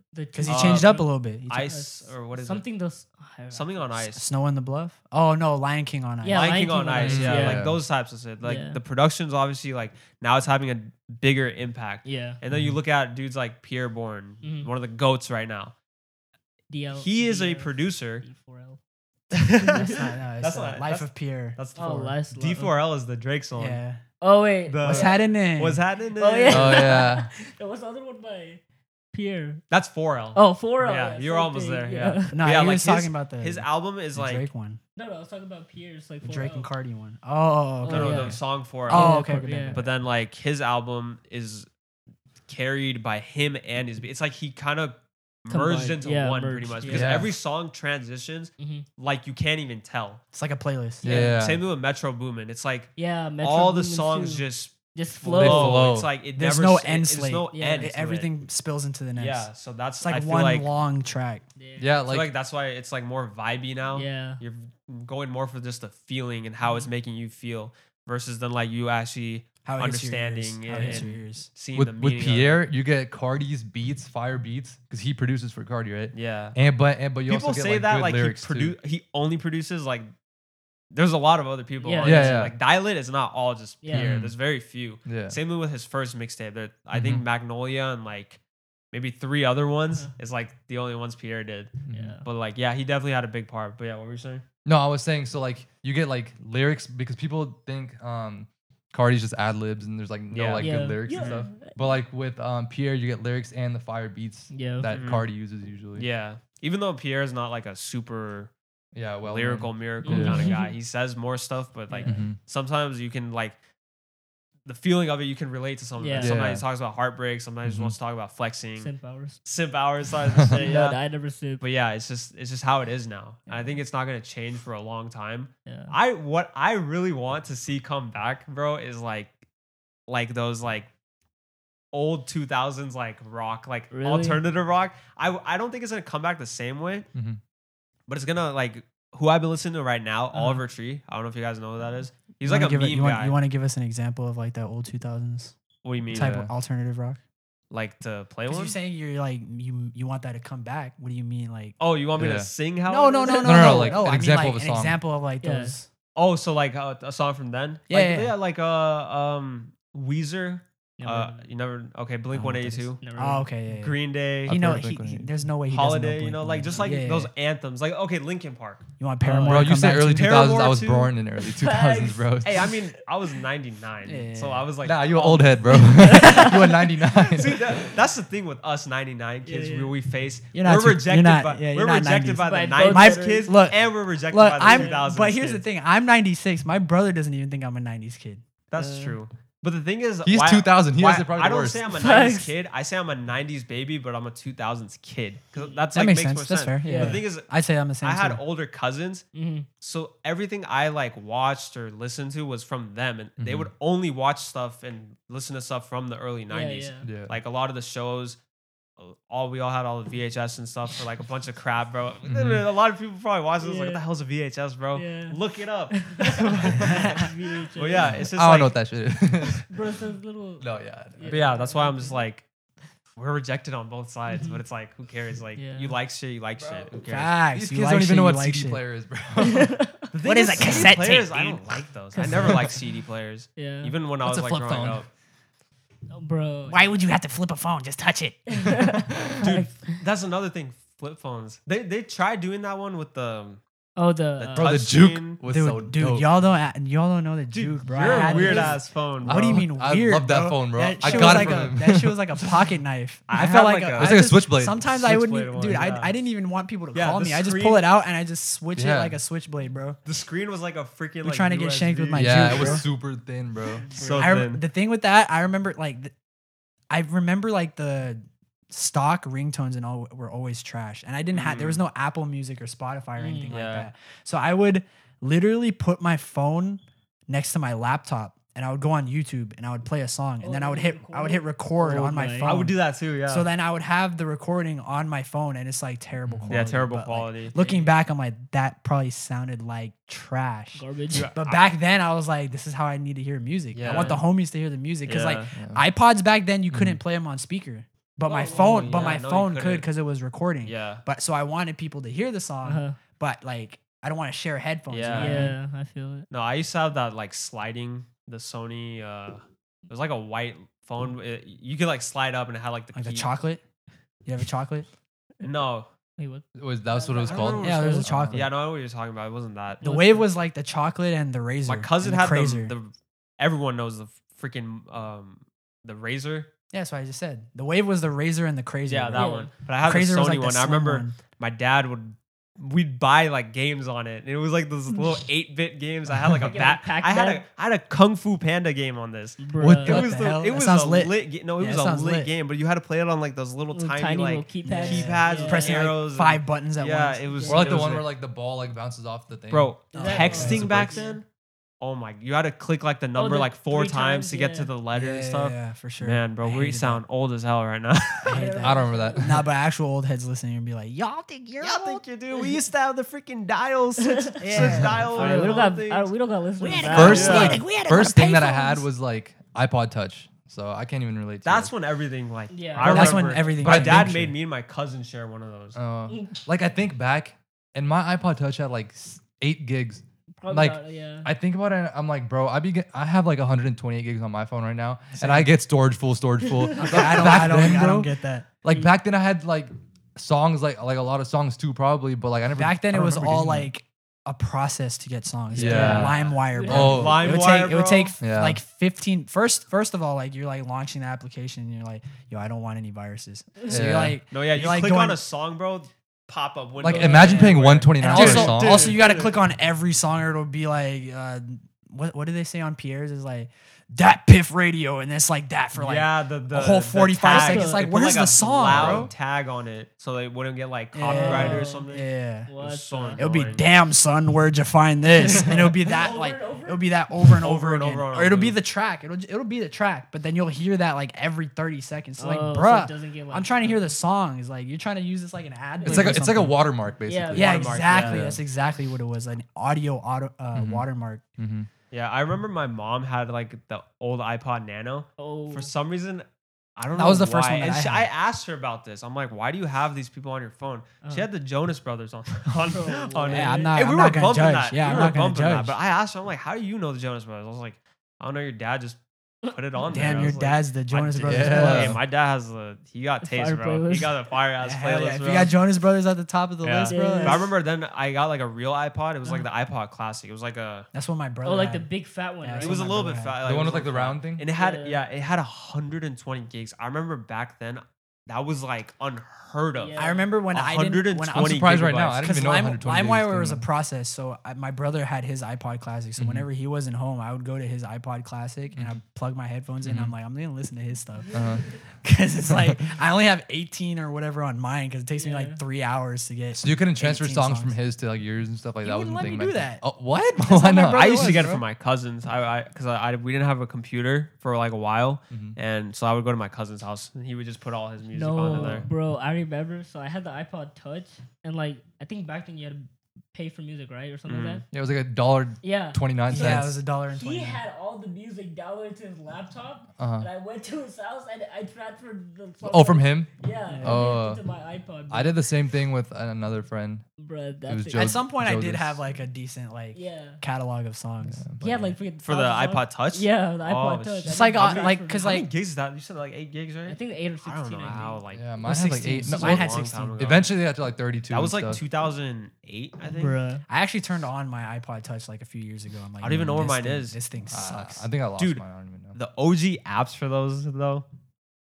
Speaker 1: because
Speaker 3: Because he
Speaker 2: Uh,
Speaker 3: changed up a little bit. He took-
Speaker 2: Ice or what is
Speaker 1: something those
Speaker 2: it? Something on
Speaker 3: S-
Speaker 2: ice.
Speaker 3: Snow in the Bluff. Oh no, Lion King on Ice.
Speaker 1: Yeah,
Speaker 2: Lion
Speaker 1: Lion
Speaker 2: King on ice, yeah,
Speaker 4: yeah.
Speaker 2: like those types of shit. Like
Speaker 1: Yeah.
Speaker 2: the production's obviously like now it's having a bigger impact.
Speaker 1: Yeah,
Speaker 2: And then you look at dudes like Pierre Bourne,
Speaker 1: Mhm.
Speaker 2: one of the goats right now.
Speaker 1: DL.
Speaker 2: He is a producer.
Speaker 1: D4L.
Speaker 3: That's not, no, it's
Speaker 2: That's
Speaker 3: uh,
Speaker 2: not-
Speaker 3: Life
Speaker 2: that's-
Speaker 3: of Pierre.
Speaker 2: That's
Speaker 1: Oh,
Speaker 2: four.
Speaker 1: less love.
Speaker 2: D4L is the Drake song.
Speaker 3: yeah.
Speaker 1: Oh wait.
Speaker 2: The-
Speaker 3: What's happening?
Speaker 2: What's happening?
Speaker 1: oh yeah.
Speaker 4: Oh, yeah.
Speaker 1: Yo, What's the other one by Pierre?
Speaker 2: That's 4L.
Speaker 1: Oh, 4L.
Speaker 2: Yeah,
Speaker 1: that
Speaker 2: you were
Speaker 1: same
Speaker 2: almost there, yeah.
Speaker 3: No,
Speaker 2: Yeah,
Speaker 3: he
Speaker 2: like
Speaker 3: was
Speaker 2: his-
Speaker 3: talking about the,
Speaker 2: His album is
Speaker 3: the
Speaker 2: like
Speaker 3: Drake one,
Speaker 1: No, no, I was talking about Pierre's like
Speaker 3: the
Speaker 1: 4L.
Speaker 3: Drake and Cardi one. Oh, okay.
Speaker 2: no, no,
Speaker 1: yeah.
Speaker 2: the song 4L.
Speaker 3: Oh,
Speaker 1: Yeah,
Speaker 3: okay.
Speaker 1: Cardi,
Speaker 3: okay,
Speaker 1: yeah.
Speaker 3: okay.
Speaker 2: But then like his album is carried by him and his. It's like he kind of merged
Speaker 1: Combined.
Speaker 2: into
Speaker 1: Yeah,
Speaker 2: one pretty
Speaker 1: merged,
Speaker 2: much
Speaker 1: yeah.
Speaker 2: because
Speaker 4: Yeah.
Speaker 2: every song transitions
Speaker 1: Mhm.
Speaker 2: like you can't even tell.
Speaker 3: it's like a playlist.
Speaker 4: Yeah.
Speaker 2: Same thing with Metro Boomin. It's like
Speaker 1: Yeah, Metro
Speaker 2: all the
Speaker 1: Boomin
Speaker 2: songs
Speaker 1: too.
Speaker 2: just
Speaker 1: just
Speaker 2: flow.
Speaker 1: flow.
Speaker 4: flow.
Speaker 2: It's like it
Speaker 3: There's
Speaker 2: never.
Speaker 3: no
Speaker 2: s-
Speaker 3: end
Speaker 2: it- it's no
Speaker 3: slate.
Speaker 1: Yeah.
Speaker 2: end.
Speaker 1: It-
Speaker 2: to it.
Speaker 3: E, Everything spills into the next.
Speaker 2: Yeah. So that's
Speaker 3: It's like
Speaker 2: I feel
Speaker 3: one
Speaker 2: like,
Speaker 3: long track.
Speaker 4: Yeah,
Speaker 2: I feel
Speaker 4: like,
Speaker 2: like that's why it's like more vibey now.
Speaker 1: Yeah.
Speaker 2: You're going more for just the feeling and
Speaker 4: Mm-hmm.
Speaker 2: how it's making you feel versus than like you actually
Speaker 3: How it hits your ears,
Speaker 2: Understanding
Speaker 3: How it hits your
Speaker 2: and-
Speaker 3: ears.
Speaker 2: seeing the
Speaker 4: with,
Speaker 2: meaning
Speaker 4: with
Speaker 2: of it.
Speaker 4: Pierre, you get Cardi's beats, fire beats, because he produces for Cardi, right?
Speaker 2: Yeah.
Speaker 4: And but and but you
Speaker 2: people
Speaker 4: also get
Speaker 2: say
Speaker 4: like,
Speaker 2: that
Speaker 4: good
Speaker 2: like he
Speaker 4: lyrics too.
Speaker 2: produ- he only produces like there's a lot of other people
Speaker 1: Yeah.
Speaker 2: on
Speaker 4: Yeah,
Speaker 2: YouTube.
Speaker 4: yeah.
Speaker 2: like Dilit is not all just
Speaker 1: Yeah.
Speaker 2: Pierre.
Speaker 4: Mhm.
Speaker 2: There's very few.
Speaker 4: Yeah. Mm-hmm.
Speaker 2: Same thing with his first mixtape. There I think Magnolia and like maybe three other ones
Speaker 1: Uh-huh.
Speaker 2: is like the only ones Pierre did.
Speaker 4: Mhm.
Speaker 1: Yeah.
Speaker 2: But like yeah, he definitely had a big part. But yeah, what were you saying?
Speaker 4: No, I was saying so like you get like lyrics because people think um Cardi's just ad libs and there's like no
Speaker 2: Yeah.
Speaker 4: like
Speaker 1: yeah.
Speaker 4: good lyrics
Speaker 1: yeah.
Speaker 4: and stuff. But like with um Pierre, you get lyrics and the fire beats
Speaker 1: Yeah.
Speaker 4: that
Speaker 2: Mhm.
Speaker 4: Cardi uses usually.
Speaker 2: Yeah. Even though Pierre is not like a super
Speaker 4: Yeah. Well.
Speaker 2: lyrical miracle
Speaker 4: Yeah.
Speaker 2: kind of guy, he says more stuff, but like
Speaker 1: Yeah.
Speaker 4: hmm
Speaker 2: sometimes you can like the feeling of it you can relate to something.
Speaker 1: Yeah.
Speaker 2: Sometimes
Speaker 4: Yeah.
Speaker 2: he talks about heartbreak, sometimes he
Speaker 4: Mhm.
Speaker 2: wants to talk about flexing. Simp,
Speaker 1: Simp hours.
Speaker 2: hours, sometimes and shit,
Speaker 1: Yeah.
Speaker 2: yeah.
Speaker 1: No, I never simp.
Speaker 2: But yeah, it's just it's just how it is now. And I think it's not gonna change for a long time.
Speaker 1: Yeah.
Speaker 2: I what I really want to see come back, bro, is like like those like old 2000s like rock, like
Speaker 1: Really?
Speaker 2: alternative rock. I I don't think it's gonna come back the same way,
Speaker 3: Mm-hmm.
Speaker 4: Mhm.
Speaker 2: but it's gonna like who I've been listening to right now,
Speaker 1: Uh-huh.
Speaker 2: Oliver Tree. I don't know if you guys know who that is. He's
Speaker 3: Uh-huh. You
Speaker 2: like
Speaker 3: wanna
Speaker 2: a
Speaker 3: give
Speaker 2: meme
Speaker 3: it- you
Speaker 2: guy.
Speaker 3: Want, you want to give us an example of like that old 2000s
Speaker 2: what do you mean? Uh,
Speaker 3: type
Speaker 4: Yeah.
Speaker 3: of alternative rock?
Speaker 2: Like to play
Speaker 3: Because
Speaker 2: one?
Speaker 3: you're saying you're like you you want that to come back. What do you mean like?
Speaker 2: oh, you want me
Speaker 4: Yeah.
Speaker 2: to sing how?
Speaker 3: No,
Speaker 2: it
Speaker 3: no,
Speaker 2: is?
Speaker 3: no, no,
Speaker 4: no,
Speaker 3: no.
Speaker 4: like an
Speaker 3: I mean,
Speaker 4: example
Speaker 3: like
Speaker 4: of a
Speaker 3: an
Speaker 4: song.
Speaker 3: example of like
Speaker 1: Yeah.
Speaker 3: those.
Speaker 2: Oh, so like uh, a song from then?
Speaker 3: Yeah,
Speaker 2: like,
Speaker 3: yeah.
Speaker 2: like uh, um, Weezer.
Speaker 1: Never
Speaker 2: Uh,
Speaker 1: mind.
Speaker 2: you never okay. Blink
Speaker 3: I don't
Speaker 2: One
Speaker 3: know what
Speaker 2: Eighty
Speaker 3: that is.
Speaker 2: Two,
Speaker 1: Never
Speaker 3: Oh,
Speaker 1: mind.
Speaker 3: okay. Yeah, yeah.
Speaker 2: Green Day,
Speaker 3: You
Speaker 4: I've
Speaker 3: know,
Speaker 4: heard of
Speaker 3: he,
Speaker 4: Blink
Speaker 3: he-
Speaker 4: 182.
Speaker 3: there's no way he
Speaker 2: Holiday.
Speaker 3: doesn't
Speaker 2: you know, like just like
Speaker 3: those.
Speaker 2: those anthems. Like okay, Linkin Park.
Speaker 3: You want Paramore?
Speaker 4: Bro,
Speaker 3: to
Speaker 4: you
Speaker 3: come
Speaker 4: said
Speaker 3: back
Speaker 4: early
Speaker 3: to you?
Speaker 4: 2000s. I
Speaker 2: Paramore,
Speaker 4: was
Speaker 2: too.
Speaker 4: born in early 2000s, bro.
Speaker 2: Hey, I mean, I was ninety nine, so
Speaker 3: Yeah.
Speaker 2: I was like,
Speaker 4: nah, you an old head, bro. you a 99.
Speaker 2: See, that, that's the thing with us 99 kids
Speaker 1: Yeah, yeah.
Speaker 2: where we face
Speaker 3: You're
Speaker 2: we're
Speaker 3: not too- you're
Speaker 2: rejected
Speaker 3: not-
Speaker 2: by
Speaker 3: yeah, you're
Speaker 2: we're
Speaker 3: not
Speaker 2: rejected
Speaker 3: 90s.
Speaker 2: by the
Speaker 1: By
Speaker 2: 90s
Speaker 1: both
Speaker 2: kids
Speaker 1: generations.
Speaker 3: Look,
Speaker 2: and we're rejected
Speaker 3: Look,
Speaker 2: by the
Speaker 3: I'm.
Speaker 2: 2000s
Speaker 3: But here's the
Speaker 2: kids.
Speaker 3: thing. I'm 96. My brother doesn't even think I'm a 90s kid. uh,
Speaker 2: That's true. But the thing is,
Speaker 4: He's
Speaker 2: why-
Speaker 4: 2000. He
Speaker 2: why-
Speaker 4: has it probably
Speaker 2: I don't
Speaker 4: worse.
Speaker 2: say I'm a
Speaker 1: Facts.
Speaker 2: 90s kid. I say I'm a 90s baby, but I'm a 2000s kid. 'Cause That's
Speaker 3: That
Speaker 2: like
Speaker 3: makes
Speaker 2: makes
Speaker 3: sense.
Speaker 2: more
Speaker 3: That's fair.
Speaker 2: sense.
Speaker 1: Yeah.
Speaker 2: The thing is,
Speaker 3: I'd say I'm the same.
Speaker 2: I had
Speaker 3: too.
Speaker 2: older cousins,
Speaker 1: Mhm.
Speaker 2: so everything I like watched or listened to was from them, and they
Speaker 4: Mhm.
Speaker 2: would only watch stuff and listen to stuff from the early 90s.
Speaker 1: Mm-hmm. Yeah, yeah.
Speaker 4: yeah.
Speaker 2: Like a lot of the shows, uh, all we all had all the VHS and stuff for like a bunch of crap, bro.
Speaker 4: Mhm.
Speaker 2: A lot of people probably watched this like,
Speaker 1: Mm-hmm. Yeah.
Speaker 2: what the hell's a VHS, bro?
Speaker 1: Yeah.
Speaker 2: Look it up.
Speaker 1: VHS.
Speaker 2: well, Oh, yeah, it's just
Speaker 4: I don't
Speaker 2: like,
Speaker 4: know what that shit is.
Speaker 1: Bro, it's those little.
Speaker 4: no, yeah.
Speaker 1: Yeah.
Speaker 2: But yeah, that's why I'm just like, we're rejected on both sides, but it's like, who cares? Like,
Speaker 1: Mm-hmm. Yeah.
Speaker 2: you like shit, you like shit. Who cares?
Speaker 3: Facts.
Speaker 4: These
Speaker 3: You
Speaker 4: kids
Speaker 3: like
Speaker 4: don't
Speaker 3: shit,
Speaker 4: even know
Speaker 3: you
Speaker 4: what
Speaker 3: like
Speaker 4: CD
Speaker 3: shit.
Speaker 4: player is, bro.
Speaker 2: The thing
Speaker 3: What is a
Speaker 2: CD
Speaker 3: cassette tape,
Speaker 2: players, I don't
Speaker 1: dude?
Speaker 2: like those. I never liked CD players,
Speaker 1: Yeah.
Speaker 2: even when I was
Speaker 4: What's a
Speaker 2: like
Speaker 4: flip
Speaker 2: growing
Speaker 4: phone?
Speaker 2: up.
Speaker 1: Oh, bro.
Speaker 3: would you have to flip a phone? Just touch it.
Speaker 2: Dude, that's another thing. Flip phones. They they tried doing that one with um, the
Speaker 1: Oh, the. uh,
Speaker 4: bro, the
Speaker 2: touch
Speaker 4: juke
Speaker 2: screen.
Speaker 4: was
Speaker 3: dude,
Speaker 4: so
Speaker 3: dude,
Speaker 4: dope.
Speaker 3: y'all don't a- y'all don't know the
Speaker 2: dude.
Speaker 3: juke, bro. I
Speaker 2: you're a
Speaker 3: had
Speaker 2: weird
Speaker 3: this-
Speaker 2: ass phone. Bro.
Speaker 3: What do you mean
Speaker 4: I
Speaker 3: weird?
Speaker 4: love that
Speaker 3: bro?
Speaker 4: phone, bro.
Speaker 3: That
Speaker 4: I
Speaker 3: shit
Speaker 4: got
Speaker 3: was
Speaker 4: it
Speaker 3: like
Speaker 4: from
Speaker 3: a
Speaker 4: him.
Speaker 3: that shit was like a pocket knife.
Speaker 2: I
Speaker 3: I,
Speaker 2: had
Speaker 3: felt like,
Speaker 2: like
Speaker 3: a,
Speaker 2: a-
Speaker 3: I
Speaker 4: It was like a
Speaker 3: just-
Speaker 4: switchblade.
Speaker 3: Sometimes I wouldn't,
Speaker 2: Switchblade
Speaker 3: dude.
Speaker 2: one, yeah.
Speaker 3: I, I didn't even want people to
Speaker 2: Yeah,
Speaker 3: call
Speaker 2: the
Speaker 3: me. I just
Speaker 2: screen-
Speaker 3: pull it out and I just switch it
Speaker 4: Yeah.
Speaker 3: like a switchblade, bro.
Speaker 2: The screen was like a freaking.
Speaker 3: We're
Speaker 2: like,
Speaker 3: trying to get shanked with
Speaker 2: USB.
Speaker 3: my
Speaker 4: yeah,
Speaker 3: juke,
Speaker 4: it
Speaker 3: bro.
Speaker 4: was super thin, bro.
Speaker 2: So
Speaker 3: I rem-
Speaker 2: thin.
Speaker 3: the thing with that, I remember like, th- I remember like the stock ringtones and all were always trash, and I didn't have there was no Apple Music or Spotify or
Speaker 1: Mm.
Speaker 3: anything
Speaker 2: Mm. Yeah.
Speaker 3: like that. So I would literally put my phone next to my laptop, and I would go on YouTube and I would play a song, and
Speaker 1: Oh,
Speaker 3: then I
Speaker 1: you
Speaker 3: would
Speaker 1: would
Speaker 3: hit I would hit record
Speaker 1: Oh
Speaker 3: on my
Speaker 1: my-
Speaker 3: phone.
Speaker 2: I would do that too. Yeah. Mm,
Speaker 3: So then I would have the recording on my phone, and it's like terrible quality.
Speaker 2: yeah, terrible
Speaker 3: but, like,
Speaker 2: quality.
Speaker 3: looking back, I'm like that probably sounded like trash.
Speaker 1: Garbage.
Speaker 3: But back then, I was like, this is how I need to hear music. I want the
Speaker 2: Yeah.
Speaker 3: homies to hear the music because
Speaker 2: Yeah. Mm.
Speaker 3: like iPods back then, you couldn't play them on speaker, but my
Speaker 2: Oh,
Speaker 3: phone, but
Speaker 2: yeah,
Speaker 3: my
Speaker 2: no, you
Speaker 3: phone could
Speaker 2: couldn't.
Speaker 3: because it was recording.
Speaker 2: yeah.
Speaker 3: But so I wanted people to hear the song,
Speaker 1: Uh-huh.
Speaker 3: but like I don't want to share headphones.
Speaker 2: Yeah.
Speaker 3: You know?
Speaker 1: Yeah, I feel it.
Speaker 2: No, I used to have that like sliding the Sony. uh It was like a white phone. It- you could like slide up and it had like the
Speaker 3: Like the
Speaker 2: key.
Speaker 3: chocolate. You have a chocolate?
Speaker 2: No,
Speaker 1: Wait, what?
Speaker 4: It was that's what it was
Speaker 2: I don't
Speaker 4: called.
Speaker 2: remember
Speaker 3: Yeah,
Speaker 2: what
Speaker 3: there's
Speaker 2: it
Speaker 3: a
Speaker 2: was.
Speaker 3: chocolate.
Speaker 2: Yeah, I know what you're talking about. It wasn't that.
Speaker 3: The
Speaker 1: What's
Speaker 3: wave
Speaker 1: that?
Speaker 3: was like the chocolate and the razor.
Speaker 2: My cousin
Speaker 3: and the
Speaker 2: had the,
Speaker 3: crazer.
Speaker 2: the everyone knows the freaking um the razor.
Speaker 3: yeah, that's what I just said. The wave was the razor and the crazer.
Speaker 2: Yeah,
Speaker 3: right?
Speaker 2: that
Speaker 1: Yeah.
Speaker 2: one. But I have
Speaker 3: Crazer
Speaker 2: the
Speaker 3: was
Speaker 2: Sony
Speaker 3: like the
Speaker 2: one. I
Speaker 3: slim
Speaker 2: remember
Speaker 3: one.
Speaker 2: my dad would we'd buy like games on it. And it was like those little eight bit games. I had like a
Speaker 1: Fucking, like,
Speaker 2: bat. I had
Speaker 1: Pac-Man?
Speaker 2: a I had a Kung Fu Panda game on this. It
Speaker 3: What
Speaker 1: Bruh.
Speaker 3: the-
Speaker 2: was the,
Speaker 3: hell?
Speaker 2: it
Speaker 3: That
Speaker 2: was
Speaker 3: sounds
Speaker 2: a
Speaker 3: lit.
Speaker 2: lit. ga- no, it
Speaker 3: Yeah,
Speaker 2: was
Speaker 3: that
Speaker 2: a
Speaker 3: sounds
Speaker 2: lit,
Speaker 3: lit.
Speaker 2: game, but you had to play it on like those little
Speaker 1: Little
Speaker 2: tiny,
Speaker 1: tiny little
Speaker 2: like
Speaker 1: keypads.
Speaker 2: keypads
Speaker 1: Yeah.
Speaker 2: with
Speaker 3: Pressing like
Speaker 2: arrows. and-
Speaker 3: five buttons at
Speaker 2: yeah,
Speaker 3: once.
Speaker 2: it was.
Speaker 4: Or like
Speaker 2: it
Speaker 4: the
Speaker 2: was
Speaker 4: one
Speaker 2: lit.
Speaker 4: where like the ball like bounces off the thing.
Speaker 2: bro
Speaker 3: Oh.
Speaker 2: texting
Speaker 4: Yeah.
Speaker 2: back then. Oh my! You had to click like
Speaker 3: Oh,
Speaker 2: the number
Speaker 1: the
Speaker 2: like four
Speaker 1: three
Speaker 2: times,
Speaker 1: times,
Speaker 2: to
Speaker 1: yeah.
Speaker 2: get to the letter and stuff.
Speaker 3: Yeah, for sure.
Speaker 2: Man, bro,
Speaker 3: I
Speaker 2: we
Speaker 3: hated that.
Speaker 2: sound old as hell right now.
Speaker 3: I hate
Speaker 4: I don't remember that.
Speaker 3: Nah, but actual old heads listening would be like, y'all think you're
Speaker 2: Y'all
Speaker 3: old?
Speaker 2: think you do? We used to have the freaking dial six,
Speaker 3: Yeah.
Speaker 2: six dial.
Speaker 1: Alright, we don't
Speaker 2: and all
Speaker 1: got.
Speaker 2: things.
Speaker 1: I don't- we don't got listeners.
Speaker 3: We had a
Speaker 1: now.
Speaker 4: First,
Speaker 2: Yeah.
Speaker 4: like,
Speaker 3: we had to go
Speaker 4: first
Speaker 3: to
Speaker 4: thing that I had
Speaker 3: payphones.
Speaker 4: was like iPod Touch, so I can't even relate. to
Speaker 2: that's
Speaker 4: it.
Speaker 2: when everything like.
Speaker 1: Yeah.
Speaker 2: I
Speaker 3: That's when
Speaker 2: remember-
Speaker 3: everything
Speaker 2: My
Speaker 3: got
Speaker 2: dad
Speaker 3: big.
Speaker 2: made me and my cousin share one of those.
Speaker 4: Uh, like I think back, and my iPod Touch had like s- eight gigs.
Speaker 2: Mm-hmm.
Speaker 1: Probably
Speaker 4: like,
Speaker 1: not, Oh, yeah.
Speaker 4: I think about it, and I'm like, bro, I be get, I have like 128 gigs on my phone right now, and I get storage full, storage full. Like,
Speaker 3: I don't,
Speaker 4: back
Speaker 3: I don't,
Speaker 4: then,
Speaker 3: I
Speaker 4: bro,
Speaker 3: don't get that.
Speaker 4: like back then I had like songs, like like a lot of songs too, probably, but like I never
Speaker 3: Back then, it
Speaker 4: I don't
Speaker 3: was
Speaker 4: remember
Speaker 3: all
Speaker 4: getting them.
Speaker 3: like a process to get songs.
Speaker 4: Yeah.
Speaker 3: LimeWire, bro.
Speaker 4: Oh,
Speaker 3: it
Speaker 2: Lime
Speaker 3: would
Speaker 2: wire,
Speaker 3: take it would
Speaker 2: bro.
Speaker 3: take f-
Speaker 4: Yeah.
Speaker 3: like 15 first first of all like you're like launching the application and you're like yo i don't want any viruses so you're
Speaker 4: Yeah.
Speaker 3: like
Speaker 2: No, yeah,
Speaker 3: you're
Speaker 2: you
Speaker 3: like
Speaker 2: click
Speaker 3: going-
Speaker 2: on a song, bro. Pop up window.
Speaker 4: like imagine paying
Speaker 2: everywhere.
Speaker 4: 129
Speaker 3: and
Speaker 4: for a
Speaker 3: also
Speaker 4: song.
Speaker 3: also you got to click on every song or it'll be like uh what what do they say on pierre's is like that piff radio and it's like that for like
Speaker 2: yeah, the, the
Speaker 3: whole
Speaker 2: the
Speaker 3: 45
Speaker 2: tag.
Speaker 1: seconds,
Speaker 2: They
Speaker 3: like,
Speaker 2: put,
Speaker 3: where's the
Speaker 2: a
Speaker 3: song,
Speaker 2: loud
Speaker 3: bro?
Speaker 2: Tag on it so they wouldn't get like copyrighted
Speaker 1: Yeah.
Speaker 2: or something.
Speaker 3: yeah
Speaker 1: What
Speaker 2: was so
Speaker 1: the-
Speaker 2: annoying.
Speaker 3: It'll be
Speaker 2: Annoying.
Speaker 3: damn son, where'd you find this? And it'll be that
Speaker 1: Over
Speaker 3: like
Speaker 1: and over?
Speaker 3: it'll be that over and over,
Speaker 2: Over and
Speaker 3: again.
Speaker 2: over on
Speaker 3: or it'll be
Speaker 2: loop.
Speaker 3: the track. It'll j- it'll be the track, but then you'll hear that like every thirty seconds. So, like,
Speaker 1: Oh, so it
Speaker 3: bruh,
Speaker 1: doesn't get, like-
Speaker 3: I'm trying to hear the songs. Like you're trying to use this like an ad.
Speaker 4: it's
Speaker 3: break
Speaker 4: like a,
Speaker 3: or
Speaker 4: it's like a
Speaker 3: something.
Speaker 4: watermark basically.
Speaker 3: yeah,
Speaker 2: watermark,
Speaker 3: exactly.
Speaker 4: yeah.
Speaker 3: That's exactly what it was. An audio auto uh, watermark.
Speaker 4: hmm
Speaker 2: Yeah, I remember my mom had like the old iPod Nano.
Speaker 1: oh,
Speaker 2: For some reason, I don't
Speaker 3: That
Speaker 2: know.
Speaker 3: was the first
Speaker 2: why.
Speaker 3: one that
Speaker 2: And
Speaker 3: I
Speaker 2: she-
Speaker 3: had.
Speaker 2: asked her about this. I'm like, why do you have these people on your phone?
Speaker 1: Uh.
Speaker 2: She had the Jonas Brothers on. on,
Speaker 1: Bro,
Speaker 2: on
Speaker 1: Yeah,
Speaker 2: it.
Speaker 3: Yeah, I'm not.
Speaker 2: And
Speaker 3: I'm not gonna
Speaker 2: bumping
Speaker 3: judge.
Speaker 2: that.
Speaker 3: Yeah,
Speaker 2: we
Speaker 3: I'm
Speaker 2: were
Speaker 3: not gonna
Speaker 2: bumping that.
Speaker 3: judge.
Speaker 2: But I asked her, I'm like, how do you know the Jonas Brothers? I was like, I don't know. Your dad just put it on there.
Speaker 3: Damn,
Speaker 2: I
Speaker 3: your
Speaker 2: was like,
Speaker 3: dad's the
Speaker 2: my
Speaker 3: Jonas
Speaker 2: d-
Speaker 3: Brothers.
Speaker 4: yeah.
Speaker 3: playlist.
Speaker 2: Hey, my dad has the. He got
Speaker 1: The
Speaker 2: taste,
Speaker 1: fire
Speaker 2: bro.
Speaker 1: playlist.
Speaker 2: He got a fire ass
Speaker 3: Hell
Speaker 2: playlist.
Speaker 3: yeah. If you
Speaker 2: bro.
Speaker 3: got Jonas Brothers at the top of the
Speaker 2: Yeah.
Speaker 3: list, bro,
Speaker 1: Yeah.
Speaker 2: But I
Speaker 3: that's-
Speaker 2: remember then I got like a real iPod. It was like the
Speaker 3: Uh-huh.
Speaker 2: iPod Classic. It was like a.
Speaker 3: that's what my brother.
Speaker 1: oh, like the
Speaker 3: had.
Speaker 1: big fat one.
Speaker 3: Yeah,
Speaker 1: right?
Speaker 2: It was a
Speaker 3: my
Speaker 2: little
Speaker 3: brother
Speaker 2: bit
Speaker 3: had.
Speaker 2: fat.
Speaker 4: The
Speaker 2: it was
Speaker 4: one with like the
Speaker 2: fat.
Speaker 4: round thing.
Speaker 2: And it had
Speaker 1: Yeah.
Speaker 2: yeah, it had 120 gigs. I remember back then that was like unheard of.
Speaker 1: Yeah.
Speaker 3: I remember when I didn't when I
Speaker 4: I'm
Speaker 2: 120
Speaker 4: surprised right now.
Speaker 2: gigabytes.
Speaker 4: I didn't
Speaker 3: because
Speaker 4: even know
Speaker 3: Lime,
Speaker 4: 120 gigs
Speaker 3: LimeWire
Speaker 4: thing
Speaker 3: was a
Speaker 4: was-
Speaker 3: process, so I, my brother had his iPod Classic.
Speaker 4: Mm-hmm.
Speaker 3: So whenever he wasn't home, I would go to his iPod Classic and I plug my headphones in. I'm like, I'm gonna listen to his stuff
Speaker 4: Mm-hmm. Uh-huh.
Speaker 3: because it's like I only have 18 or whatever on mine because it takes me
Speaker 1: Yeah.
Speaker 3: like three hours to get.
Speaker 4: So you couldn't transfer
Speaker 3: 18
Speaker 4: songs from
Speaker 3: songs.
Speaker 4: his to like yours and stuff like
Speaker 3: He
Speaker 4: that.
Speaker 3: wouldn't
Speaker 4: wasn't
Speaker 3: let
Speaker 4: a thing
Speaker 3: me do
Speaker 4: back then.
Speaker 3: that.
Speaker 4: Oh, what?
Speaker 3: That's
Speaker 4: Why
Speaker 3: how my
Speaker 4: not?
Speaker 3: brother
Speaker 2: I used to
Speaker 3: was,
Speaker 2: get it
Speaker 3: bro.
Speaker 2: from my cousins. I because I, I we didn't have a computer for like a while,
Speaker 3: Mm-hmm.
Speaker 2: and so I would go to my cousin's house and he would just put all his music onto
Speaker 1: No,
Speaker 2: there.
Speaker 1: bro, I remember. So I had the iPod Touch, and like I think back then you had to pay for music, right, or something like
Speaker 2: Mhm.
Speaker 1: that.
Speaker 4: Yeah, it was like a dollar
Speaker 1: Yeah.
Speaker 4: twenty nine
Speaker 3: Yeah, it was
Speaker 4: cents.
Speaker 3: a dollar Mm. and
Speaker 1: He
Speaker 3: twenty.
Speaker 1: had all the music downloaded to his laptop,
Speaker 4: Uh-huh.
Speaker 1: and I went to his house and I transferred the.
Speaker 4: Oh, from him.
Speaker 1: Yeah. and
Speaker 4: Oh.
Speaker 1: I did it to my iPod.
Speaker 4: I did the same thing with another friend.
Speaker 1: Bro, that
Speaker 4: was
Speaker 1: thing-
Speaker 4: Joe-
Speaker 3: At some point, I did
Speaker 4: Jonas.
Speaker 3: have like a decent like
Speaker 1: Yeah.
Speaker 3: catalog of songs.
Speaker 1: He had like freaking
Speaker 2: For the
Speaker 1: thousands of-
Speaker 2: iPod Touch?
Speaker 1: Yeah, the iPod
Speaker 2: Oh,
Speaker 1: Touch.
Speaker 2: shit.
Speaker 3: It's like,
Speaker 1: I think
Speaker 3: uh,
Speaker 1: I
Speaker 3: like,
Speaker 1: paid for
Speaker 3: 'cause,
Speaker 1: music.
Speaker 2: How
Speaker 3: like-
Speaker 2: many gigs is that? You said like eight gigs, right?
Speaker 1: I think eight or sixteen.
Speaker 2: I don't know how. Like
Speaker 4: Yeah,
Speaker 3: Or
Speaker 4: mine had like
Speaker 3: 16.
Speaker 4: eight. No,
Speaker 3: Mine
Speaker 4: mine
Speaker 3: had
Speaker 4: had
Speaker 2: long time
Speaker 3: 16.
Speaker 2: ago.
Speaker 4: eventually they had to like thirty two.
Speaker 2: That was like 2008, I think.
Speaker 1: Bruh.
Speaker 3: I actually turned on my iPod Touch like a few years ago. I'm like,
Speaker 2: I don't even
Speaker 3: "Man,
Speaker 2: know where
Speaker 3: this
Speaker 2: mine
Speaker 3: thing-
Speaker 2: is."
Speaker 3: This thing
Speaker 4: Uh,
Speaker 3: sucks.
Speaker 4: I think I lost
Speaker 2: Dude,
Speaker 4: mine. I don't even know.
Speaker 2: The OG apps for those though.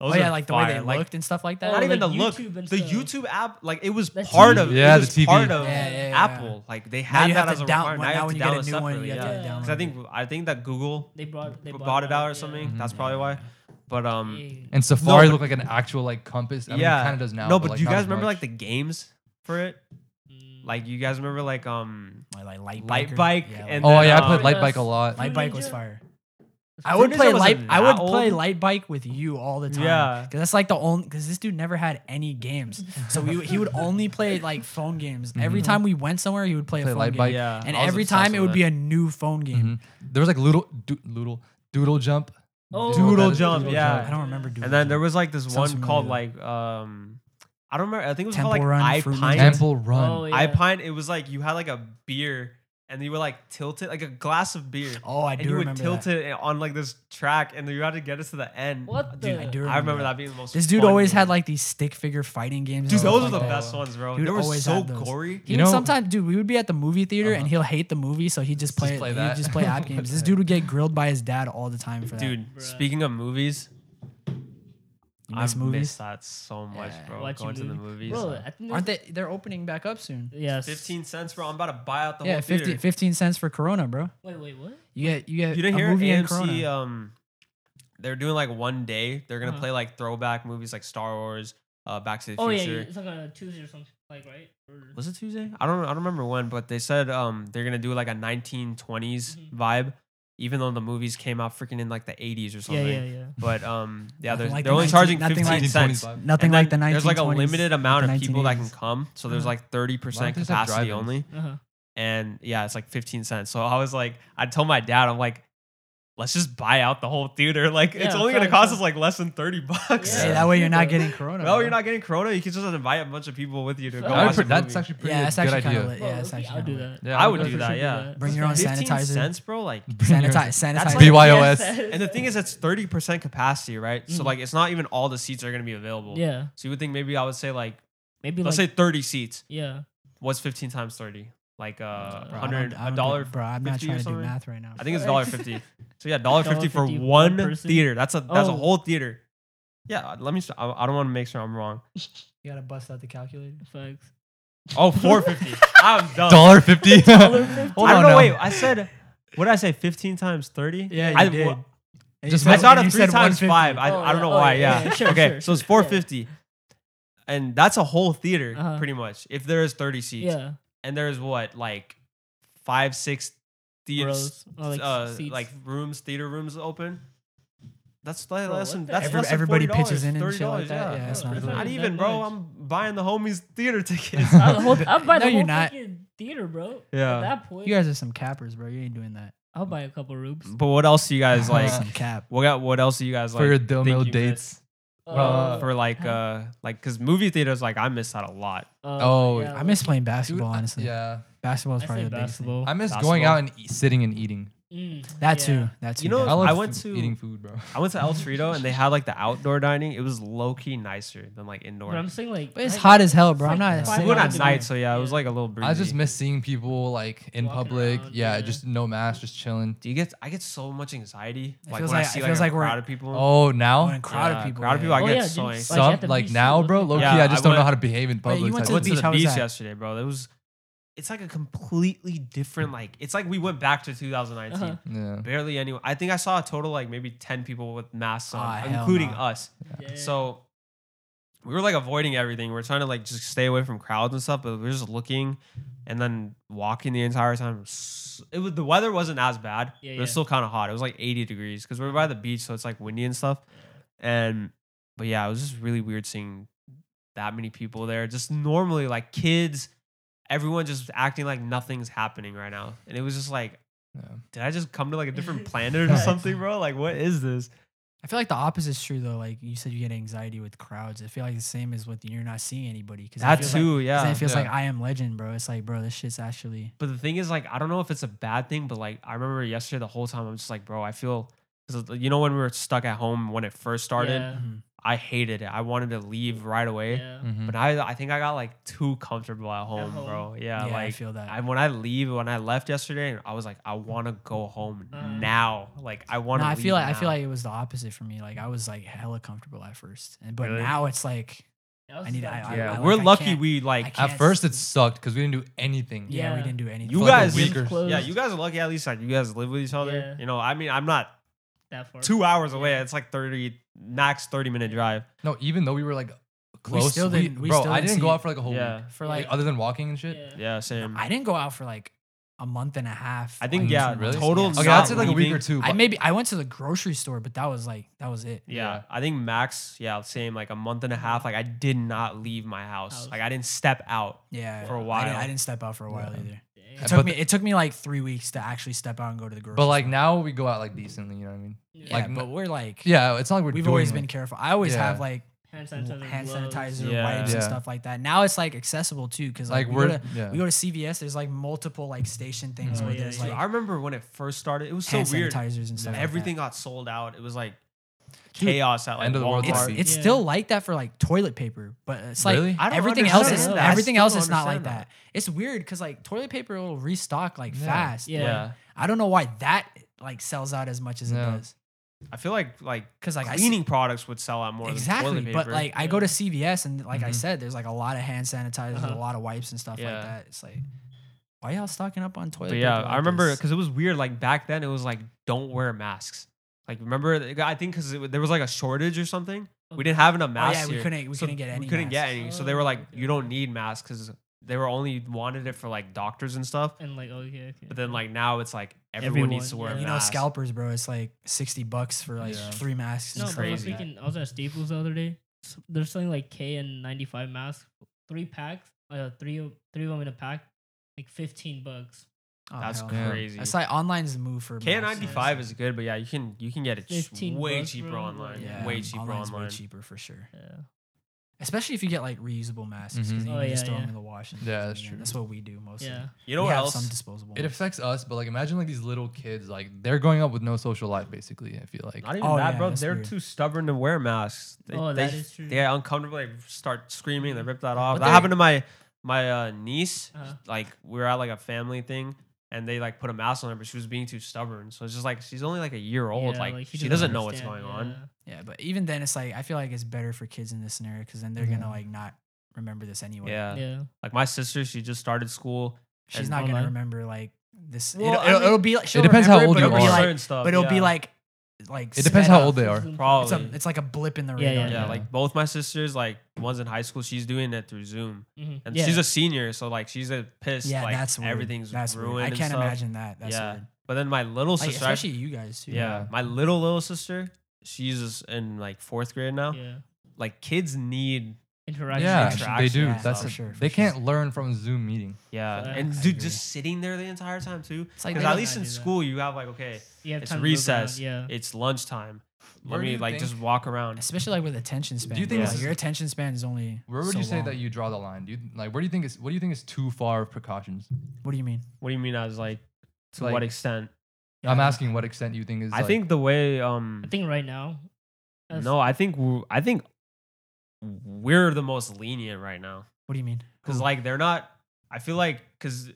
Speaker 3: oh
Speaker 2: Those
Speaker 3: yeah,
Speaker 2: are
Speaker 3: like the way
Speaker 2: fire.
Speaker 3: they
Speaker 2: Like,
Speaker 3: looked and stuff like that.
Speaker 1: Oh,
Speaker 2: not even the
Speaker 1: like
Speaker 2: look.
Speaker 1: YouTube and
Speaker 2: The
Speaker 1: stuff.
Speaker 2: YouTube app, like it was
Speaker 1: That's
Speaker 2: part
Speaker 1: TV.
Speaker 2: of
Speaker 4: Yeah,
Speaker 2: it
Speaker 4: the
Speaker 2: was
Speaker 4: TV.
Speaker 2: part of
Speaker 3: Yeah, yeah, yeah.
Speaker 2: Apple. Like they
Speaker 3: Now
Speaker 2: had
Speaker 3: you
Speaker 2: that
Speaker 3: have
Speaker 2: as
Speaker 3: to
Speaker 2: a
Speaker 3: down-
Speaker 2: requirement.
Speaker 3: well,
Speaker 2: Now,
Speaker 3: now
Speaker 2: you have
Speaker 3: when you
Speaker 2: to
Speaker 3: get a
Speaker 2: download
Speaker 3: new one, you
Speaker 2: separately.
Speaker 3: have to
Speaker 2: yeah,
Speaker 1: download
Speaker 2: because
Speaker 1: it.
Speaker 2: I think I think that Google
Speaker 1: They brought they
Speaker 2: b- bought it out or
Speaker 1: yeah.
Speaker 2: something. That's probably why. But
Speaker 3: Mm.
Speaker 2: um, yeah,
Speaker 1: Yeah. Mm.
Speaker 4: and Safari
Speaker 2: but-
Speaker 4: looked like an actual like compass. I mean, it kind of does now.
Speaker 2: No, but,
Speaker 4: like,
Speaker 2: do you
Speaker 4: not
Speaker 2: guys
Speaker 4: as
Speaker 2: remember
Speaker 4: much.
Speaker 2: like the games for it?
Speaker 1: Mm.
Speaker 2: Like you guys remember like um
Speaker 3: My, like light,
Speaker 2: Light
Speaker 3: biker.
Speaker 2: Bike
Speaker 3: Yeah,
Speaker 2: and
Speaker 3: light,
Speaker 4: Oh
Speaker 2: then,
Speaker 4: yeah,
Speaker 2: uh,
Speaker 4: I played Light
Speaker 1: Fruit
Speaker 4: Bike a
Speaker 1: Ninja.
Speaker 4: lot.
Speaker 3: light
Speaker 1: Fruit
Speaker 3: bike was
Speaker 1: Ninja?
Speaker 3: fire.
Speaker 1: Fruit
Speaker 3: I would
Speaker 2: Ninja
Speaker 3: play
Speaker 2: wasn't
Speaker 3: light. I
Speaker 2: that
Speaker 3: would play
Speaker 2: old.
Speaker 3: light bike with you all the time.
Speaker 2: Yeah.
Speaker 3: because that's like the only. Because this dude never had any games, so we, he would only play like phone games. Every time we went somewhere, he would Mm-hmm. play, Mm-hmm. a
Speaker 4: Play
Speaker 3: phone
Speaker 4: Light
Speaker 3: game.
Speaker 4: Bike.
Speaker 2: Yeah,
Speaker 3: and
Speaker 2: I was
Speaker 3: every
Speaker 2: obsessed
Speaker 3: time it
Speaker 2: with
Speaker 3: would be a new phone game.
Speaker 4: Mhm. There was like Loodle, do, Loodle, Doodle Jump.
Speaker 1: Oh,
Speaker 4: Doodle
Speaker 1: Doodle
Speaker 2: Jump,
Speaker 4: Doodle
Speaker 2: yeah.
Speaker 3: I don't remember. Doing
Speaker 2: And then there was like this
Speaker 3: Sounds
Speaker 2: one called
Speaker 3: familiar.
Speaker 2: like um I don't remember. I think it was
Speaker 3: Temple
Speaker 2: called
Speaker 3: Run,
Speaker 2: like
Speaker 3: Fruit
Speaker 2: iPine.
Speaker 3: Ninja.
Speaker 4: Temple Run.
Speaker 1: Oh, yeah.
Speaker 2: iPine. It was like you had like a beer. and you would like tilt it like a glass of beer.
Speaker 3: Oh, I
Speaker 2: and
Speaker 3: do
Speaker 2: you would
Speaker 3: remember
Speaker 2: tilt
Speaker 3: that.
Speaker 2: it eh, on like this track, and you had to get us to the end.
Speaker 1: What
Speaker 2: Dude,
Speaker 1: the-
Speaker 3: I do
Speaker 2: I
Speaker 3: remember,
Speaker 2: remember,
Speaker 3: that.
Speaker 2: that. being the most.
Speaker 3: This dude
Speaker 2: fun
Speaker 3: always
Speaker 2: game.
Speaker 3: had like these stick figure fighting games.
Speaker 2: Dude,
Speaker 3: and
Speaker 2: those
Speaker 3: stuff
Speaker 2: are the
Speaker 3: like that.
Speaker 2: best ones, bro.
Speaker 3: Dude
Speaker 2: they were
Speaker 3: always
Speaker 2: so
Speaker 3: had those.
Speaker 2: gory.
Speaker 3: He
Speaker 4: You
Speaker 3: would
Speaker 4: know-
Speaker 3: sometimes, dude, we would be at the movie theater and
Speaker 4: Uh-huh.
Speaker 3: he'll hate the movie, so he'd just play,
Speaker 4: play
Speaker 3: He'd
Speaker 4: that.
Speaker 3: just play app games. This dude would get grilled by his dad all the time for that.
Speaker 2: Dude,
Speaker 1: Bruh.
Speaker 2: speaking of movies,
Speaker 3: You
Speaker 2: I
Speaker 3: miss
Speaker 2: miss
Speaker 3: movies.
Speaker 2: that so much,
Speaker 3: Yeah.
Speaker 2: bro.
Speaker 1: Watching
Speaker 2: Going to the
Speaker 1: movie-
Speaker 2: movies.
Speaker 1: Bro, I think
Speaker 3: Aren't
Speaker 1: there's-
Speaker 3: they? They're opening back up soon.
Speaker 1: Yes.
Speaker 2: Fifteen cents, bro. I'm about to buy out the
Speaker 3: yeah,
Speaker 2: whole
Speaker 3: 50,
Speaker 2: theater.
Speaker 3: 15 cents for Corona, bro.
Speaker 1: Wait, wait, what?
Speaker 3: You get you get
Speaker 2: You didn't
Speaker 3: a
Speaker 2: hear
Speaker 3: movie and
Speaker 2: AMC?
Speaker 3: Corona.
Speaker 2: Um, they're doing like one day. They're gonna
Speaker 1: Uh-huh.
Speaker 2: play like throwback movies like Star Wars, uh, Back to the
Speaker 1: Oh yeah,
Speaker 2: Future.
Speaker 1: yeah, it's like on a Tuesday or something, like right? Or,
Speaker 2: Was it Tuesday? I don't. I don't remember when, but they said um they're gonna do like a 1920s
Speaker 1: Mhm.
Speaker 2: vibe, even though the movies came out freaking in like the 80s or
Speaker 1: yeah,
Speaker 2: something.
Speaker 1: yeah, yeah.
Speaker 2: But um yeah,
Speaker 3: Nothing
Speaker 2: they're,
Speaker 3: like
Speaker 2: they're
Speaker 3: the
Speaker 2: only
Speaker 3: 19
Speaker 2: charging
Speaker 3: nothing
Speaker 2: 15
Speaker 3: like-
Speaker 2: cents.
Speaker 3: Nothing
Speaker 2: And
Speaker 3: like the
Speaker 2: then
Speaker 3: 1920s.
Speaker 2: There's like a limited amount
Speaker 3: the
Speaker 2: of people that can
Speaker 3: 1980s.
Speaker 2: come, so there's
Speaker 3: Uh-huh.
Speaker 2: like 30 percent
Speaker 4: Why don't they have
Speaker 2: capacity
Speaker 4: drive-ins?
Speaker 2: only,
Speaker 1: Uh-huh.
Speaker 2: and yeah, it's like 15 cents. So I was like, I told my dad, I'm like. Let's just buy out the whole theater. Like it's
Speaker 1: Yeah,
Speaker 2: only gonna
Speaker 1: facts,
Speaker 2: cost
Speaker 1: huh?
Speaker 2: us like less than thirty bucks.
Speaker 3: Hey,
Speaker 1: Yeah.
Speaker 3: that way you're not
Speaker 1: Bro.
Speaker 3: getting Corona.
Speaker 2: No,
Speaker 3: bro.
Speaker 2: you're not getting Corona. You can just invite a bunch of people with you to go
Speaker 1: That
Speaker 4: I would
Speaker 2: watch
Speaker 4: put-
Speaker 2: a
Speaker 4: that's
Speaker 2: movie.
Speaker 4: actually pretty
Speaker 3: Yeah, that's
Speaker 4: good
Speaker 3: actually kind
Speaker 4: idea.
Speaker 3: of lit.
Speaker 1: Bro,
Speaker 3: Yeah, that's
Speaker 1: okay,
Speaker 3: actually
Speaker 1: I'll
Speaker 3: kinda
Speaker 1: do
Speaker 3: lit.
Speaker 1: that.
Speaker 4: Yeah,
Speaker 2: I
Speaker 4: I
Speaker 2: would
Speaker 4: would
Speaker 2: do that.
Speaker 1: definitely do
Speaker 2: Yeah,
Speaker 1: that.
Speaker 3: Bring your own
Speaker 1: Fifteen
Speaker 2: Fifteen
Speaker 3: sanitizer. Mm.
Speaker 2: cents, bro. Like
Speaker 3: Sanitize,
Speaker 2: That's
Speaker 3: sanitize.
Speaker 2: like-
Speaker 4: BYOS.
Speaker 2: And the thing is, that's thirty percent capacity, right? So
Speaker 1: Mhm.
Speaker 2: like, it's not even all the seats are gonna be available.
Speaker 1: yeah,
Speaker 2: So you would think maybe I would say like,
Speaker 1: maybe
Speaker 2: let's
Speaker 1: like
Speaker 2: say thirty seats.
Speaker 1: yeah.
Speaker 2: What's fifteen times thirty? Like
Speaker 1: Uh,
Speaker 2: uh,
Speaker 3: Bro, I
Speaker 2: hundred
Speaker 3: don't- I
Speaker 2: a
Speaker 3: don't
Speaker 2: dollar.
Speaker 3: do- Bro, I'm not
Speaker 2: 50 or
Speaker 3: trying to do
Speaker 2: something?
Speaker 3: math right now.
Speaker 2: I think it's dollar
Speaker 1: Sorry.
Speaker 2: fifty. So yeah, dollar fifty for
Speaker 1: $1.50
Speaker 2: one
Speaker 1: person?
Speaker 2: theater. That's a that's a
Speaker 1: Oh.
Speaker 2: whole theater. Yeah, uh, let me. s- I, I don't want to make sure I'm wrong.
Speaker 3: You gotta bust out the calculator.
Speaker 1: Facts.
Speaker 2: Oh, four fifty. I'm done.
Speaker 4: Dollar fifty.
Speaker 2: I
Speaker 4: Hold
Speaker 2: don't
Speaker 4: on
Speaker 2: know.
Speaker 4: now.
Speaker 2: Wait, I said. What did I say? Fifteen times thirty?
Speaker 3: Yeah, you
Speaker 2: I,
Speaker 3: did.
Speaker 2: wha-
Speaker 4: Just
Speaker 2: I
Speaker 4: That's
Speaker 2: thought
Speaker 3: you
Speaker 2: a three
Speaker 3: said
Speaker 2: times
Speaker 3: 150.
Speaker 2: five. I,
Speaker 1: Oh,
Speaker 2: I don't
Speaker 1: yeah.
Speaker 2: know
Speaker 1: Oh,
Speaker 2: why.
Speaker 1: yeah,
Speaker 2: Yeah.
Speaker 1: yeah, sure,
Speaker 2: okay.
Speaker 1: sure,
Speaker 2: so it's
Speaker 1: sure.
Speaker 2: four fifty, and that's a whole theater
Speaker 1: Uh-huh.
Speaker 2: pretty much. If there is thirty seats,
Speaker 1: Yeah,
Speaker 2: and there's what like five, six theaters,
Speaker 1: Rows, or, Oh, like,
Speaker 2: uh,
Speaker 1: seats.
Speaker 2: like rooms, theater rooms open. That's like
Speaker 1: Bro,
Speaker 2: less than
Speaker 1: what the
Speaker 2: that's
Speaker 1: heck?
Speaker 2: less than
Speaker 3: Everybody
Speaker 2: $40,
Speaker 3: pitches in and shit like
Speaker 2: $30,
Speaker 3: that.
Speaker 2: Yeah,
Speaker 3: Yeah, it's
Speaker 1: not
Speaker 2: not,
Speaker 1: that
Speaker 2: even, bro.
Speaker 1: much.
Speaker 2: I'm buying the homies theater tickets.
Speaker 1: I, the whole, I buy the
Speaker 3: No, you're
Speaker 1: whole
Speaker 3: not.
Speaker 1: fucking theater, bro. At
Speaker 2: yeah.
Speaker 1: that point,
Speaker 3: You guys are some cappers, bro. You ain't doing that.
Speaker 1: I'll buy a couple rooms.
Speaker 2: But what else do you guys like?
Speaker 3: some cap.
Speaker 2: What got? What else do you guys like
Speaker 4: for your
Speaker 2: think
Speaker 4: Dilmo
Speaker 2: you
Speaker 4: dates.
Speaker 2: miss?
Speaker 4: Uh,
Speaker 2: For like, uh, like, cause movie theaters, like, I miss that a lot.
Speaker 4: Oh,
Speaker 1: yeah,
Speaker 3: I miss playing basketball,
Speaker 4: Dude, I-
Speaker 3: honestly.
Speaker 4: Yeah,
Speaker 3: Basketball is
Speaker 1: I
Speaker 3: probably
Speaker 1: say
Speaker 3: the biggest thing.
Speaker 1: basketball.
Speaker 4: I miss
Speaker 2: Basketball.
Speaker 4: going out and e- sitting and eating.
Speaker 1: Mm,
Speaker 3: That
Speaker 1: yeah.
Speaker 3: too. That too.
Speaker 2: You know,
Speaker 3: yeah.
Speaker 4: I love
Speaker 2: I went
Speaker 4: f-
Speaker 2: to-
Speaker 4: eating food, bro.
Speaker 2: I went to El Torito and they had like the outdoor dining. It was low key nicer than like indoor.
Speaker 1: But I'm saying like
Speaker 3: But it's
Speaker 1: I-
Speaker 3: hot as hell, bro.
Speaker 1: it's like
Speaker 3: I'm not.
Speaker 1: five
Speaker 2: we
Speaker 3: saying
Speaker 2: went
Speaker 1: hours
Speaker 3: I'm
Speaker 2: at
Speaker 1: a
Speaker 3: doing it.
Speaker 2: night, so yeah, it was
Speaker 1: Yeah.
Speaker 2: like a little breezy.
Speaker 4: I just miss seeing people like in
Speaker 1: Walking
Speaker 4: public.
Speaker 1: around,
Speaker 4: yeah,
Speaker 1: yeah.
Speaker 4: just no mask, just chilling.
Speaker 2: Do you get? I get so much anxiety.
Speaker 3: It
Speaker 2: Like
Speaker 3: feels
Speaker 2: when I
Speaker 3: like-
Speaker 2: see
Speaker 3: it
Speaker 2: like a
Speaker 3: feels like we're-
Speaker 2: crowd of people.
Speaker 4: Oh,
Speaker 3: Oh, and
Speaker 4: now
Speaker 3: crowd
Speaker 2: Yeah,
Speaker 3: of people.
Speaker 2: crowd of people, I
Speaker 1: Oh,
Speaker 2: get
Speaker 1: yeah,
Speaker 2: so
Speaker 1: dude.
Speaker 2: anxious.
Speaker 1: Like, you have
Speaker 4: some
Speaker 1: to
Speaker 4: like
Speaker 1: be
Speaker 4: now,
Speaker 1: so
Speaker 4: bro.
Speaker 1: looking
Speaker 4: Low key,
Speaker 2: Yeah,
Speaker 4: I
Speaker 2: I
Speaker 4: just don't know
Speaker 2: went-
Speaker 4: how to behave in public.
Speaker 3: you went
Speaker 2: I
Speaker 3: to
Speaker 4: type
Speaker 3: the
Speaker 2: went
Speaker 4: of-
Speaker 2: to
Speaker 3: beach,
Speaker 2: the
Speaker 3: how was
Speaker 2: beach
Speaker 3: that?
Speaker 2: yesterday, bro. It was. It's like a completely different. Like it's like we went back to 2019.
Speaker 1: Uh-huh.
Speaker 4: Yeah.
Speaker 2: Barely anyone. I think I saw a total like maybe 10 people with masks
Speaker 3: Ah,
Speaker 2: on,
Speaker 3: hell
Speaker 2: including
Speaker 3: no.
Speaker 2: us.
Speaker 1: Yeah.
Speaker 2: So we were like avoiding everything. We are trying to like just stay away from crowds and stuff, but we were just looking and then walking the entire time. It was the weather wasn't as bad.
Speaker 1: Yeah,
Speaker 2: but It
Speaker 1: yeah.
Speaker 2: was still kind of hot. It was like 80 degrees because we were by the beach, so it's like windy and stuff. And but yeah, it was just really weird seeing that many people there. Just normally like kids, everyone just acting like nothing's happening right now. And it was just like,
Speaker 4: yeah.
Speaker 2: did I just come to like a different planet or
Speaker 1: Facts.
Speaker 2: something, bro? Like, what is this?
Speaker 3: I feel like the opposite is true though. Like you said, you get anxiety with crowds. I feel like the same as with you're not seeing anybody. Cause
Speaker 2: That
Speaker 3: it feels
Speaker 2: too,
Speaker 3: Like, 'cause
Speaker 2: yeah.
Speaker 3: then it feels
Speaker 4: yeah.
Speaker 3: like I am legend, bro. It's like, bro, this shit's actually.
Speaker 2: But the thing is, like, I don't know if it's a bad thing, but like, I remember yesterday the whole time I'm just like, bro, I feel, 'cause, you know, when we were stuck at home when it first started,
Speaker 1: Yeah.
Speaker 3: Mm-hmm.
Speaker 2: I hated it. I wanted to leave right away,
Speaker 1: Yeah.
Speaker 4: Mhm.
Speaker 2: but I, I think I got like too comfortable at home,
Speaker 1: home?
Speaker 2: bro. Yeah,
Speaker 3: I
Speaker 2: like,
Speaker 3: feel that.
Speaker 2: I, when I leave, when I left yesterday, I was like, I want to go home
Speaker 1: Uh.
Speaker 2: now. Like, I want
Speaker 3: No,
Speaker 2: to.
Speaker 3: I feel like I feel like it was the opposite for me. Like I was like hella comfortable at first, and but
Speaker 2: Really?
Speaker 3: now it's like
Speaker 1: I
Speaker 3: need- I-
Speaker 2: yeah,
Speaker 3: like,
Speaker 2: we're
Speaker 3: I
Speaker 2: lucky
Speaker 3: can't-
Speaker 2: we like.
Speaker 3: can't
Speaker 4: At first, it sucked because we didn't do anything.
Speaker 3: Yeah, we
Speaker 1: Yeah.
Speaker 3: didn't do anything.
Speaker 2: You
Speaker 4: for, like, a
Speaker 2: guys,
Speaker 4: week or-
Speaker 1: Close.
Speaker 2: yeah, you guys are lucky at least like you guys live with each other.
Speaker 1: Yeah.
Speaker 2: You know, I mean, I'm not
Speaker 1: that far.
Speaker 2: two hours away. It's like thirty max thirty minute drive.
Speaker 4: No, even though we were like close,
Speaker 3: still
Speaker 4: we-
Speaker 3: didn't- we
Speaker 4: bro,
Speaker 3: still
Speaker 4: I
Speaker 3: didn't
Speaker 4: didn't
Speaker 3: see
Speaker 4: go
Speaker 3: it.
Speaker 4: out for like a whole
Speaker 2: Yeah.
Speaker 4: week,
Speaker 3: for
Speaker 1: Yeah.
Speaker 3: like
Speaker 4: like other than walking and shit.
Speaker 1: Yeah.
Speaker 2: Yeah, same.
Speaker 3: I didn't go out for like a month and a
Speaker 2: Mm.
Speaker 3: half.
Speaker 2: I think
Speaker 3: like,
Speaker 2: yeah,
Speaker 3: two months.
Speaker 2: total.
Speaker 3: Yeah.
Speaker 4: Okay,
Speaker 2: not
Speaker 4: I'd say like a week
Speaker 2: leaving-
Speaker 4: or two.
Speaker 3: I
Speaker 4: but-
Speaker 3: maybe I went to the grocery store, but that was like that was it.
Speaker 2: Yeah,
Speaker 4: Yeah.
Speaker 2: I think max. Yeah, same. Like a month and a half. Like I did not leave my house.
Speaker 1: House.
Speaker 2: Like I didn't step out.
Speaker 3: Yeah,
Speaker 2: For a
Speaker 3: I didn't- I
Speaker 2: while.
Speaker 3: didn't, step out for a while either. It
Speaker 1: Damn.
Speaker 3: took
Speaker 4: But
Speaker 3: me it took me like three weeks to actually step out and go to the grocery.
Speaker 4: But like
Speaker 3: store.
Speaker 4: now we go out like decently. You know what I mean?
Speaker 1: Yeah.
Speaker 3: yeah,
Speaker 4: like,
Speaker 3: but we're like
Speaker 4: Yeah, it's not like we're.
Speaker 3: we've
Speaker 4: doing,
Speaker 3: always
Speaker 4: like-
Speaker 3: been careful. I always
Speaker 4: Yeah.
Speaker 3: have like
Speaker 1: hand sanitizer,
Speaker 3: hand
Speaker 1: gloves.
Speaker 3: sanitizer
Speaker 2: Yeah.
Speaker 3: wipes and
Speaker 4: Yeah.
Speaker 3: stuff like that. Now it's like accessible too, because like,
Speaker 4: Like
Speaker 3: we,
Speaker 4: we're
Speaker 3: go to,
Speaker 4: yeah.
Speaker 3: we go to CVS. There's like multiple like station things
Speaker 1: Oh,
Speaker 3: where
Speaker 1: yeah,
Speaker 3: there's
Speaker 1: yeah.
Speaker 2: Dude,
Speaker 3: like
Speaker 2: I remember when it first started, it was so
Speaker 3: hand
Speaker 2: weird.
Speaker 3: sanitizers and stuff. like that.
Speaker 2: Everything got sold out. It was like
Speaker 3: Dude,
Speaker 2: chaos at like
Speaker 4: end of the world
Speaker 2: Walmart.
Speaker 3: It's,
Speaker 4: Walmart.
Speaker 3: it's
Speaker 1: Yeah.
Speaker 3: still like that for like toilet paper, but it's like
Speaker 4: Really?
Speaker 2: I don't
Speaker 3: everything else is
Speaker 2: understand that. I
Speaker 3: everything
Speaker 2: still
Speaker 3: else
Speaker 2: don't
Speaker 3: is not like
Speaker 2: understand
Speaker 3: that. It's weird because like toilet paper will restock like
Speaker 4: Yeah.
Speaker 3: fast.
Speaker 1: Yeah.
Speaker 3: I don't know why that like sells out as much as
Speaker 4: Yeah.
Speaker 3: it does.
Speaker 2: I feel like like
Speaker 3: Because like I
Speaker 2: cleaning products would sell out more
Speaker 3: exactly,
Speaker 2: than toilet paper. Mm-hmm.
Speaker 3: but like I go
Speaker 1: Yeah.
Speaker 3: to CVS and like I
Speaker 4: Mhm.
Speaker 3: said, there's like a lot of hand sanitizers,
Speaker 1: Uh-huh.
Speaker 3: a lot of wipes and stuff
Speaker 2: Yeah.
Speaker 3: like that. It's like why y'all stocking up on toilet
Speaker 2: But
Speaker 3: paper?
Speaker 2: yeah,
Speaker 3: like
Speaker 2: I remember
Speaker 3: this?
Speaker 2: because it was weird. Like back then, it was like don't wear masks. Like remember, th- I think because there was like a shortage or something. We didn't have enough
Speaker 3: Oh,
Speaker 2: masks.
Speaker 3: yeah, we
Speaker 2: here.
Speaker 3: couldn't we
Speaker 2: So
Speaker 3: couldn't get any.
Speaker 2: We couldn't get
Speaker 3: masks.
Speaker 2: any. So they were like,
Speaker 1: Oh,
Speaker 2: you don't need masks because they were only wanted it for like doctors and stuff.
Speaker 1: And like, okay, okay.
Speaker 2: But then like now it's like everyone, needs to
Speaker 1: Everyone,
Speaker 2: wear
Speaker 1: yeah.
Speaker 2: a
Speaker 3: You know,
Speaker 2: mask.
Speaker 3: scalpers, bro. It's like sixty bucks for like
Speaker 4: Yeah.
Speaker 3: three masks.
Speaker 1: no,
Speaker 3: and
Speaker 1: but
Speaker 3: stuff
Speaker 1: I
Speaker 3: like
Speaker 1: was
Speaker 2: crazy.
Speaker 3: that.
Speaker 1: thinking, I was at Staples the other day. S- They're selling like K and 95 masks, three packs, uh, three of three of them in a pack, like 15 bucks.
Speaker 3: Oh,
Speaker 2: That's
Speaker 3: hell no.
Speaker 4: yeah.
Speaker 2: crazy.
Speaker 3: That's like online's move for
Speaker 2: K95 is good, but yeah, you can you can get it ch-
Speaker 1: 15
Speaker 2: way
Speaker 1: bucks,
Speaker 2: cheaper
Speaker 1: bro.
Speaker 2: online.
Speaker 1: Yeah,
Speaker 2: way cheaper
Speaker 3: online's
Speaker 2: online.
Speaker 3: Way cheaper for sure.
Speaker 1: Yeah.
Speaker 3: Especially if you get like reusable masks,
Speaker 2: Mm-hmm.
Speaker 3: because
Speaker 4: Mhm.
Speaker 3: you
Speaker 1: Oh,
Speaker 3: can just
Speaker 1: yeah,
Speaker 3: throw
Speaker 1: yeah.
Speaker 3: them in the wash. And
Speaker 4: Yeah,
Speaker 3: throw
Speaker 4: that's
Speaker 3: them in.
Speaker 4: true.
Speaker 3: That's what we do mostly.
Speaker 1: Yeah.
Speaker 2: You know
Speaker 3: we
Speaker 2: what
Speaker 3: have some
Speaker 2: else?
Speaker 3: disposable.
Speaker 4: It
Speaker 3: ones.
Speaker 4: affects us, but like imagine like these little kids, like they're growing up with no social life basically. I feel like
Speaker 2: Not even
Speaker 3: Oh,
Speaker 2: that,
Speaker 3: yeah,
Speaker 2: bro.
Speaker 3: that's
Speaker 2: They're
Speaker 3: weird.
Speaker 2: too stubborn to wear masks. They,
Speaker 1: Oh,
Speaker 2: they,
Speaker 1: that is true.
Speaker 2: They get uncomfortable. They start screaming. They rip that off.
Speaker 3: Mm-hmm.
Speaker 2: that
Speaker 3: But they-
Speaker 2: happened to my my uh, niece.
Speaker 1: Uh-huh.
Speaker 2: Like we were at like a family thing, and they like put a mask on her, but she was being too stubborn. So it's just like she's only like a year old.
Speaker 1: Yeah,
Speaker 2: like
Speaker 1: he
Speaker 2: she doesn't know what's going
Speaker 1: understand,
Speaker 2: on.
Speaker 3: Yeah, but even then, it's like I feel like it's better for kids in this scenario because then they're gonna
Speaker 4: Yeah.
Speaker 3: like not remember this anyway.
Speaker 2: Mm-hmm. Yeah.
Speaker 1: Yeah. yeah.
Speaker 2: Like my sister, she just started school.
Speaker 3: she's
Speaker 2: And
Speaker 3: not gonna
Speaker 1: online.
Speaker 3: remember like this.
Speaker 2: Well,
Speaker 3: it'll,
Speaker 2: I
Speaker 3: it'll,
Speaker 2: mean-
Speaker 3: it'll be like she'll
Speaker 4: depends how
Speaker 3: remember but
Speaker 4: old you
Speaker 3: it'll be
Speaker 4: are.
Speaker 3: like-
Speaker 2: Learn stuff,
Speaker 3: but it'll be
Speaker 2: yeah.
Speaker 3: like like
Speaker 4: It depends how
Speaker 3: sped
Speaker 4: old
Speaker 3: up.
Speaker 4: they
Speaker 1: Mm-hmm.
Speaker 4: are.
Speaker 3: It's,
Speaker 2: Probably.
Speaker 3: a, it's like a blip in the
Speaker 1: Yeah,
Speaker 3: radar.
Speaker 1: yeah.
Speaker 2: yeah,
Speaker 4: Yeah.
Speaker 2: like both my sisters, like one's in high school, she's doing it through Zoom,
Speaker 1: Mhm.
Speaker 2: and
Speaker 1: Yeah.
Speaker 2: she's a senior, so like she's a pissed.
Speaker 3: Yeah,
Speaker 2: like,
Speaker 3: that's weird.
Speaker 2: everything's
Speaker 3: that's
Speaker 2: ruined.
Speaker 3: Weird. I
Speaker 2: and
Speaker 3: can't
Speaker 2: stuff.
Speaker 3: imagine that. That's
Speaker 2: Yeah.
Speaker 3: weird.
Speaker 2: But then my little
Speaker 3: Like,
Speaker 2: sister, I-
Speaker 3: especially you guys too.
Speaker 2: yeah,
Speaker 4: Yeah.
Speaker 2: my little little sister, she's in like fourth grade now.
Speaker 1: yeah.
Speaker 2: Like kids need,
Speaker 1: Interaction.
Speaker 4: yeah, they
Speaker 2: interaction
Speaker 4: do.
Speaker 2: and
Speaker 4: That's
Speaker 2: stuff.
Speaker 3: for sure. for
Speaker 4: they
Speaker 3: sure.
Speaker 4: can't learn from Zoom meeting.
Speaker 2: yeah,
Speaker 1: Yeah.
Speaker 2: and
Speaker 3: I
Speaker 2: dude,
Speaker 3: agree.
Speaker 2: just sitting there the entire time too.
Speaker 3: It's like
Speaker 2: Because
Speaker 3: they
Speaker 2: at
Speaker 3: don't-
Speaker 2: least in
Speaker 1: do that.
Speaker 2: school, you have like okay,
Speaker 1: You have
Speaker 2: it's
Speaker 1: time to look around,
Speaker 2: recess,
Speaker 1: Yeah.
Speaker 4: Mm.
Speaker 2: it's lunchtime. Let
Speaker 4: Where do
Speaker 2: me
Speaker 4: you
Speaker 2: like
Speaker 4: think-
Speaker 2: just walk around.
Speaker 3: especially like with attention span.
Speaker 4: you think
Speaker 3: bro.
Speaker 2: this
Speaker 3: Like,
Speaker 4: is-
Speaker 3: your attention span is only?
Speaker 4: Where would
Speaker 3: so
Speaker 4: you say
Speaker 3: long.
Speaker 4: that you draw the line? Do you like where do you think is what do you think is too far of precautions?
Speaker 3: What do you mean?
Speaker 2: What do you mean? I was like, to
Speaker 4: Like,
Speaker 2: what extent?
Speaker 4: I'm
Speaker 3: Yeah.
Speaker 4: asking what extent you think is.
Speaker 2: I
Speaker 4: like-
Speaker 2: think the way um
Speaker 1: I think right now. that's-
Speaker 2: No, I think w- I think we're the most lenient right now
Speaker 3: What do you mean?
Speaker 2: because like they're not. I feel like because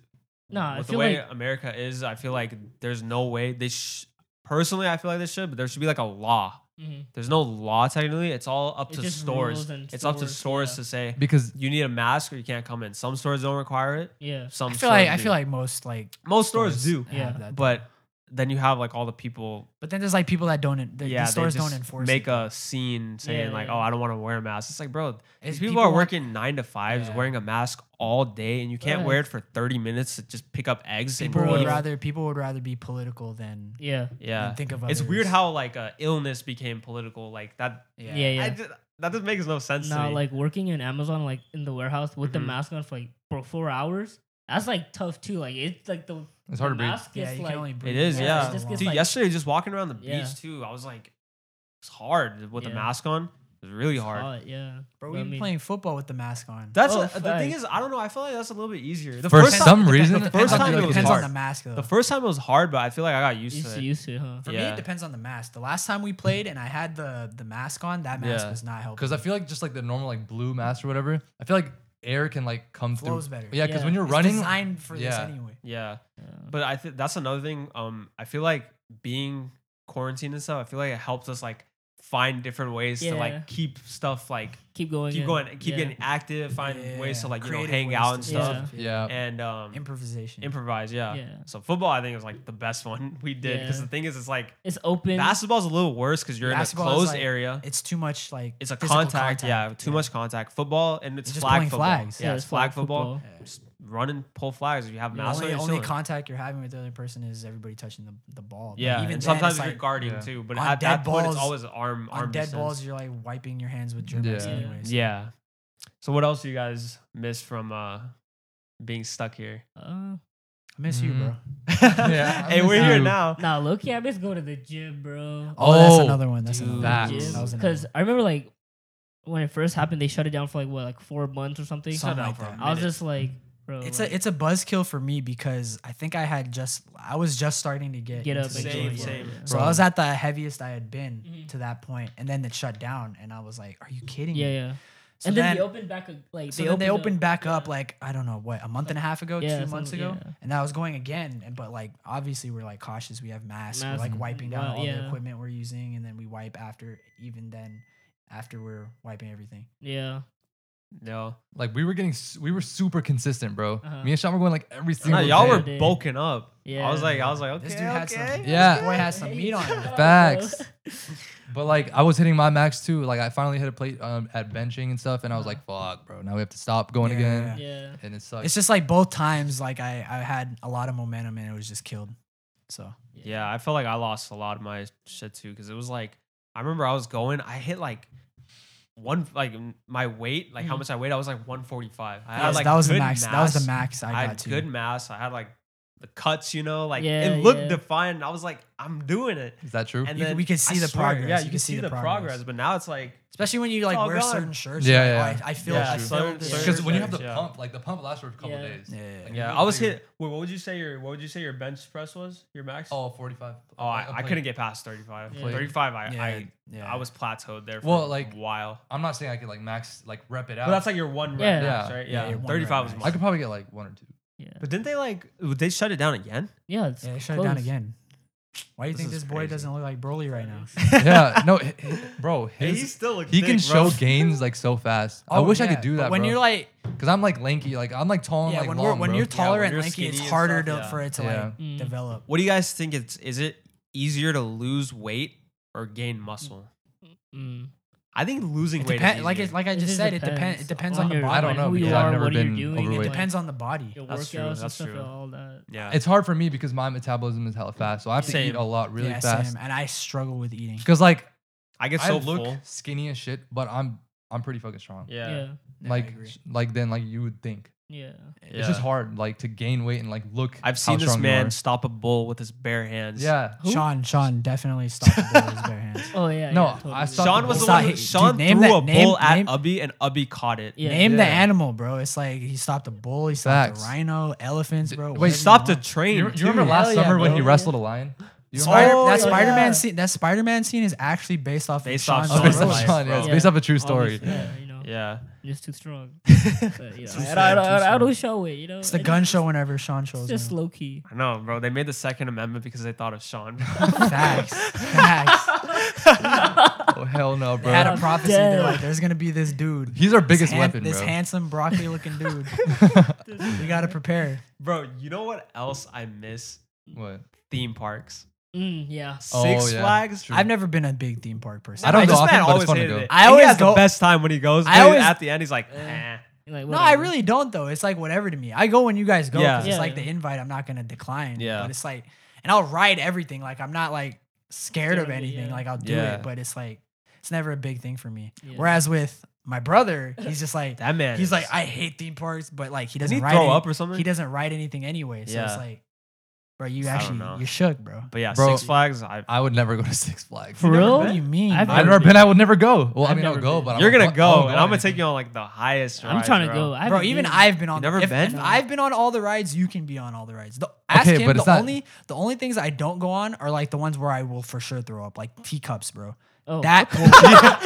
Speaker 1: No, I
Speaker 2: with the
Speaker 1: feel
Speaker 2: way America is, I feel like there's no way they. Sh- personally, I feel like they should, but there should be like a law.
Speaker 1: Mhm.
Speaker 2: There's no law technically. It's all up
Speaker 1: It's
Speaker 2: to
Speaker 1: just
Speaker 2: stores.
Speaker 1: rules and
Speaker 2: It's up to
Speaker 1: stores,
Speaker 2: stores
Speaker 1: yeah.
Speaker 2: to say
Speaker 4: because
Speaker 2: you need a mask or you can't come in. Some stores don't require it.
Speaker 1: Yeah.
Speaker 2: Some
Speaker 3: I feel
Speaker 2: stores
Speaker 3: like I
Speaker 2: do.
Speaker 3: feel like most like
Speaker 2: most stores, do,
Speaker 3: have
Speaker 1: Yeah.
Speaker 3: that, though.
Speaker 2: but then you have like all the people.
Speaker 3: but then there's like people that don't. en- The,
Speaker 2: yeah,
Speaker 3: the stores
Speaker 2: they just
Speaker 3: don't enforce.
Speaker 2: make
Speaker 3: it.
Speaker 2: a scene saying
Speaker 1: Yeah,
Speaker 2: like,
Speaker 1: yeah.
Speaker 2: "Oh, I don't want to wear a mask." It's like, bro, These
Speaker 3: It's
Speaker 2: people, are
Speaker 3: want-
Speaker 2: working nine to fives,
Speaker 3: Yeah.
Speaker 2: wearing a mask all day, and you can't
Speaker 1: Right.
Speaker 2: wear it for 30 minutes to just pick up eggs
Speaker 3: People
Speaker 2: and
Speaker 3: would
Speaker 2: eat.
Speaker 3: rather people would rather be political than
Speaker 1: Yeah.
Speaker 2: yeah.
Speaker 3: than think of.
Speaker 2: It's weird
Speaker 3: others.
Speaker 2: how like uh, illness became political. Like that,
Speaker 1: Yeah. Yeah.
Speaker 2: I ju- that just makes no sense. to
Speaker 1: Now,
Speaker 2: me.
Speaker 1: like working in Amazon, like in the warehouse with the
Speaker 2: Mhm.
Speaker 1: mask on for like for four hours, that's like tough too. Like it's like the,
Speaker 4: it's
Speaker 1: the
Speaker 4: hard to breathe.
Speaker 1: mask
Speaker 3: Yeah,
Speaker 1: is
Speaker 3: you
Speaker 1: like
Speaker 3: can only breathe
Speaker 2: it is,
Speaker 1: yeah,
Speaker 3: in
Speaker 2: yeah.
Speaker 1: it
Speaker 3: so
Speaker 1: just
Speaker 3: long.
Speaker 1: gets,
Speaker 2: Dude,
Speaker 1: like-
Speaker 2: yesterday just walking around the
Speaker 1: Yeah.
Speaker 2: beach too, I was like, it's hard with the
Speaker 1: Yeah.
Speaker 2: mask on. It's really hard.
Speaker 1: hot, yeah. But
Speaker 3: Bro, we've
Speaker 1: I
Speaker 3: been
Speaker 1: mean-
Speaker 3: playing football with the mask on.
Speaker 2: That's
Speaker 1: Oh,
Speaker 2: the thing
Speaker 1: facts.
Speaker 2: is, I don't know. I feel like that's a little bit easier. The
Speaker 4: For
Speaker 2: first time,
Speaker 4: some reason,
Speaker 2: the first
Speaker 4: I
Speaker 2: time
Speaker 4: feel
Speaker 2: it
Speaker 4: like
Speaker 2: was
Speaker 3: depends
Speaker 2: hard.
Speaker 3: on the mask though.
Speaker 2: the first time it was hard, but I feel like I got used
Speaker 1: Used
Speaker 2: to
Speaker 1: to,
Speaker 2: it.
Speaker 1: used to, huh?
Speaker 3: For me,
Speaker 2: yeah.
Speaker 3: it depends on the mask. The last time we played and I had the the mask on, that mask
Speaker 2: Yeah.
Speaker 3: was not helpful.
Speaker 4: Because I feel like just like the normal like blue mask or whatever, I feel like air can like come
Speaker 3: Flows
Speaker 4: through.
Speaker 3: better.
Speaker 4: Yeah, because
Speaker 1: Yeah.
Speaker 4: when you're
Speaker 3: It's
Speaker 4: running,
Speaker 3: designed for this
Speaker 4: yeah.
Speaker 3: anyway.
Speaker 2: Yeah.
Speaker 1: Yeah.
Speaker 2: But I think that's another thing. Um, I feel like being quarantined and stuff. I feel like it helps us like find different ways to
Speaker 1: Yeah.
Speaker 2: like keep stuff like
Speaker 1: keep going.
Speaker 2: keep
Speaker 1: in.
Speaker 2: going, keep
Speaker 1: Yeah.
Speaker 2: getting active, find ways to
Speaker 3: Yeah.
Speaker 2: like you know
Speaker 3: Creative
Speaker 2: hang
Speaker 3: ways
Speaker 2: out
Speaker 3: to
Speaker 2: and
Speaker 3: do
Speaker 2: stuff
Speaker 4: yeah,
Speaker 2: and um
Speaker 3: Improvisation.
Speaker 2: improvise. Yeah.
Speaker 1: Yeah.
Speaker 2: So football, I think is like the best one we did because
Speaker 1: Yeah.
Speaker 2: the thing is, it's like
Speaker 1: It's open.
Speaker 2: basketball's a little worse because you're in a
Speaker 3: Basketball is,
Speaker 2: closed
Speaker 3: like,
Speaker 2: area.
Speaker 3: it's too much like
Speaker 2: It's a
Speaker 3: physical
Speaker 2: contact, yeah, too much contact. Football and it's
Speaker 3: It's just
Speaker 2: flag
Speaker 3: playing
Speaker 2: football.
Speaker 3: flags.
Speaker 2: Yeah, it's flag, football.
Speaker 3: Yeah.
Speaker 2: Just run and pull flags if you have
Speaker 3: The
Speaker 2: masks. on,
Speaker 3: only,
Speaker 2: you're
Speaker 3: only
Speaker 2: chilling.
Speaker 3: contact you're having with the other person is everybody touching the, the ball. But
Speaker 2: Yeah,
Speaker 3: even
Speaker 2: and
Speaker 3: then, it's
Speaker 2: sometimes you're
Speaker 3: like,
Speaker 2: guarding
Speaker 4: Yeah.
Speaker 2: too, but
Speaker 3: on
Speaker 2: at
Speaker 3: dead
Speaker 2: that point, it's
Speaker 3: balls-
Speaker 2: always arm
Speaker 3: on
Speaker 2: arm
Speaker 3: dead
Speaker 2: distance.
Speaker 3: balls, you're like wiping your hands with germs
Speaker 4: Yeah.
Speaker 3: anyways.
Speaker 2: Yeah. So what else do you guys miss from uh being stuck here?
Speaker 1: Uh,
Speaker 3: I miss
Speaker 2: Mm-hmm.
Speaker 3: you, bro.
Speaker 4: Mhm. Yeah, I
Speaker 2: hey, we're
Speaker 4: miss
Speaker 2: here
Speaker 4: you.
Speaker 2: now.
Speaker 1: nah, Loki, I miss going to the gym, bro.
Speaker 3: Oh, that's
Speaker 4: Oh,
Speaker 3: another one. That's
Speaker 2: dude.
Speaker 3: another
Speaker 4: Facts.
Speaker 3: one. That was another
Speaker 1: Because I remember like when it first happened, they shut it down for like what, like four months or something.
Speaker 3: Something
Speaker 2: down
Speaker 3: like
Speaker 2: for a
Speaker 3: that.
Speaker 1: I was
Speaker 2: minute.
Speaker 1: just like, bro,
Speaker 3: It's
Speaker 1: like,
Speaker 3: a it's a buzzkill for me because I think I had just I was just starting to get
Speaker 1: get
Speaker 3: into
Speaker 1: up
Speaker 3: the
Speaker 1: and
Speaker 2: Same,
Speaker 1: go.
Speaker 3: game.
Speaker 2: same.
Speaker 1: Yeah.
Speaker 3: So I was at the heaviest I had been
Speaker 1: Mhm.
Speaker 3: to that point, and then it shut down, and I was like, "Are you kidding?"
Speaker 1: yeah,
Speaker 3: me?
Speaker 1: yeah.
Speaker 3: So
Speaker 1: and then,
Speaker 3: then-
Speaker 1: they opened back a, like
Speaker 3: So then they opened
Speaker 1: up-
Speaker 3: back up
Speaker 1: yeah.
Speaker 3: like I don't know what a month and a half ago,
Speaker 1: Yeah,
Speaker 3: two months
Speaker 1: some-
Speaker 3: ago,
Speaker 1: yeah.
Speaker 3: and I was going again. And but like obviously we're like cautious. We have masks.
Speaker 1: Masks
Speaker 3: we're like
Speaker 1: and-
Speaker 3: wiping down
Speaker 1: well,
Speaker 3: all the
Speaker 1: yeah.
Speaker 3: equipment we're using, and then we wipe after. Even then, after we're wiping everything.
Speaker 1: Yeah,
Speaker 2: No,
Speaker 4: Like we were getting, s- we were super consistent, bro.
Speaker 1: Uh-huh.
Speaker 4: Me and Sean were going like every single.
Speaker 2: Nah, y'all
Speaker 4: day.
Speaker 2: were
Speaker 1: day.
Speaker 2: bulking up. I was like, I was like, okay,
Speaker 3: This dude had some-
Speaker 2: okay.
Speaker 4: Yeah.
Speaker 3: This boy has some meat on him.
Speaker 4: Facts. But like I was hitting my max too. Like I finally hit a plate um, at benching and stuff, and I was like, "Fuck, bro! Now we have to stop going
Speaker 3: Yeah,
Speaker 4: again."
Speaker 3: yeah,
Speaker 1: yeah,
Speaker 4: And it sucks.
Speaker 3: It's just like both times, like I I had a lot of momentum and it was just killed. So
Speaker 2: Yeah, I felt like I lost a lot of my shit too because it was like I remember I was going, I hit like one like m- my weight, like how
Speaker 1: Mhm.
Speaker 2: much I weighed, I was like 145. I
Speaker 3: Mm. Yes,
Speaker 2: had like
Speaker 3: that was the
Speaker 2: good
Speaker 3: max. That was the max I
Speaker 2: I,
Speaker 3: got
Speaker 2: had
Speaker 3: to.
Speaker 2: good mass. I had like the cuts, you know, like
Speaker 1: Yeah,
Speaker 2: it looked
Speaker 1: yeah.
Speaker 2: defined. I was like, I'm doing it.
Speaker 4: Is that true?
Speaker 2: And
Speaker 3: You c-
Speaker 2: then
Speaker 3: we could
Speaker 2: I
Speaker 3: see the progress.
Speaker 2: Yeah, you, could see, the progress. but now it's like
Speaker 3: Especially when you like
Speaker 2: all
Speaker 3: wear
Speaker 2: gone.
Speaker 3: certain shirts.
Speaker 4: Yeah,
Speaker 3: you're like,
Speaker 4: yeah.
Speaker 3: "Oh, I, I feel
Speaker 2: Yeah,
Speaker 3: I
Speaker 2: so-
Speaker 3: feel this
Speaker 2: so-
Speaker 4: because when you have the
Speaker 2: Surgery, yeah.
Speaker 4: pump, like the pump lasts for a couple
Speaker 1: Yeah.
Speaker 4: days.
Speaker 3: Yeah,
Speaker 4: Like,
Speaker 3: yeah,
Speaker 4: you
Speaker 2: yeah.
Speaker 4: get
Speaker 2: I was
Speaker 4: bigger.
Speaker 2: hit. Wait, what would you say your what would you say your bench press was? Your max?
Speaker 4: Oh, 45.
Speaker 2: Oh, I, I couldn't get past 35.
Speaker 1: Yeah.
Speaker 2: 35, I,
Speaker 3: yeah,
Speaker 2: I
Speaker 3: yeah.
Speaker 2: I was plateaued there for
Speaker 4: Well,
Speaker 2: like
Speaker 4: like-
Speaker 2: a while.
Speaker 4: I'm not saying I could like max like rep it out.
Speaker 2: But that's like your one rep
Speaker 1: Yeah.
Speaker 2: max,
Speaker 4: Yeah.
Speaker 2: right?
Speaker 3: Yeah,
Speaker 2: Yeah.
Speaker 3: your one
Speaker 2: 35
Speaker 3: rep
Speaker 2: was
Speaker 3: max.
Speaker 2: my.
Speaker 4: I could probably get like one or two.
Speaker 1: yeah,
Speaker 2: But didn't they like would they shut it down again?
Speaker 1: yeah. It's
Speaker 3: Yeah, they shut it down
Speaker 1: close.
Speaker 3: again. Why do you
Speaker 2: This
Speaker 3: think
Speaker 2: is
Speaker 3: this boy
Speaker 2: crazy.
Speaker 3: doesn't look like Broly right now?
Speaker 4: yeah, no, h- h- bro,
Speaker 2: Hey,
Speaker 4: his,
Speaker 2: still looking
Speaker 4: he can show gains like so fast. I
Speaker 3: Oh,
Speaker 4: wish I
Speaker 3: yeah,
Speaker 4: could do
Speaker 3: but
Speaker 4: that,
Speaker 3: when
Speaker 4: bro.
Speaker 3: you're like,
Speaker 4: Because I'm like lanky, like I'm like tall and
Speaker 3: yeah,
Speaker 4: like
Speaker 3: when,
Speaker 4: long,
Speaker 3: we're, when
Speaker 4: bro.
Speaker 3: you're taller
Speaker 2: when
Speaker 3: and
Speaker 2: you're
Speaker 3: lanky, it's
Speaker 2: skinny and
Speaker 3: harder
Speaker 2: stuff,
Speaker 3: to,
Speaker 2: yeah.
Speaker 3: for it to
Speaker 4: Yeah.
Speaker 3: like
Speaker 1: Mm.
Speaker 3: develop.
Speaker 2: What do you guys think it's is it easier to lose weight or gain muscle?
Speaker 1: Mm.
Speaker 2: I think losing
Speaker 3: It
Speaker 2: weight
Speaker 3: depend,
Speaker 2: is
Speaker 3: like
Speaker 2: easier.
Speaker 3: it, like I
Speaker 1: It
Speaker 3: just
Speaker 1: just
Speaker 3: said, it depends. It depends on the
Speaker 1: your-
Speaker 3: body.
Speaker 4: I don't know
Speaker 1: who you
Speaker 4: because I've
Speaker 1: are,
Speaker 4: never
Speaker 1: what
Speaker 4: been
Speaker 1: you're doing.
Speaker 4: overweight.
Speaker 1: and,
Speaker 3: It
Speaker 1: like,
Speaker 3: depends on the body.
Speaker 1: your
Speaker 2: That's true,
Speaker 1: workouts and
Speaker 2: that's
Speaker 1: stuff
Speaker 2: true.
Speaker 1: and all that.
Speaker 2: yeah.
Speaker 4: It's hard for me because my metabolism is hella fast, so I have to
Speaker 2: Same.
Speaker 4: eat a lot really
Speaker 3: yeah,
Speaker 4: fast.
Speaker 3: Same. And I struggle with eating.
Speaker 4: Because like
Speaker 2: I get
Speaker 4: I
Speaker 2: so
Speaker 4: look
Speaker 2: full.
Speaker 4: skinny as shit, but I'm I'm pretty fucking strong.
Speaker 2: Yeah.
Speaker 1: Yeah,
Speaker 3: Yeah, I
Speaker 4: Like
Speaker 3: agree.
Speaker 4: sh- like then like you would think
Speaker 1: yeah.
Speaker 2: Yeah.
Speaker 4: it's just hard like to gain weight and like look.
Speaker 2: I've
Speaker 4: how
Speaker 2: seen this
Speaker 4: strong you
Speaker 2: man
Speaker 4: are.
Speaker 2: stop a bull with his bare hands.
Speaker 4: Yeah.
Speaker 1: Who?
Speaker 3: Sean, Sean definitely stopped the ball with his bare hands.
Speaker 1: Oh yeah.
Speaker 4: No,
Speaker 1: yeah,
Speaker 4: I
Speaker 1: totally.
Speaker 4: saw-
Speaker 2: Sean was the
Speaker 3: Stop-
Speaker 2: one. Who,
Speaker 3: Hey,
Speaker 2: Sean
Speaker 3: dude, name
Speaker 2: threw
Speaker 3: that-
Speaker 2: a
Speaker 3: name-
Speaker 2: bull at
Speaker 3: name-
Speaker 2: Ubby and Ubby caught it.
Speaker 1: Yeah.
Speaker 3: Name the
Speaker 4: Yeah.
Speaker 3: animal, bro. It's like he stopped a bull, he stopped
Speaker 4: Facts.
Speaker 3: a rhino, elephants, bro.
Speaker 4: Wait,
Speaker 2: He
Speaker 3: whatever you
Speaker 2: stopped a
Speaker 3: want.
Speaker 2: train.
Speaker 4: You, re- you remember
Speaker 2: too.
Speaker 4: last
Speaker 1: Hell yeah,
Speaker 4: summer when
Speaker 1: bro.
Speaker 4: he wrestled a lion? You
Speaker 3: Spider,
Speaker 4: remember?
Speaker 2: Oh,
Speaker 3: that
Speaker 2: yeah.
Speaker 3: Spider Man scene. That Spider Man scene is actually based off
Speaker 2: Based
Speaker 3: of
Speaker 2: off
Speaker 3: Sean's
Speaker 4: Oh,
Speaker 2: Sean's
Speaker 4: based
Speaker 3: real
Speaker 4: off
Speaker 2: life,
Speaker 4: Sean,
Speaker 2: bro.
Speaker 4: yeah, it's based off a true story.
Speaker 1: Obviously, Yeah, you know,
Speaker 2: Yeah.
Speaker 1: it's too strong. But, yeah,
Speaker 3: Too
Speaker 1: I,
Speaker 3: strong,
Speaker 1: don't- I, don't-
Speaker 3: too
Speaker 1: I don't- I
Speaker 3: strong.
Speaker 1: don't show it. You know,
Speaker 3: It's the gun show whenever Sean shows
Speaker 1: It's just
Speaker 3: up.
Speaker 1: low key.
Speaker 2: I know, bro. They made the Second Amendment because they thought of Sean.
Speaker 3: Facts. Facts.
Speaker 4: Oh hell no,
Speaker 3: They had a
Speaker 4: bro.
Speaker 3: prophecy. They're
Speaker 1: Dead.
Speaker 3: like, there's gonna be this dude.
Speaker 4: He's our biggest
Speaker 3: this han-
Speaker 4: weapon,
Speaker 3: This
Speaker 4: bro.
Speaker 3: handsome broccoli looking dude. we gotta prepare.
Speaker 2: Bro, you know what else I miss?
Speaker 4: What?
Speaker 2: Theme parks.
Speaker 1: Mm, yeah.
Speaker 2: Six
Speaker 4: Oh, yeah.
Speaker 2: Flags.
Speaker 4: True.
Speaker 3: I've never been a big theme park person.
Speaker 4: I don't
Speaker 2: This
Speaker 4: go often,
Speaker 2: man
Speaker 4: but it's
Speaker 2: always
Speaker 4: fun to
Speaker 2: hated
Speaker 4: go.
Speaker 2: it.
Speaker 3: I
Speaker 2: And he
Speaker 3: always
Speaker 2: has
Speaker 3: go-
Speaker 2: the best time when he goes.
Speaker 3: I
Speaker 2: I always
Speaker 3: always-
Speaker 2: at the end he's like, eh.
Speaker 1: Eh. Like,
Speaker 3: No, I
Speaker 1: whatever.
Speaker 3: really don't though. It's like whatever to me. I go when you guys go. 'cause
Speaker 2: Yeah.
Speaker 3: It's
Speaker 1: Yeah,
Speaker 3: like
Speaker 1: yeah.
Speaker 3: the invite. I'm not gonna decline.
Speaker 2: Yeah.
Speaker 3: But it's like, and I'll ride everything. Like I'm not like scared of
Speaker 1: Scared of it,
Speaker 3: anything.
Speaker 1: yeah.
Speaker 3: Like I'll do
Speaker 2: Yeah.
Speaker 3: it. But it's like it's never a big thing for me.
Speaker 1: Yeah.
Speaker 3: Whereas with my brother, he's just like
Speaker 2: that man.
Speaker 3: he's
Speaker 2: is-
Speaker 3: like I hate theme parks, but like he
Speaker 2: doesn't
Speaker 3: doesn't
Speaker 2: he
Speaker 3: ride
Speaker 2: throw
Speaker 3: any-
Speaker 2: up or something?
Speaker 3: He doesn't ride anything anyway. So
Speaker 2: Yeah.
Speaker 3: it's like, bro, you
Speaker 2: I don't
Speaker 3: actually
Speaker 2: know.
Speaker 3: you shook, bro.
Speaker 2: but yeah,
Speaker 4: Bro-
Speaker 2: Six Flags. I,
Speaker 4: I would never go to Six Flags.
Speaker 1: For real?
Speaker 3: What do you mean?
Speaker 1: I've
Speaker 3: bro?
Speaker 4: I've never
Speaker 1: been.
Speaker 4: been. I would never go. Well, i
Speaker 1: I've
Speaker 4: mean, I'll
Speaker 1: never
Speaker 4: go,
Speaker 1: been.
Speaker 4: but
Speaker 2: you're
Speaker 4: I'm
Speaker 2: gonna go, and I'm gonna
Speaker 4: anything.
Speaker 2: take you on like the highest.
Speaker 1: I'm
Speaker 2: rides,
Speaker 1: trying to
Speaker 2: bro.
Speaker 1: go. I
Speaker 3: Bro,
Speaker 1: haven't
Speaker 3: even
Speaker 1: been.
Speaker 3: I've been on.
Speaker 2: never
Speaker 3: if-
Speaker 2: been?
Speaker 3: If I've been on all the rides. You can be on all the rides. The, ask
Speaker 4: Okay,
Speaker 3: him.
Speaker 4: but
Speaker 3: the
Speaker 4: it's not-
Speaker 3: only the only things I don't go on are like the ones where I will for sure throw up, like teacups, bro.
Speaker 1: Oh,
Speaker 3: That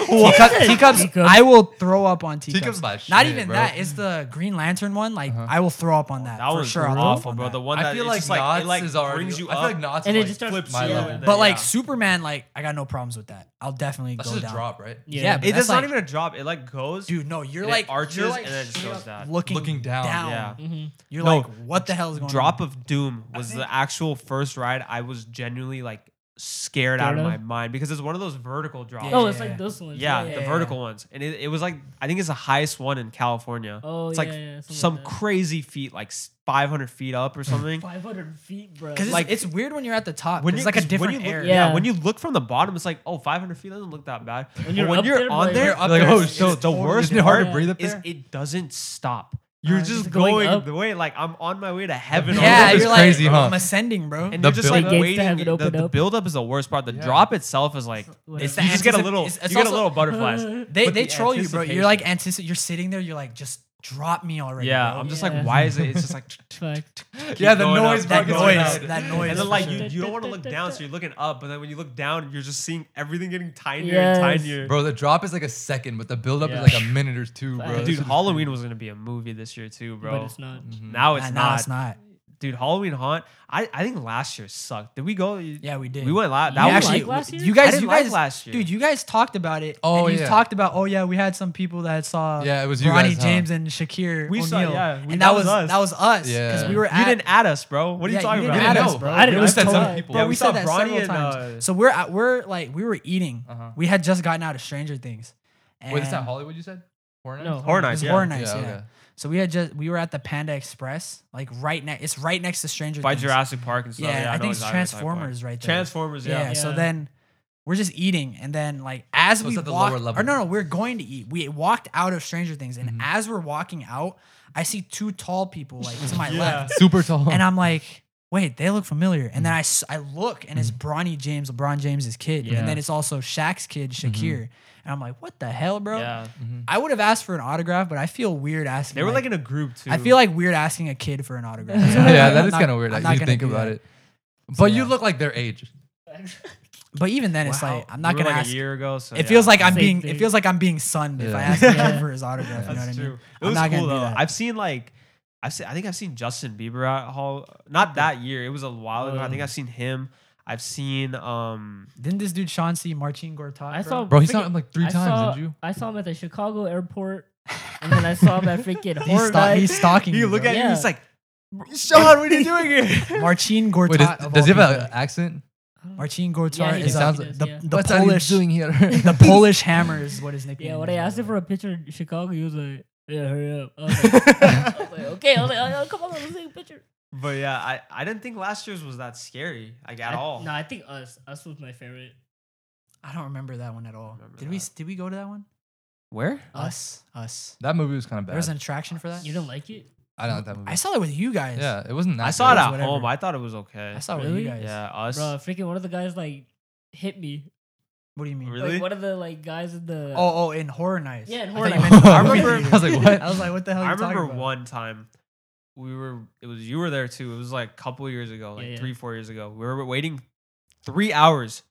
Speaker 3: will, teacup, teacups,
Speaker 1: Teacups.
Speaker 3: I will throw up on teacups.
Speaker 4: Teacups my
Speaker 3: Not
Speaker 4: shit,
Speaker 3: even
Speaker 4: bro.
Speaker 3: that. It's the Green Lantern one. Like
Speaker 4: Uh-huh.
Speaker 3: I will throw up on that.
Speaker 2: That
Speaker 3: for
Speaker 2: was
Speaker 3: sure, I'll throw up
Speaker 2: awful,
Speaker 3: on
Speaker 2: bro.
Speaker 3: that.
Speaker 2: The one
Speaker 4: I
Speaker 2: that
Speaker 4: feel
Speaker 2: it's
Speaker 4: like
Speaker 2: just, like
Speaker 4: Knots
Speaker 2: it like
Speaker 4: is already.
Speaker 2: brings you
Speaker 4: I feel like
Speaker 2: up.
Speaker 4: Knots
Speaker 1: And it
Speaker 4: like,
Speaker 1: just starts-
Speaker 4: flips my
Speaker 1: yeah.
Speaker 4: level.
Speaker 3: but like
Speaker 2: yeah.
Speaker 3: Superman, like I got no problems with that. I'll definitely
Speaker 4: that's
Speaker 3: go
Speaker 4: just
Speaker 3: down.
Speaker 4: a drop, right?
Speaker 1: yeah.
Speaker 3: yeah,
Speaker 1: but
Speaker 3: but
Speaker 2: It
Speaker 3: that's
Speaker 2: does not
Speaker 3: like-
Speaker 2: even a drop. It like goes.
Speaker 3: Dude, no, you're
Speaker 2: And it
Speaker 3: like
Speaker 2: arches
Speaker 3: you're like
Speaker 2: and then it just
Speaker 3: straight
Speaker 2: goes
Speaker 3: up
Speaker 2: down.
Speaker 3: looking,
Speaker 4: Looking down,
Speaker 2: yeah.
Speaker 1: mhm.
Speaker 3: You're
Speaker 2: No,
Speaker 3: like, what the hell is going
Speaker 2: Drop
Speaker 3: on?
Speaker 2: of Doom was the actual first ride I was genuinely like scared out
Speaker 1: Scared
Speaker 2: of
Speaker 1: of?
Speaker 2: my mind because it's one of those vertical drops.
Speaker 1: Oh, it's
Speaker 3: Yeah.
Speaker 1: like those ones.
Speaker 2: Yeah,
Speaker 1: yeah.
Speaker 2: the vertical ones. And it, it was like, I think it's the highest one in California.
Speaker 1: Oh,
Speaker 2: it's
Speaker 1: yeah,
Speaker 2: like
Speaker 1: yeah, something
Speaker 2: some
Speaker 1: like that.
Speaker 2: crazy feet, like s- 500 feet up or something.
Speaker 1: 500 feet, bro.
Speaker 3: Because it's,
Speaker 2: Like-
Speaker 3: it's weird when you're at the top.
Speaker 2: When
Speaker 3: When it's
Speaker 2: you-
Speaker 3: like a
Speaker 2: 'cause
Speaker 3: different
Speaker 2: when you
Speaker 3: area.
Speaker 2: Look, yeah.
Speaker 1: Yeah.
Speaker 2: when you look from the bottom, it's like, oh, 500 feet doesn't look that bad. But When
Speaker 1: you're up there,
Speaker 2: on
Speaker 1: like-
Speaker 2: there,
Speaker 1: You're
Speaker 4: up there,
Speaker 2: oh,
Speaker 4: it's-
Speaker 2: so
Speaker 4: it's
Speaker 2: the
Speaker 4: totally
Speaker 2: worst
Speaker 4: different. Isn't it hard to
Speaker 2: part
Speaker 4: breathe up
Speaker 2: is
Speaker 4: there?
Speaker 2: it doesn't stop. You're
Speaker 3: Uh,
Speaker 2: just
Speaker 1: just going
Speaker 2: going,
Speaker 1: up.
Speaker 2: the way like I'm on my way to heaven.
Speaker 3: yeah,
Speaker 2: already.
Speaker 4: It's
Speaker 3: you're like
Speaker 4: crazy, huh?
Speaker 3: I'm ascending, bro.
Speaker 2: and
Speaker 4: The
Speaker 2: you're just
Speaker 4: build-
Speaker 2: like
Speaker 1: The gates to
Speaker 2: waiting.
Speaker 1: heaven
Speaker 2: The,
Speaker 1: open
Speaker 2: the
Speaker 1: up.
Speaker 2: build up is the worst part. The
Speaker 4: Yeah.
Speaker 2: drop itself is like
Speaker 1: It's
Speaker 3: the
Speaker 2: you just get a
Speaker 3: antici-
Speaker 2: little.
Speaker 3: it's-
Speaker 2: you
Speaker 3: it's
Speaker 2: get a
Speaker 3: also-
Speaker 2: little butterflies.
Speaker 3: They
Speaker 2: But
Speaker 3: they
Speaker 2: the
Speaker 3: troll you, bro. You're like anticipate. You're sitting there. You're like, just drop me already.
Speaker 2: Yeah,
Speaker 3: bro.
Speaker 2: I'm just
Speaker 1: Yeah.
Speaker 2: like, why is it? It's just like,
Speaker 1: Fuck.
Speaker 4: Yeah, the
Speaker 2: going up,
Speaker 4: noise,
Speaker 3: that
Speaker 4: bro, gets
Speaker 3: noise.
Speaker 4: loud.
Speaker 3: That noise.
Speaker 2: and then
Speaker 3: for
Speaker 2: like
Speaker 3: sure.
Speaker 2: you, you don't want to look down, so you're looking up. But then when you look down, you're just seeing everything getting tinier
Speaker 1: Yes.
Speaker 2: and tinier.
Speaker 4: Bro, the drop is like a second, but the buildup
Speaker 1: Yeah.
Speaker 4: is like a minute or two, bro.
Speaker 1: Facts.
Speaker 4: This
Speaker 2: Dude,
Speaker 4: shit is
Speaker 2: Halloween was gonna be a movie this year too, bro.
Speaker 1: But it's not.
Speaker 4: Mhm.
Speaker 2: Now
Speaker 3: Nah,
Speaker 2: "Oh, it's
Speaker 3: nah,
Speaker 2: not.
Speaker 3: it's not.
Speaker 2: Dude, Halloween Haunt. I, I think last year sucked. Did we go?
Speaker 3: Yeah, we did.
Speaker 2: We went last. That
Speaker 1: You
Speaker 2: was
Speaker 1: actually-
Speaker 2: like,
Speaker 1: last year?
Speaker 3: you
Speaker 2: I
Speaker 3: guys,
Speaker 2: didn't
Speaker 3: you
Speaker 2: like
Speaker 3: guys,
Speaker 2: last year.
Speaker 3: dude, you guys talked about it.
Speaker 4: Oh,
Speaker 3: and you
Speaker 4: yeah.
Speaker 3: talked about, oh yeah, we had some people that saw,
Speaker 4: Yeah, it was you
Speaker 3: Bronny
Speaker 4: guys, huh?
Speaker 3: James and Shakir
Speaker 2: We
Speaker 3: O'Neal,
Speaker 2: saw- yeah, we-
Speaker 3: and
Speaker 2: that
Speaker 3: that
Speaker 2: was
Speaker 3: was
Speaker 2: us.
Speaker 3: that was us because
Speaker 4: Yeah.
Speaker 3: we were
Speaker 2: you
Speaker 3: at.
Speaker 2: didn't add us, bro. What are
Speaker 3: yeah,
Speaker 2: you talking
Speaker 3: you
Speaker 2: about?
Speaker 3: didn't add
Speaker 4: We
Speaker 3: us,
Speaker 4: know.
Speaker 3: bro.
Speaker 1: I didn't-
Speaker 3: It
Speaker 1: I
Speaker 3: was
Speaker 4: said some
Speaker 3: total-
Speaker 4: people.
Speaker 3: Bro,
Speaker 4: Yeah,
Speaker 3: we,
Speaker 2: we saw
Speaker 3: said that
Speaker 2: Bronny
Speaker 3: several
Speaker 2: and,
Speaker 3: times.
Speaker 2: uh,
Speaker 3: so we're at, we're like we were eating.
Speaker 4: Uh-huh.
Speaker 3: We had just gotten out of Stranger Things. And
Speaker 4: Wait, it's not Hollywood you said? Horror
Speaker 1: No.
Speaker 4: Nights?
Speaker 2: Horror
Speaker 3: It was
Speaker 2: Nights, yeah.
Speaker 3: Horror Nights, yeah.
Speaker 4: okay.
Speaker 3: So we had just we were at the Panda Express, like right next. It's right next to Stranger
Speaker 2: By
Speaker 3: Things.
Speaker 2: Jurassic Park and stuff.
Speaker 3: Yeah, I
Speaker 2: know
Speaker 3: think it's
Speaker 2: exactly what you're talking about.
Speaker 3: Transformers right there.
Speaker 2: Transformers,
Speaker 3: Yeah,
Speaker 2: yeah.
Speaker 3: So
Speaker 1: Yeah.
Speaker 3: then we're just eating, and then like as
Speaker 4: So
Speaker 3: we
Speaker 4: it's at the
Speaker 3: walk,
Speaker 4: lower level. Mm-hmm.
Speaker 3: or no, no, we're going to eat. We walked out of Stranger Things, and as we're walking out, I see two tall people like to my
Speaker 2: Yeah.
Speaker 3: left,
Speaker 4: Super tall.
Speaker 3: and I'm like. Wait, they look familiar. And then I,
Speaker 4: Mm-hmm.
Speaker 3: s- I look and it's Bronny James, LeBron James's kid.
Speaker 2: Yeah.
Speaker 3: And then it's also Shaq's kid,
Speaker 4: Mm-hmm.
Speaker 3: Shakir. And I'm like, what the hell, bro?
Speaker 2: Yeah.
Speaker 4: Mhm.
Speaker 3: I would have asked for an autograph, but I feel weird asking.
Speaker 2: They were like in a group too.
Speaker 3: I feel like weird asking a kid for an autograph.
Speaker 4: yeah,
Speaker 3: I'm
Speaker 4: that is
Speaker 3: not-
Speaker 4: kind of weird.
Speaker 3: I'm
Speaker 4: Like,
Speaker 3: not
Speaker 4: you
Speaker 3: gonna
Speaker 4: think
Speaker 3: do
Speaker 4: about
Speaker 3: that.
Speaker 4: it. But
Speaker 3: yeah.
Speaker 4: you look like their age.
Speaker 3: Mm-hmm. But even then, it's
Speaker 2: Wow.
Speaker 3: like I'm not
Speaker 2: We were
Speaker 3: gonna
Speaker 2: like
Speaker 3: ask.
Speaker 2: a year ago. So
Speaker 3: It feels
Speaker 2: yeah.
Speaker 3: like I'm
Speaker 1: Same
Speaker 3: being.
Speaker 1: thing.
Speaker 3: It feels like I'm being sunned if I
Speaker 4: Yeah.
Speaker 3: ask him
Speaker 1: Yeah.
Speaker 3: for his autograph. You know what
Speaker 2: That's
Speaker 3: I mean?
Speaker 2: true. It
Speaker 3: I'm
Speaker 2: was
Speaker 3: not gonna
Speaker 2: cool
Speaker 3: do
Speaker 2: though.
Speaker 3: that.
Speaker 2: I've seen like I've seen I think I've seen Justin Bieber at Hall not that year. It was a while ago. I think
Speaker 1: Uh.
Speaker 3: Oh.
Speaker 2: I've seen him. I've seen um
Speaker 3: Didn't this dude Sean see Martin Gortat?
Speaker 1: I saw
Speaker 4: Bro, he saw
Speaker 1: freaking-
Speaker 4: him like three
Speaker 1: I
Speaker 4: times,
Speaker 1: saw,
Speaker 4: didn't you?
Speaker 1: I saw him at the Chicago airport, and then I saw him at freaking
Speaker 3: He's,
Speaker 1: Horror
Speaker 3: sta-
Speaker 1: Night.
Speaker 3: he's stalking.
Speaker 2: you
Speaker 3: you,
Speaker 2: look
Speaker 3: bro.
Speaker 2: at you,
Speaker 1: Yeah.
Speaker 2: it's like Sean, what are you doing here?
Speaker 3: Martin Gortat.
Speaker 4: Wait, does,
Speaker 3: of
Speaker 4: does he
Speaker 3: all
Speaker 4: have an
Speaker 3: people.
Speaker 4: accent?
Speaker 1: I don't know.
Speaker 3: Martin Gortat
Speaker 1: Yeah, he
Speaker 3: is
Speaker 1: does,
Speaker 3: a,
Speaker 4: sounds
Speaker 1: he does,
Speaker 3: the,
Speaker 1: yeah.
Speaker 3: the
Speaker 4: What's are you
Speaker 3: Polish.
Speaker 4: doing here?
Speaker 3: The Polish Hammer is what his nickname.
Speaker 1: Yeah, when
Speaker 3: is,
Speaker 1: I asked him
Speaker 3: bro.
Speaker 1: for a picture in Chicago, he was like, "Yeah, hurry up." I was like, I was like, "Okay," I was like, oh, "Come on, let's take a picture."
Speaker 2: But yeah, I, I didn't think last year's was that scary, like at
Speaker 1: I-
Speaker 2: all.
Speaker 1: No, I think us. Us was my favorite.
Speaker 3: I don't remember that one at all.
Speaker 2: Remember
Speaker 3: Did we?
Speaker 2: that.
Speaker 3: Did we go to that one?
Speaker 2: Where?
Speaker 3: Us. Us.
Speaker 4: that movie was kind of
Speaker 3: There was
Speaker 4: bad.
Speaker 3: an attraction for that.
Speaker 1: You didn't like it?
Speaker 4: I don't like that movie.
Speaker 3: I saw that with you guys.
Speaker 4: yeah, it wasn't that
Speaker 2: I saw it
Speaker 4: good.
Speaker 2: at
Speaker 3: whatever.
Speaker 2: home. I thought it was okay.
Speaker 3: I saw it with
Speaker 1: Really?
Speaker 3: you guys.
Speaker 2: yeah, us.
Speaker 1: Bro, freaking one of the guys like hit me.
Speaker 3: What do you mean?
Speaker 2: Really?
Speaker 1: Like one of the like guys in the
Speaker 3: Oh, oh, in Horror Nights.
Speaker 1: Yeah, in
Speaker 3: I
Speaker 1: Horror
Speaker 3: thought you
Speaker 1: Nights.
Speaker 3: meant-
Speaker 4: I
Speaker 2: remember-
Speaker 4: I was like, what?
Speaker 3: I was like, what the hell? Are
Speaker 2: I
Speaker 3: you talking
Speaker 2: remember
Speaker 3: about?
Speaker 2: one time we were it was you were there too. It was like a couple years ago, like
Speaker 1: Yeah, yeah.
Speaker 2: three, four years ago. We were waiting three hours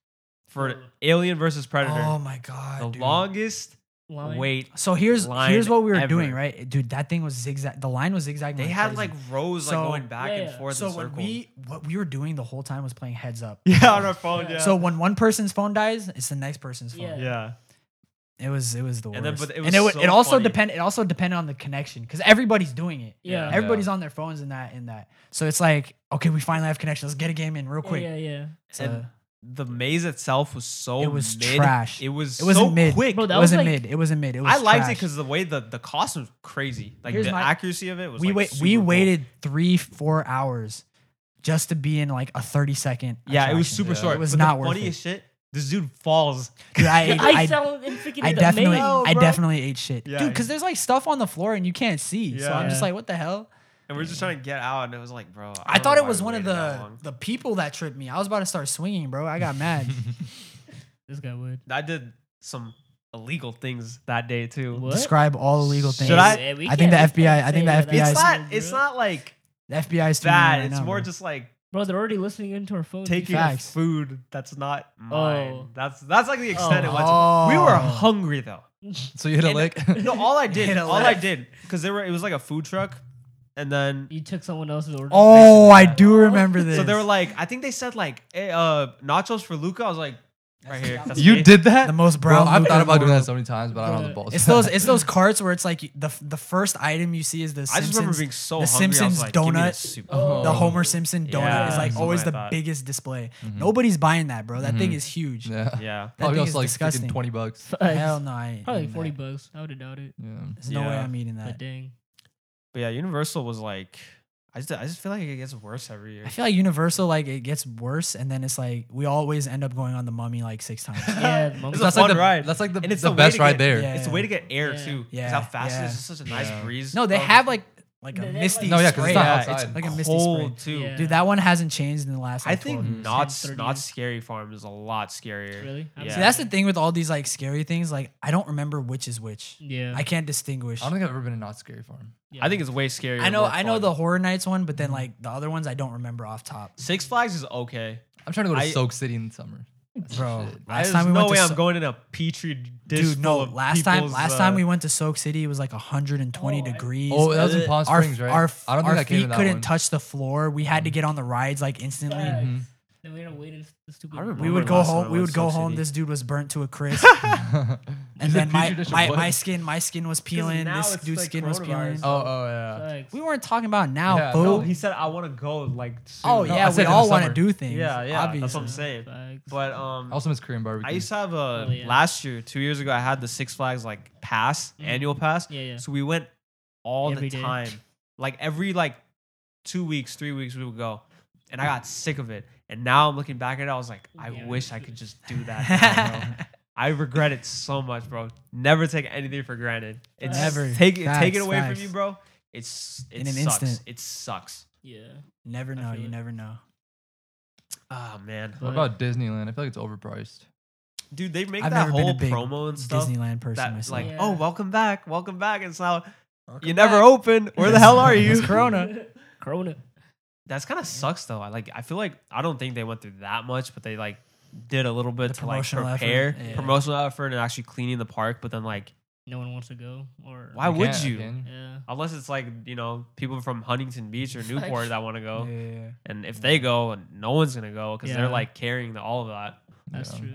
Speaker 2: for
Speaker 1: Oh.
Speaker 2: Alien versus Predator.
Speaker 3: Oh my
Speaker 2: the
Speaker 3: god, dude.
Speaker 2: longest
Speaker 3: oh,
Speaker 1: line.
Speaker 2: wait.
Speaker 3: So here's
Speaker 2: line
Speaker 3: here's what we were doing,
Speaker 2: ever.
Speaker 3: right, dude? That thing was zigzag. The line was zigzagging.
Speaker 2: They
Speaker 3: like
Speaker 2: had like
Speaker 3: crazy.
Speaker 2: rows like
Speaker 3: So-
Speaker 2: going back
Speaker 1: Yeah,
Speaker 2: and
Speaker 1: yeah.
Speaker 2: forth.
Speaker 3: so
Speaker 2: in
Speaker 3: when
Speaker 2: circles.
Speaker 3: we what we were doing the whole time was playing heads up.
Speaker 2: yeah on our phone yeah
Speaker 1: Yeah.
Speaker 3: So when one person's phone dies, it's the next person's phone.
Speaker 1: Yeah.
Speaker 2: yeah
Speaker 3: It was it was the worst.
Speaker 2: And then- but it was
Speaker 3: and it, wa-
Speaker 2: so
Speaker 3: it also
Speaker 2: funny.
Speaker 3: depend it also depended on the connection because everybody's doing it.
Speaker 1: Yeah.
Speaker 2: Yeah.
Speaker 3: Everybody's on their phones and that and that. So it's like okay, we finally have connection. Let's get a game in real
Speaker 1: Yeah,
Speaker 3: quick.
Speaker 1: Yeah, yeah.
Speaker 3: So
Speaker 2: And the maze itself was so
Speaker 3: It was
Speaker 2: mid.
Speaker 3: trash.
Speaker 2: It was
Speaker 3: It wasn't
Speaker 2: so
Speaker 3: mid.
Speaker 2: quick.
Speaker 1: Bro, that
Speaker 3: it
Speaker 1: was
Speaker 3: wasn't
Speaker 1: like-
Speaker 3: mid. It wasn't mid. It was
Speaker 2: I liked it
Speaker 3: trash.
Speaker 2: because the way the the costume was crazy. Like
Speaker 3: Here's
Speaker 2: the
Speaker 3: my-
Speaker 2: accuracy of it was.
Speaker 3: we
Speaker 2: like,
Speaker 3: wait
Speaker 2: super
Speaker 3: we
Speaker 2: cool.
Speaker 3: waited three four hours just to be in like a 30 second
Speaker 2: Yeah, it was
Speaker 3: attraction.
Speaker 2: super
Speaker 4: Yeah.
Speaker 2: short.
Speaker 3: It was
Speaker 2: But
Speaker 3: not
Speaker 2: the
Speaker 3: worth it.
Speaker 2: funniest shit. This dude falls.
Speaker 3: Dude, I,
Speaker 1: I,
Speaker 3: I, I,
Speaker 1: fell in freaking the
Speaker 3: definitely
Speaker 1: maze.
Speaker 2: No,
Speaker 3: i
Speaker 2: bro.
Speaker 3: definitely ate shit
Speaker 2: Yeah,
Speaker 3: dude because there's like stuff on the floor and you can't see so i'm just
Speaker 1: Yeah.
Speaker 3: like what the hell
Speaker 2: And we're just trying to get out, and it was like, bro.
Speaker 3: i,
Speaker 2: don't
Speaker 3: thought
Speaker 2: know
Speaker 3: it
Speaker 2: why
Speaker 3: was
Speaker 2: we
Speaker 3: one of
Speaker 2: waited that
Speaker 3: the
Speaker 2: long.
Speaker 3: the people that tripped me i was about to start swinging bro i got mad
Speaker 1: This guy would.
Speaker 2: I did some illegal things that day too.
Speaker 1: What?
Speaker 3: describe all illegal things
Speaker 2: Should I-
Speaker 1: Yeah, we
Speaker 3: Oh, I think
Speaker 1: can't-
Speaker 3: the
Speaker 1: we
Speaker 3: FBI
Speaker 1: can't
Speaker 3: I think
Speaker 1: say
Speaker 3: the
Speaker 1: that.
Speaker 3: FBI
Speaker 2: It's
Speaker 3: is-
Speaker 2: not. It's not like
Speaker 3: the fbi is
Speaker 2: bad.
Speaker 3: right
Speaker 2: It's
Speaker 3: now,
Speaker 2: more
Speaker 3: bro.
Speaker 2: just like
Speaker 1: Bro, they're already listening into our phone.
Speaker 2: taking
Speaker 3: Facts.
Speaker 2: food that's not mine.
Speaker 1: Oh.
Speaker 2: That's that's like the extent
Speaker 1: Oh.
Speaker 2: it went to. We were
Speaker 3: Oh.
Speaker 2: hungry though.
Speaker 4: so you hit a
Speaker 2: And-
Speaker 4: lick?
Speaker 2: No, all I did,
Speaker 3: Hit a
Speaker 2: all I
Speaker 3: lick.
Speaker 2: did, because there were it was like a food truck, and then
Speaker 1: You took someone else's order.
Speaker 3: oh i do remember this
Speaker 2: so they were like, I think they said like eh, uh, nachos for Luca. I was like, right here. that's
Speaker 4: you
Speaker 2: it.
Speaker 4: did that?
Speaker 3: the most
Speaker 4: Bro,
Speaker 3: brown
Speaker 4: I've
Speaker 3: look
Speaker 4: thought
Speaker 3: in the
Speaker 4: about doing
Speaker 3: world.
Speaker 4: that so many times, but I don't have the
Speaker 1: Bro,
Speaker 4: balls.
Speaker 3: It's those it's those carts where it's like you- the the first item you see is the
Speaker 2: I
Speaker 3: Simpsons.
Speaker 2: just remember being so
Speaker 3: the
Speaker 2: hungry. I was
Speaker 3: Simpsons
Speaker 2: like, give me
Speaker 3: donut.
Speaker 2: this soup.
Speaker 1: Oh.
Speaker 3: the Homer Simpson donut
Speaker 2: Yeah,
Speaker 3: is like
Speaker 2: that's what
Speaker 3: always
Speaker 2: I
Speaker 3: the
Speaker 2: thought. Mm. Mm-hmm.
Speaker 3: biggest display.
Speaker 4: Mhm.
Speaker 3: Nobody's buying that, bro. That thing
Speaker 4: Mhm.
Speaker 3: is huge.
Speaker 4: Yeah.
Speaker 2: Yeah.
Speaker 3: That
Speaker 4: Probably
Speaker 3: thing
Speaker 4: also
Speaker 3: is
Speaker 4: like
Speaker 3: disgusting.
Speaker 4: freaking 20 bucks.
Speaker 1: Facts.
Speaker 3: Hell no, I ain't
Speaker 1: Probably
Speaker 3: eating
Speaker 1: forty
Speaker 3: that.
Speaker 1: bucks. I would have doubted.
Speaker 4: Yeah.
Speaker 3: There's no way
Speaker 2: Yeah.
Speaker 3: I'm eating that.
Speaker 1: But dang.
Speaker 2: But yeah, Universal was like, I just, I just feel like it gets worse every year.
Speaker 3: I feel like Universal like it gets worse, and then it's like we always end up going on the Mummy like six times.
Speaker 1: Yeah, mom-
Speaker 2: It's
Speaker 4: that's
Speaker 2: a
Speaker 4: like
Speaker 2: fun
Speaker 4: the,
Speaker 2: ride.
Speaker 4: That's like the,
Speaker 2: And it's
Speaker 4: the
Speaker 2: the way
Speaker 4: best
Speaker 2: to
Speaker 4: ride
Speaker 2: get-
Speaker 4: there.
Speaker 3: Yeah.
Speaker 2: It's a way to get air
Speaker 1: Yeah.
Speaker 2: too. 'cause
Speaker 3: Yeah.
Speaker 2: how fast it
Speaker 3: Yeah.
Speaker 2: is. It's such a nice
Speaker 4: Yeah.
Speaker 2: breeze.
Speaker 3: no, they
Speaker 2: from-
Speaker 3: have like like
Speaker 1: Yeah,
Speaker 3: a
Speaker 1: that's
Speaker 3: misty
Speaker 1: like- No, yeah,
Speaker 4: 'cause
Speaker 3: spray.
Speaker 4: it's not
Speaker 2: Oh. Yeah,
Speaker 4: outside.
Speaker 2: it's
Speaker 3: Like a misty spray.
Speaker 2: cold too.
Speaker 1: Yeah.
Speaker 3: Dude, that one hasn't changed in the last.
Speaker 2: I
Speaker 3: Like,
Speaker 2: think
Speaker 3: 12 years.
Speaker 2: not
Speaker 1: 10, 30
Speaker 2: not
Speaker 1: years.
Speaker 2: scary farm is a lot scarier.
Speaker 1: Really?
Speaker 2: Yeah.
Speaker 3: See, that's the thing with all these like scary things. Like, I don't remember which is which.
Speaker 1: Yeah.
Speaker 3: I can't distinguish.
Speaker 4: I don't think I've ever been in not scary farm.
Speaker 1: yeah.
Speaker 2: I think it's way scarier.
Speaker 3: I
Speaker 2: and
Speaker 3: know,
Speaker 2: more
Speaker 3: I know
Speaker 2: fun.
Speaker 3: the Horror Nights one, but then like the other ones, I don't remember off top.
Speaker 2: Six Flags is okay.
Speaker 4: I'm trying to go to
Speaker 2: I-
Speaker 4: Soak City in the summer.
Speaker 3: Bro,
Speaker 4: shit.
Speaker 3: last
Speaker 2: There's
Speaker 3: time we
Speaker 2: no
Speaker 3: went
Speaker 2: way
Speaker 3: to
Speaker 2: I'm
Speaker 3: so-
Speaker 2: going in a petri dish.
Speaker 3: dude, no.
Speaker 2: full of
Speaker 3: Last time,
Speaker 2: people's,
Speaker 3: last
Speaker 2: uh,
Speaker 3: time we went to Soak City, it was like 120
Speaker 1: Oh, I-
Speaker 3: degrees.
Speaker 4: Oh, that was
Speaker 2: Uh,
Speaker 4: in Palm
Speaker 3: our,
Speaker 4: Springs, right?
Speaker 3: Our,
Speaker 4: I don't
Speaker 3: our
Speaker 4: think I
Speaker 3: feet
Speaker 4: came to that
Speaker 3: couldn't
Speaker 4: one.
Speaker 3: touch the floor. We had to get on the rides like instantly.
Speaker 1: Facts.
Speaker 4: Mhm.
Speaker 1: Then we had to wait in the stupid.
Speaker 2: I remember
Speaker 3: We
Speaker 1: line.
Speaker 3: would
Speaker 2: Remember
Speaker 3: go
Speaker 2: last time
Speaker 3: home.
Speaker 2: I
Speaker 3: We
Speaker 2: went
Speaker 3: would
Speaker 2: to
Speaker 3: go
Speaker 2: Soak
Speaker 3: home.
Speaker 2: City.
Speaker 3: This dude was burnt to a crisp, and
Speaker 4: Is it
Speaker 3: then my
Speaker 4: petri dish or
Speaker 3: my,
Speaker 4: what?
Speaker 3: my skin my skin was peeling.
Speaker 2: now
Speaker 3: This
Speaker 2: it's
Speaker 3: dude's
Speaker 2: like
Speaker 3: skin was peeling.
Speaker 2: coronavirus.
Speaker 4: Oh, oh yeah.
Speaker 1: Facts.
Speaker 3: We weren't talking about now,
Speaker 4: Yeah,
Speaker 3: boo.
Speaker 2: No, he said I want to go like. Soon.
Speaker 3: oh
Speaker 4: No, I
Speaker 3: yeah,
Speaker 4: said
Speaker 3: we
Speaker 4: in the
Speaker 3: all want to
Speaker 4: summer.
Speaker 3: do things.
Speaker 2: Yeah, yeah,
Speaker 3: Obviously.
Speaker 2: that's what I'm saying.
Speaker 1: Facts.
Speaker 2: But um,
Speaker 4: I also miss Korean barbecue.
Speaker 2: I used to have a
Speaker 1: Oh, yeah.
Speaker 2: last year, two years ago. I had the Six Flags like pass,
Speaker 1: Mhm.
Speaker 2: annual pass.
Speaker 1: yeah, yeah.
Speaker 2: So we went all
Speaker 1: Every
Speaker 2: the
Speaker 1: day.
Speaker 2: time, like every like two weeks, three weeks we would go, and I got sick of it. And now I'm looking back at it, I was like, I
Speaker 1: Yeah,
Speaker 2: wish
Speaker 1: it's
Speaker 2: I
Speaker 1: good.
Speaker 2: could just do that. now, bro. I regret it so much, bro. Never take anything for granted. It's
Speaker 3: Never.
Speaker 2: take it take
Speaker 3: Facts,
Speaker 2: it away
Speaker 3: facts.
Speaker 2: from you, bro. It's it
Speaker 3: In an
Speaker 2: sucks.
Speaker 3: instant.
Speaker 2: It sucks.
Speaker 1: Yeah.
Speaker 3: never know.
Speaker 1: feel
Speaker 3: You
Speaker 1: it.
Speaker 3: never know.
Speaker 2: Ah man,
Speaker 1: But-
Speaker 4: What about Disneyland? I feel like it's overpriced.
Speaker 2: dude, they make
Speaker 3: I've
Speaker 2: that
Speaker 3: never been a
Speaker 2: whole
Speaker 3: big
Speaker 2: promo and stuff.
Speaker 3: Disneyland person
Speaker 2: That
Speaker 3: myself.
Speaker 2: like,
Speaker 1: Yeah.
Speaker 2: oh, welcome back, welcome back. It's now you
Speaker 3: back.
Speaker 2: never open. Where the hell are you?
Speaker 3: It's Corona.
Speaker 1: Corona.
Speaker 2: That's kind of sucks though. I like. I feel like I don't think they went through that much, but they like did a little bit
Speaker 3: The
Speaker 2: to like
Speaker 3: promotional effort,
Speaker 2: prepare
Speaker 3: yeah.
Speaker 2: promotional effort and actually cleaning the park. But then like,
Speaker 1: No one wants to go. Or
Speaker 2: why would
Speaker 4: can't-
Speaker 2: you?
Speaker 4: can.
Speaker 1: Yeah.
Speaker 2: Unless it's like you know people from Huntington Beach or Newport that want to go.
Speaker 3: Yeah, yeah, yeah.
Speaker 2: And if they go, no one's gonna go because
Speaker 1: Yeah.
Speaker 2: they're like carrying the, all of that.
Speaker 1: That's
Speaker 4: Yeah.
Speaker 1: true.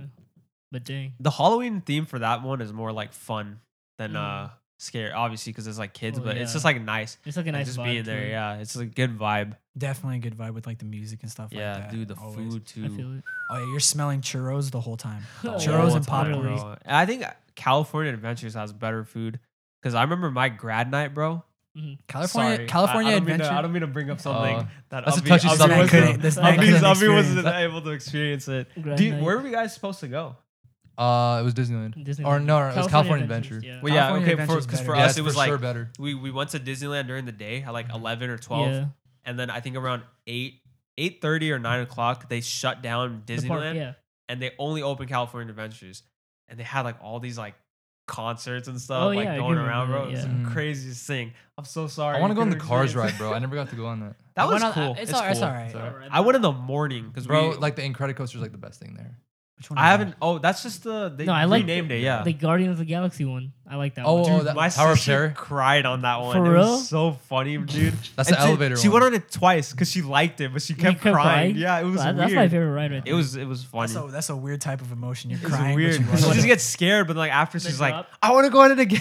Speaker 1: But dang.
Speaker 2: The Halloween theme for that one is more like fun than
Speaker 1: Mm.
Speaker 2: uh scary, obviously, because it's like kids,
Speaker 1: Oh,
Speaker 2: but
Speaker 1: yeah.
Speaker 2: it's just like nice.
Speaker 1: It's like a
Speaker 2: Like,
Speaker 1: nice
Speaker 2: just
Speaker 1: vibe
Speaker 2: being
Speaker 1: to
Speaker 2: there,
Speaker 1: it.
Speaker 2: yeah. It's a good vibe.
Speaker 3: Definitely a good vibe with like the music and stuff
Speaker 2: yeah,
Speaker 3: like that.
Speaker 2: dude, the
Speaker 3: always.
Speaker 2: food too.
Speaker 1: I feel it.
Speaker 3: Oh yeah, you're smelling churros the whole time.
Speaker 1: The
Speaker 2: the
Speaker 3: Churros
Speaker 2: whole
Speaker 3: and
Speaker 2: time,
Speaker 3: popcorn.
Speaker 2: bro. And I think California Adventures has better food. Cause I remember my grad night, bro.
Speaker 3: California,
Speaker 2: Sorry. Oh.
Speaker 3: California
Speaker 2: I, I don't mean to-
Speaker 3: Adventure.
Speaker 2: I don't mean to bring up something
Speaker 4: Uh,
Speaker 2: that
Speaker 4: that's a
Speaker 2: Ubby-
Speaker 4: touchy
Speaker 2: Ubby
Speaker 4: subject.
Speaker 3: I
Speaker 2: wasn't-
Speaker 3: couldn't- this man
Speaker 2: Ubby-
Speaker 3: couldn't
Speaker 2: Ubby wasn't
Speaker 3: experience.
Speaker 2: able to experience it.
Speaker 1: Grand
Speaker 2: Dude,
Speaker 1: night.
Speaker 2: where were you guys supposed to go?
Speaker 4: Uh, it was Disneyland.
Speaker 1: Disney.
Speaker 4: Or no, no, it's California Adventure.
Speaker 1: Yeah.
Speaker 2: Well, yeah,
Speaker 3: California
Speaker 2: okay,
Speaker 3: Adventure's
Speaker 2: because for,
Speaker 3: better.
Speaker 4: yeah,
Speaker 2: us
Speaker 4: it's
Speaker 2: it was
Speaker 4: for
Speaker 2: like
Speaker 4: sure better.
Speaker 2: we we went to Disneyland during the day at like eleven or twelve,
Speaker 1: Yeah.
Speaker 2: and then I think around eight eight thirty or nine o'clock they shut down
Speaker 1: The
Speaker 2: Disneyland
Speaker 1: park, yeah.
Speaker 2: and they only opened California Adventures, and they had like all these like concerts and stuff
Speaker 1: Oh,
Speaker 2: like
Speaker 1: yeah, I do
Speaker 2: going
Speaker 1: remember
Speaker 2: around, bro.
Speaker 1: that,
Speaker 2: It was
Speaker 1: yeah.
Speaker 2: the
Speaker 4: Mhm.
Speaker 2: craziest thing. I'm so sorry.
Speaker 4: I want to
Speaker 2: you
Speaker 4: go on the
Speaker 2: couldn't
Speaker 4: cars ride,
Speaker 2: experience
Speaker 4: bro. I never got to go on that.
Speaker 2: it. That
Speaker 3: I
Speaker 2: was
Speaker 3: went on-
Speaker 2: cool.
Speaker 3: I- It's alright, it's
Speaker 4: cool.
Speaker 3: alright.
Speaker 4: It's alright.
Speaker 2: I went in the morning because
Speaker 4: Bro,
Speaker 2: we, like
Speaker 4: like mm. the Incredicoaster is like the best thing there.
Speaker 3: Which one
Speaker 2: I
Speaker 3: was
Speaker 2: haven't. Oh, that's just the they
Speaker 1: No, I like
Speaker 2: renamed it. Yeah,
Speaker 1: The Guardians of the Galaxy one. I like that
Speaker 4: Oh,
Speaker 1: one.
Speaker 4: oh,
Speaker 2: Dude,
Speaker 4: that
Speaker 2: my
Speaker 4: Tower of
Speaker 2: sister
Speaker 4: Terror?
Speaker 2: cried on that one.
Speaker 1: For
Speaker 2: it
Speaker 1: real?
Speaker 2: was so funny, dude.
Speaker 4: That's
Speaker 2: And
Speaker 4: the
Speaker 2: she-
Speaker 4: elevator.
Speaker 2: She
Speaker 4: one.
Speaker 2: went on it twice because she liked it, but she
Speaker 1: You
Speaker 2: kept,
Speaker 1: kept
Speaker 2: crying.
Speaker 1: crying?
Speaker 2: Yeah, it was
Speaker 1: Well, that-
Speaker 2: weird.
Speaker 1: That's my favorite ride right
Speaker 2: It
Speaker 1: there.
Speaker 2: was it was funny.
Speaker 3: That's a, that's a weird type of emotion. You're
Speaker 2: it was
Speaker 3: crying.
Speaker 2: weird. she
Speaker 3: But you
Speaker 2: just
Speaker 3: just
Speaker 2: gets scared, but like after
Speaker 1: Then
Speaker 2: she's like,
Speaker 1: drop.
Speaker 2: I want to go on it again.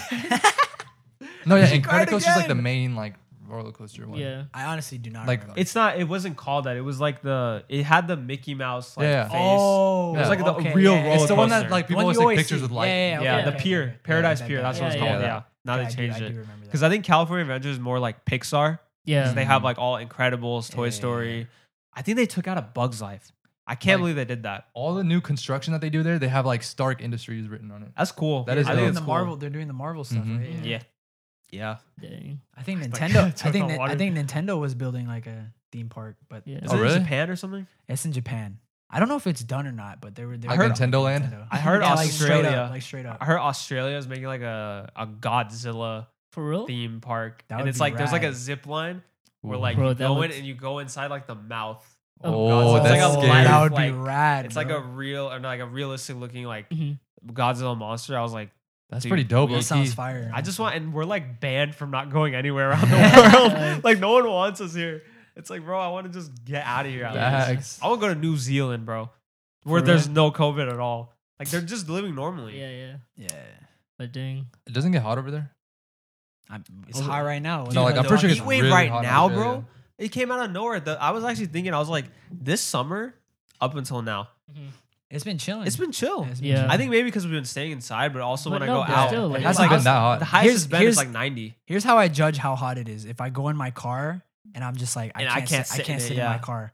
Speaker 4: No, yeah,
Speaker 2: She cried
Speaker 4: Incredicoaster is like the
Speaker 2: again.
Speaker 4: main like roller coaster one.
Speaker 1: Yeah.
Speaker 3: I honestly do not
Speaker 4: Like,
Speaker 3: remember.
Speaker 2: it's not. It wasn't called that. It was like the. It had the Mickey Mouse like
Speaker 4: Yeah.
Speaker 2: face.
Speaker 3: oh,
Speaker 4: It was
Speaker 2: like the
Speaker 3: okay,
Speaker 2: real
Speaker 3: yeah, yeah,
Speaker 2: roller
Speaker 4: It's the one
Speaker 2: coaster.
Speaker 4: that like people
Speaker 3: One
Speaker 4: always
Speaker 3: you
Speaker 4: take
Speaker 3: always
Speaker 4: pictures
Speaker 3: see.
Speaker 4: with light.
Speaker 3: Yeah,
Speaker 2: yeah,
Speaker 1: okay,
Speaker 2: the
Speaker 1: okay,
Speaker 2: pier,
Speaker 3: okay.
Speaker 2: Paradise
Speaker 3: Yeah,
Speaker 2: Pier.
Speaker 3: that-
Speaker 2: That's what it's
Speaker 1: yeah,
Speaker 2: called.
Speaker 4: yeah.
Speaker 2: Yeah. Now
Speaker 3: I
Speaker 2: they
Speaker 3: do-
Speaker 2: changed
Speaker 3: I do
Speaker 2: it
Speaker 3: remember
Speaker 2: because
Speaker 3: that.
Speaker 2: I think California Adventure is more like Pixar.
Speaker 1: Yeah.
Speaker 2: 'cause they have like all Incredibles, Toy
Speaker 3: Mm-hmm. Yeah.
Speaker 2: Story. I think they took out a Bug's Life. I can't
Speaker 4: Like-
Speaker 2: believe they did that.
Speaker 4: All the new construction that they do there, they have like Stark Industries written on it.
Speaker 2: That's cool.
Speaker 4: That
Speaker 3: They're
Speaker 4: is
Speaker 2: I
Speaker 3: doing
Speaker 2: think
Speaker 4: dope.
Speaker 3: the
Speaker 2: it's cool.
Speaker 3: Marvel. They're doing the Marvel stuff.
Speaker 4: Mhm.
Speaker 3: Right?
Speaker 2: Yeah. Yeah.
Speaker 4: Oh,
Speaker 1: Dang.
Speaker 3: I think
Speaker 2: It's like-
Speaker 3: Nintendo. I
Speaker 2: Took
Speaker 3: think
Speaker 2: on
Speaker 3: Nin- I
Speaker 2: water.
Speaker 3: think Nintendo was building like a theme park, but
Speaker 1: Yeah.
Speaker 2: Is
Speaker 4: Oh,
Speaker 2: it
Speaker 4: really?
Speaker 2: in Japan or something?
Speaker 3: it's in Japan. I don't know if it's done or not, but they were. They
Speaker 4: Like
Speaker 3: were
Speaker 4: Nintendo Land?
Speaker 2: I heard
Speaker 3: Yeah, like straight
Speaker 2: Australia.
Speaker 3: up, like straight up.
Speaker 2: I heard Australia is making like a, a Godzilla
Speaker 1: For real?
Speaker 2: theme park.
Speaker 3: That
Speaker 2: and
Speaker 3: would
Speaker 2: it's
Speaker 3: be
Speaker 2: like there's like a
Speaker 3: rad.
Speaker 2: zip line where like
Speaker 1: Bro,
Speaker 2: you
Speaker 1: that
Speaker 2: go
Speaker 1: looks-
Speaker 2: in and you go inside like the mouth.
Speaker 4: Oh,
Speaker 2: Godzilla.
Speaker 4: that's
Speaker 2: It's like a
Speaker 4: scary.
Speaker 3: That would be
Speaker 2: Like,
Speaker 3: rad.
Speaker 2: It's like
Speaker 3: bro.
Speaker 2: a real or like a realistic looking like
Speaker 1: Mhm.
Speaker 2: Godzilla monster. I was like,
Speaker 4: That's
Speaker 2: Dude,
Speaker 4: pretty dope.
Speaker 3: That
Speaker 4: low-key.
Speaker 3: sounds fire.
Speaker 2: I just want and we're like banned from not going anywhere around the world. like no one wants us here. It's like, bro, I want to just get out of here. I guess.
Speaker 4: Facts.
Speaker 2: I want to go to New Zealand, bro, where
Speaker 1: For
Speaker 2: there's no COVID at all. Like they're just living normally.
Speaker 1: Yeah, yeah.
Speaker 3: Yeah,
Speaker 1: But dang.
Speaker 4: It doesn't get hot over there.
Speaker 3: I'm, it's hot right now.
Speaker 4: No, like, I'm pretty sure it
Speaker 2: heat
Speaker 4: gets
Speaker 2: wave
Speaker 4: really
Speaker 2: right
Speaker 4: hot
Speaker 2: now,
Speaker 4: out there,
Speaker 2: bro. It came out of nowhere. The, I was actually thinking, I was like, this summer up until now,
Speaker 3: it's been chilling.
Speaker 2: it's been chill.
Speaker 3: Yeah, it's
Speaker 1: Yeah.
Speaker 2: I think maybe because we've been staying inside, but also
Speaker 1: But
Speaker 2: when
Speaker 1: no,
Speaker 2: I go
Speaker 1: but
Speaker 2: out,
Speaker 1: still, like,
Speaker 2: it
Speaker 4: It
Speaker 1: That's
Speaker 4: hasn't
Speaker 1: like-
Speaker 4: been that hot.
Speaker 2: the highest
Speaker 3: Here's-
Speaker 2: it's been is
Speaker 3: here's-
Speaker 2: like 90.
Speaker 3: Here's how I judge how hot it is. If I go in my car and I'm just like, I
Speaker 2: And
Speaker 3: can't, sit, I can't sit
Speaker 2: it,
Speaker 3: in my
Speaker 2: yeah.
Speaker 3: car.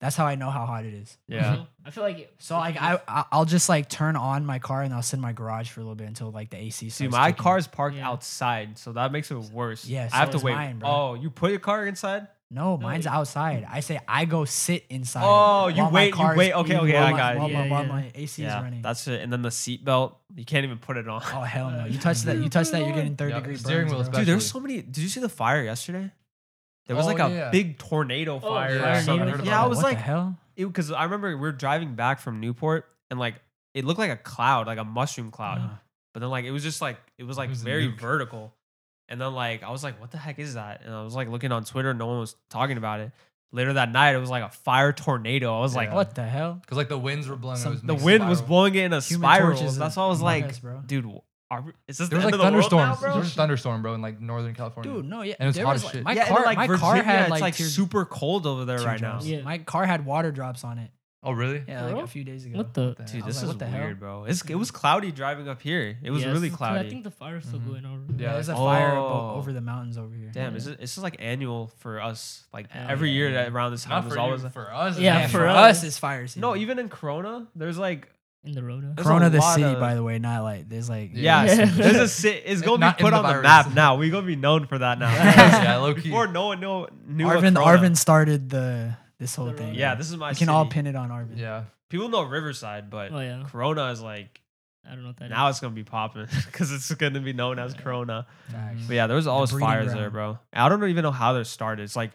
Speaker 3: That's how I know how hot it is.
Speaker 2: Yeah.
Speaker 1: I feel like. It,
Speaker 3: So like I I- I'll just like turn on my car and I'll sit in my garage for a little bit until like the
Speaker 2: See,
Speaker 3: AC. starts
Speaker 2: my
Speaker 3: kicking.
Speaker 2: car's parked
Speaker 1: Yeah.
Speaker 2: outside, so that makes it worse.
Speaker 3: Yeah, so
Speaker 2: I have to
Speaker 3: is
Speaker 2: wait.
Speaker 3: mine, bro.
Speaker 2: oh, you put your car inside?
Speaker 3: No, mine's
Speaker 1: you-
Speaker 3: outside. I say I go sit inside.
Speaker 2: Oh, you
Speaker 3: while my
Speaker 2: wait, you
Speaker 3: car's
Speaker 2: wait. Okay,
Speaker 3: being-
Speaker 2: okay,
Speaker 3: while
Speaker 2: I
Speaker 3: my-
Speaker 2: got it.
Speaker 3: While, my-
Speaker 1: Yeah,
Speaker 3: while
Speaker 1: yeah.
Speaker 3: my AC is
Speaker 2: yeah,
Speaker 3: running.
Speaker 2: that's it. And then the seatbelt, you can't even put it on.
Speaker 3: oh hell no! You touch that. You touch that. You're getting third
Speaker 4: Yeah,
Speaker 3: degree
Speaker 4: steering
Speaker 3: burns,
Speaker 4: wheel
Speaker 3: bro.
Speaker 2: Dude, there was
Speaker 4: especially.
Speaker 2: so many. Did you see the fire yesterday? There was
Speaker 4: Oh,
Speaker 2: like a
Speaker 4: yeah.
Speaker 2: big tornado fire. or
Speaker 4: yeah. Tornado
Speaker 2: something.
Speaker 4: I heard about
Speaker 2: Oh, yeah, I
Speaker 4: that.
Speaker 2: was
Speaker 3: what
Speaker 2: like,
Speaker 3: the hell?
Speaker 2: because I remember we were driving back from Newport and like it looked like a cloud, like a mushroom cloud.
Speaker 3: Uh-huh.
Speaker 2: But then like it was just like it was like
Speaker 4: was a
Speaker 2: very
Speaker 4: nuke.
Speaker 2: vertical. And then like I was like, what the heck is that? And I was like looking on Twitter, no one was talking about it. Later that night, it was like a fire tornado. I was like,
Speaker 4: Yeah.
Speaker 3: What the hell?
Speaker 4: Because like the winds were blowing.
Speaker 3: Some-
Speaker 4: it was
Speaker 2: the
Speaker 4: mixed
Speaker 2: wind was
Speaker 4: spiral.
Speaker 2: blowing it in a
Speaker 3: Human
Speaker 2: spiral.
Speaker 3: torches
Speaker 2: That's
Speaker 3: in-
Speaker 2: why I was
Speaker 3: among
Speaker 2: like,
Speaker 3: us, bro.
Speaker 2: dude, w- are we, is this
Speaker 4: There was
Speaker 2: the
Speaker 4: like
Speaker 2: end of the world now,
Speaker 4: thunderstorms.
Speaker 2: bro?
Speaker 4: There was a thunderstorm, bro, in like Northern California.
Speaker 3: Dude, no, yeah.
Speaker 4: And it was
Speaker 3: there
Speaker 4: hot
Speaker 3: was,
Speaker 4: as
Speaker 3: like-
Speaker 4: shit.
Speaker 3: My
Speaker 2: yeah, and then,
Speaker 3: car,
Speaker 2: like
Speaker 3: my
Speaker 2: Virginia,
Speaker 3: car had
Speaker 2: it's
Speaker 3: like,
Speaker 2: like
Speaker 3: tear-
Speaker 2: super cold over there right now.
Speaker 3: teardrops.
Speaker 1: Yeah.
Speaker 3: My car had water drops on it.
Speaker 4: Oh really?
Speaker 3: Yeah,
Speaker 1: For
Speaker 3: like
Speaker 1: real?
Speaker 3: a few days ago.
Speaker 1: What the?
Speaker 4: Damn.
Speaker 2: Dude,
Speaker 3: I
Speaker 2: this
Speaker 3: was like,
Speaker 2: is
Speaker 3: what the hell?
Speaker 2: weird, bro. It's, it was cloudy driving up here. It was
Speaker 1: Yes.
Speaker 2: really
Speaker 1: Dude, I
Speaker 2: cloudy. Mm-hmm.
Speaker 1: think the fire's still
Speaker 4: Mhm.
Speaker 1: going over.
Speaker 4: Yeah.
Speaker 3: Yeah, there's a fire abo-
Speaker 2: Oh.
Speaker 3: over the mountains over here.
Speaker 2: Damn, is it, this is like annual for us. Like
Speaker 1: Yeah.
Speaker 2: every year that around this time
Speaker 4: Not
Speaker 2: there's
Speaker 4: for
Speaker 2: always
Speaker 4: you,
Speaker 2: a-
Speaker 4: for us.
Speaker 1: Yeah,
Speaker 3: And
Speaker 1: for
Speaker 3: for
Speaker 1: us-
Speaker 3: us, it's fire season.
Speaker 2: no. Even in Corona, there's like
Speaker 1: in the Rona.
Speaker 2: There's a
Speaker 3: Corona the
Speaker 2: lot
Speaker 3: city,
Speaker 2: of-
Speaker 3: by the way, not like there's like
Speaker 2: yeah.
Speaker 1: Yeah.
Speaker 2: there's a city. It's gonna
Speaker 4: Not
Speaker 2: be
Speaker 4: in
Speaker 2: put
Speaker 4: the
Speaker 2: on the
Speaker 4: virus.
Speaker 2: map now. We gonna be known for that now.
Speaker 4: Yeah, low key.
Speaker 2: Before no one knew, knew of
Speaker 3: Arvin
Speaker 2: Corona.
Speaker 3: Arvin started the this whole
Speaker 1: The
Speaker 3: thing.
Speaker 2: Yeah, this is my.
Speaker 3: you can all
Speaker 2: city.
Speaker 3: pin it on Arvin.
Speaker 4: Yeah.
Speaker 2: People know Riverside, but
Speaker 1: Oh yeah.
Speaker 2: Corona is like
Speaker 1: I don't know what that is.
Speaker 2: now it's gonna be popping because it's gonna be known as Corona.
Speaker 3: Facts.
Speaker 2: But yeah, there was always
Speaker 3: breeding
Speaker 2: fires
Speaker 3: ground.
Speaker 2: there, bro. I don't even know how they started. It's like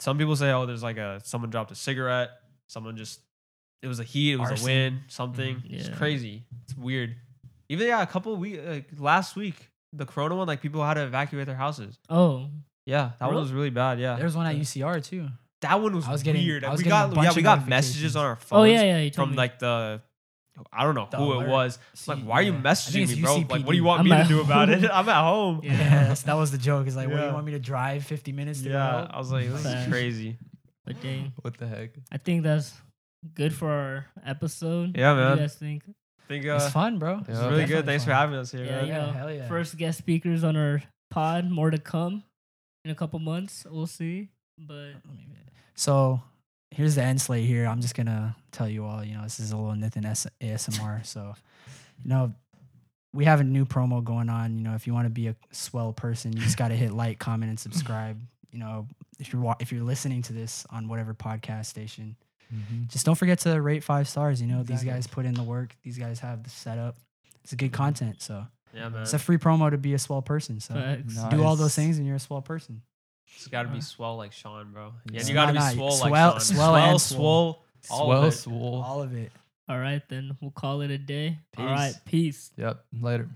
Speaker 2: some people say, oh, there's like a someone dropped a cigarette, someone just it was a heat, it was
Speaker 3: Arson. Mm-hmm.
Speaker 2: a wind, something. It's
Speaker 1: Yeah.
Speaker 2: crazy. It's weird. Even yeah, a couple week like last week, the Corona one, like people had to evacuate their houses.
Speaker 1: Oh.
Speaker 2: Yeah, that one
Speaker 1: Really?
Speaker 2: was really bad. Yeah,
Speaker 3: There's one at UCR too.
Speaker 2: that one was,
Speaker 3: I was getting-
Speaker 2: weird.
Speaker 3: I was
Speaker 2: we
Speaker 3: getting a
Speaker 2: got
Speaker 3: bunch
Speaker 2: yeah,
Speaker 3: of
Speaker 2: we got messages
Speaker 3: notifications.
Speaker 2: on our phones
Speaker 1: Oh yeah, yeah. You told
Speaker 2: from
Speaker 1: me.
Speaker 2: like the. I don't know
Speaker 3: The
Speaker 2: who it
Speaker 3: alert.
Speaker 2: was. It's like, why are you
Speaker 3: Yeah. I think
Speaker 2: messaging
Speaker 3: it's
Speaker 2: me, bro? Like, what do
Speaker 3: UCPD.
Speaker 2: you want
Speaker 1: I'm
Speaker 2: me to
Speaker 1: at
Speaker 2: do about it?
Speaker 1: home.
Speaker 2: I'm at home.
Speaker 3: Yeah, that's, that was the joke. Is like, what do
Speaker 2: Yeah.
Speaker 3: you want me to drive 50 minutes to?
Speaker 2: Yeah,
Speaker 3: Rome?
Speaker 2: I was like, this is
Speaker 1: Sad.
Speaker 2: crazy.
Speaker 1: But dang,
Speaker 4: What the heck?
Speaker 1: I think that's good for our episode.
Speaker 2: Yeah,
Speaker 1: What do
Speaker 2: man.
Speaker 1: you guys think?
Speaker 2: Think
Speaker 3: it's
Speaker 2: uh,
Speaker 3: fun, bro.
Speaker 4: It's
Speaker 2: It's
Speaker 4: Yeah.
Speaker 2: really
Speaker 3: definitely
Speaker 2: good. Thanks for
Speaker 3: fun.
Speaker 2: having us here.
Speaker 1: Yeah,
Speaker 2: man.
Speaker 1: you know,
Speaker 3: hell yeah.
Speaker 1: first guest speakers on our pod. More to come in a couple months. We'll see. But
Speaker 3: So here's the end slate. Here, I'm just gonna tell you all. You know, this is a little Nathan S- ASMR. so, you know, we have a new promo going on. You know, if you want to be a swell person, you just gotta hit like, comment, and subscribe. You know, if you're wa- if you're listening to this on whatever podcast station, just don't forget to rate five stars. You know,
Speaker 4: Exactly.
Speaker 3: these guys put in the work. These guys have the setup. It's a good content. So
Speaker 2: Yeah, man.
Speaker 3: it's a free promo to be a swell person. So
Speaker 1: facts.
Speaker 4: Nah.
Speaker 3: do all
Speaker 4: Nice.
Speaker 3: those things, and you're a swell person.
Speaker 2: It's got to be swell like Sean, bro. Yeah,
Speaker 3: Yeah.
Speaker 2: you got to be
Speaker 3: Nah, nah,
Speaker 2: swole
Speaker 3: swell-
Speaker 2: like Sean.
Speaker 3: swell and
Speaker 2: swole. All
Speaker 4: Swell,
Speaker 2: of it.
Speaker 4: swole.
Speaker 3: All of it.
Speaker 1: All right, then we'll call it a day. All
Speaker 2: Peace.
Speaker 1: right, peace.
Speaker 4: Yep. Later.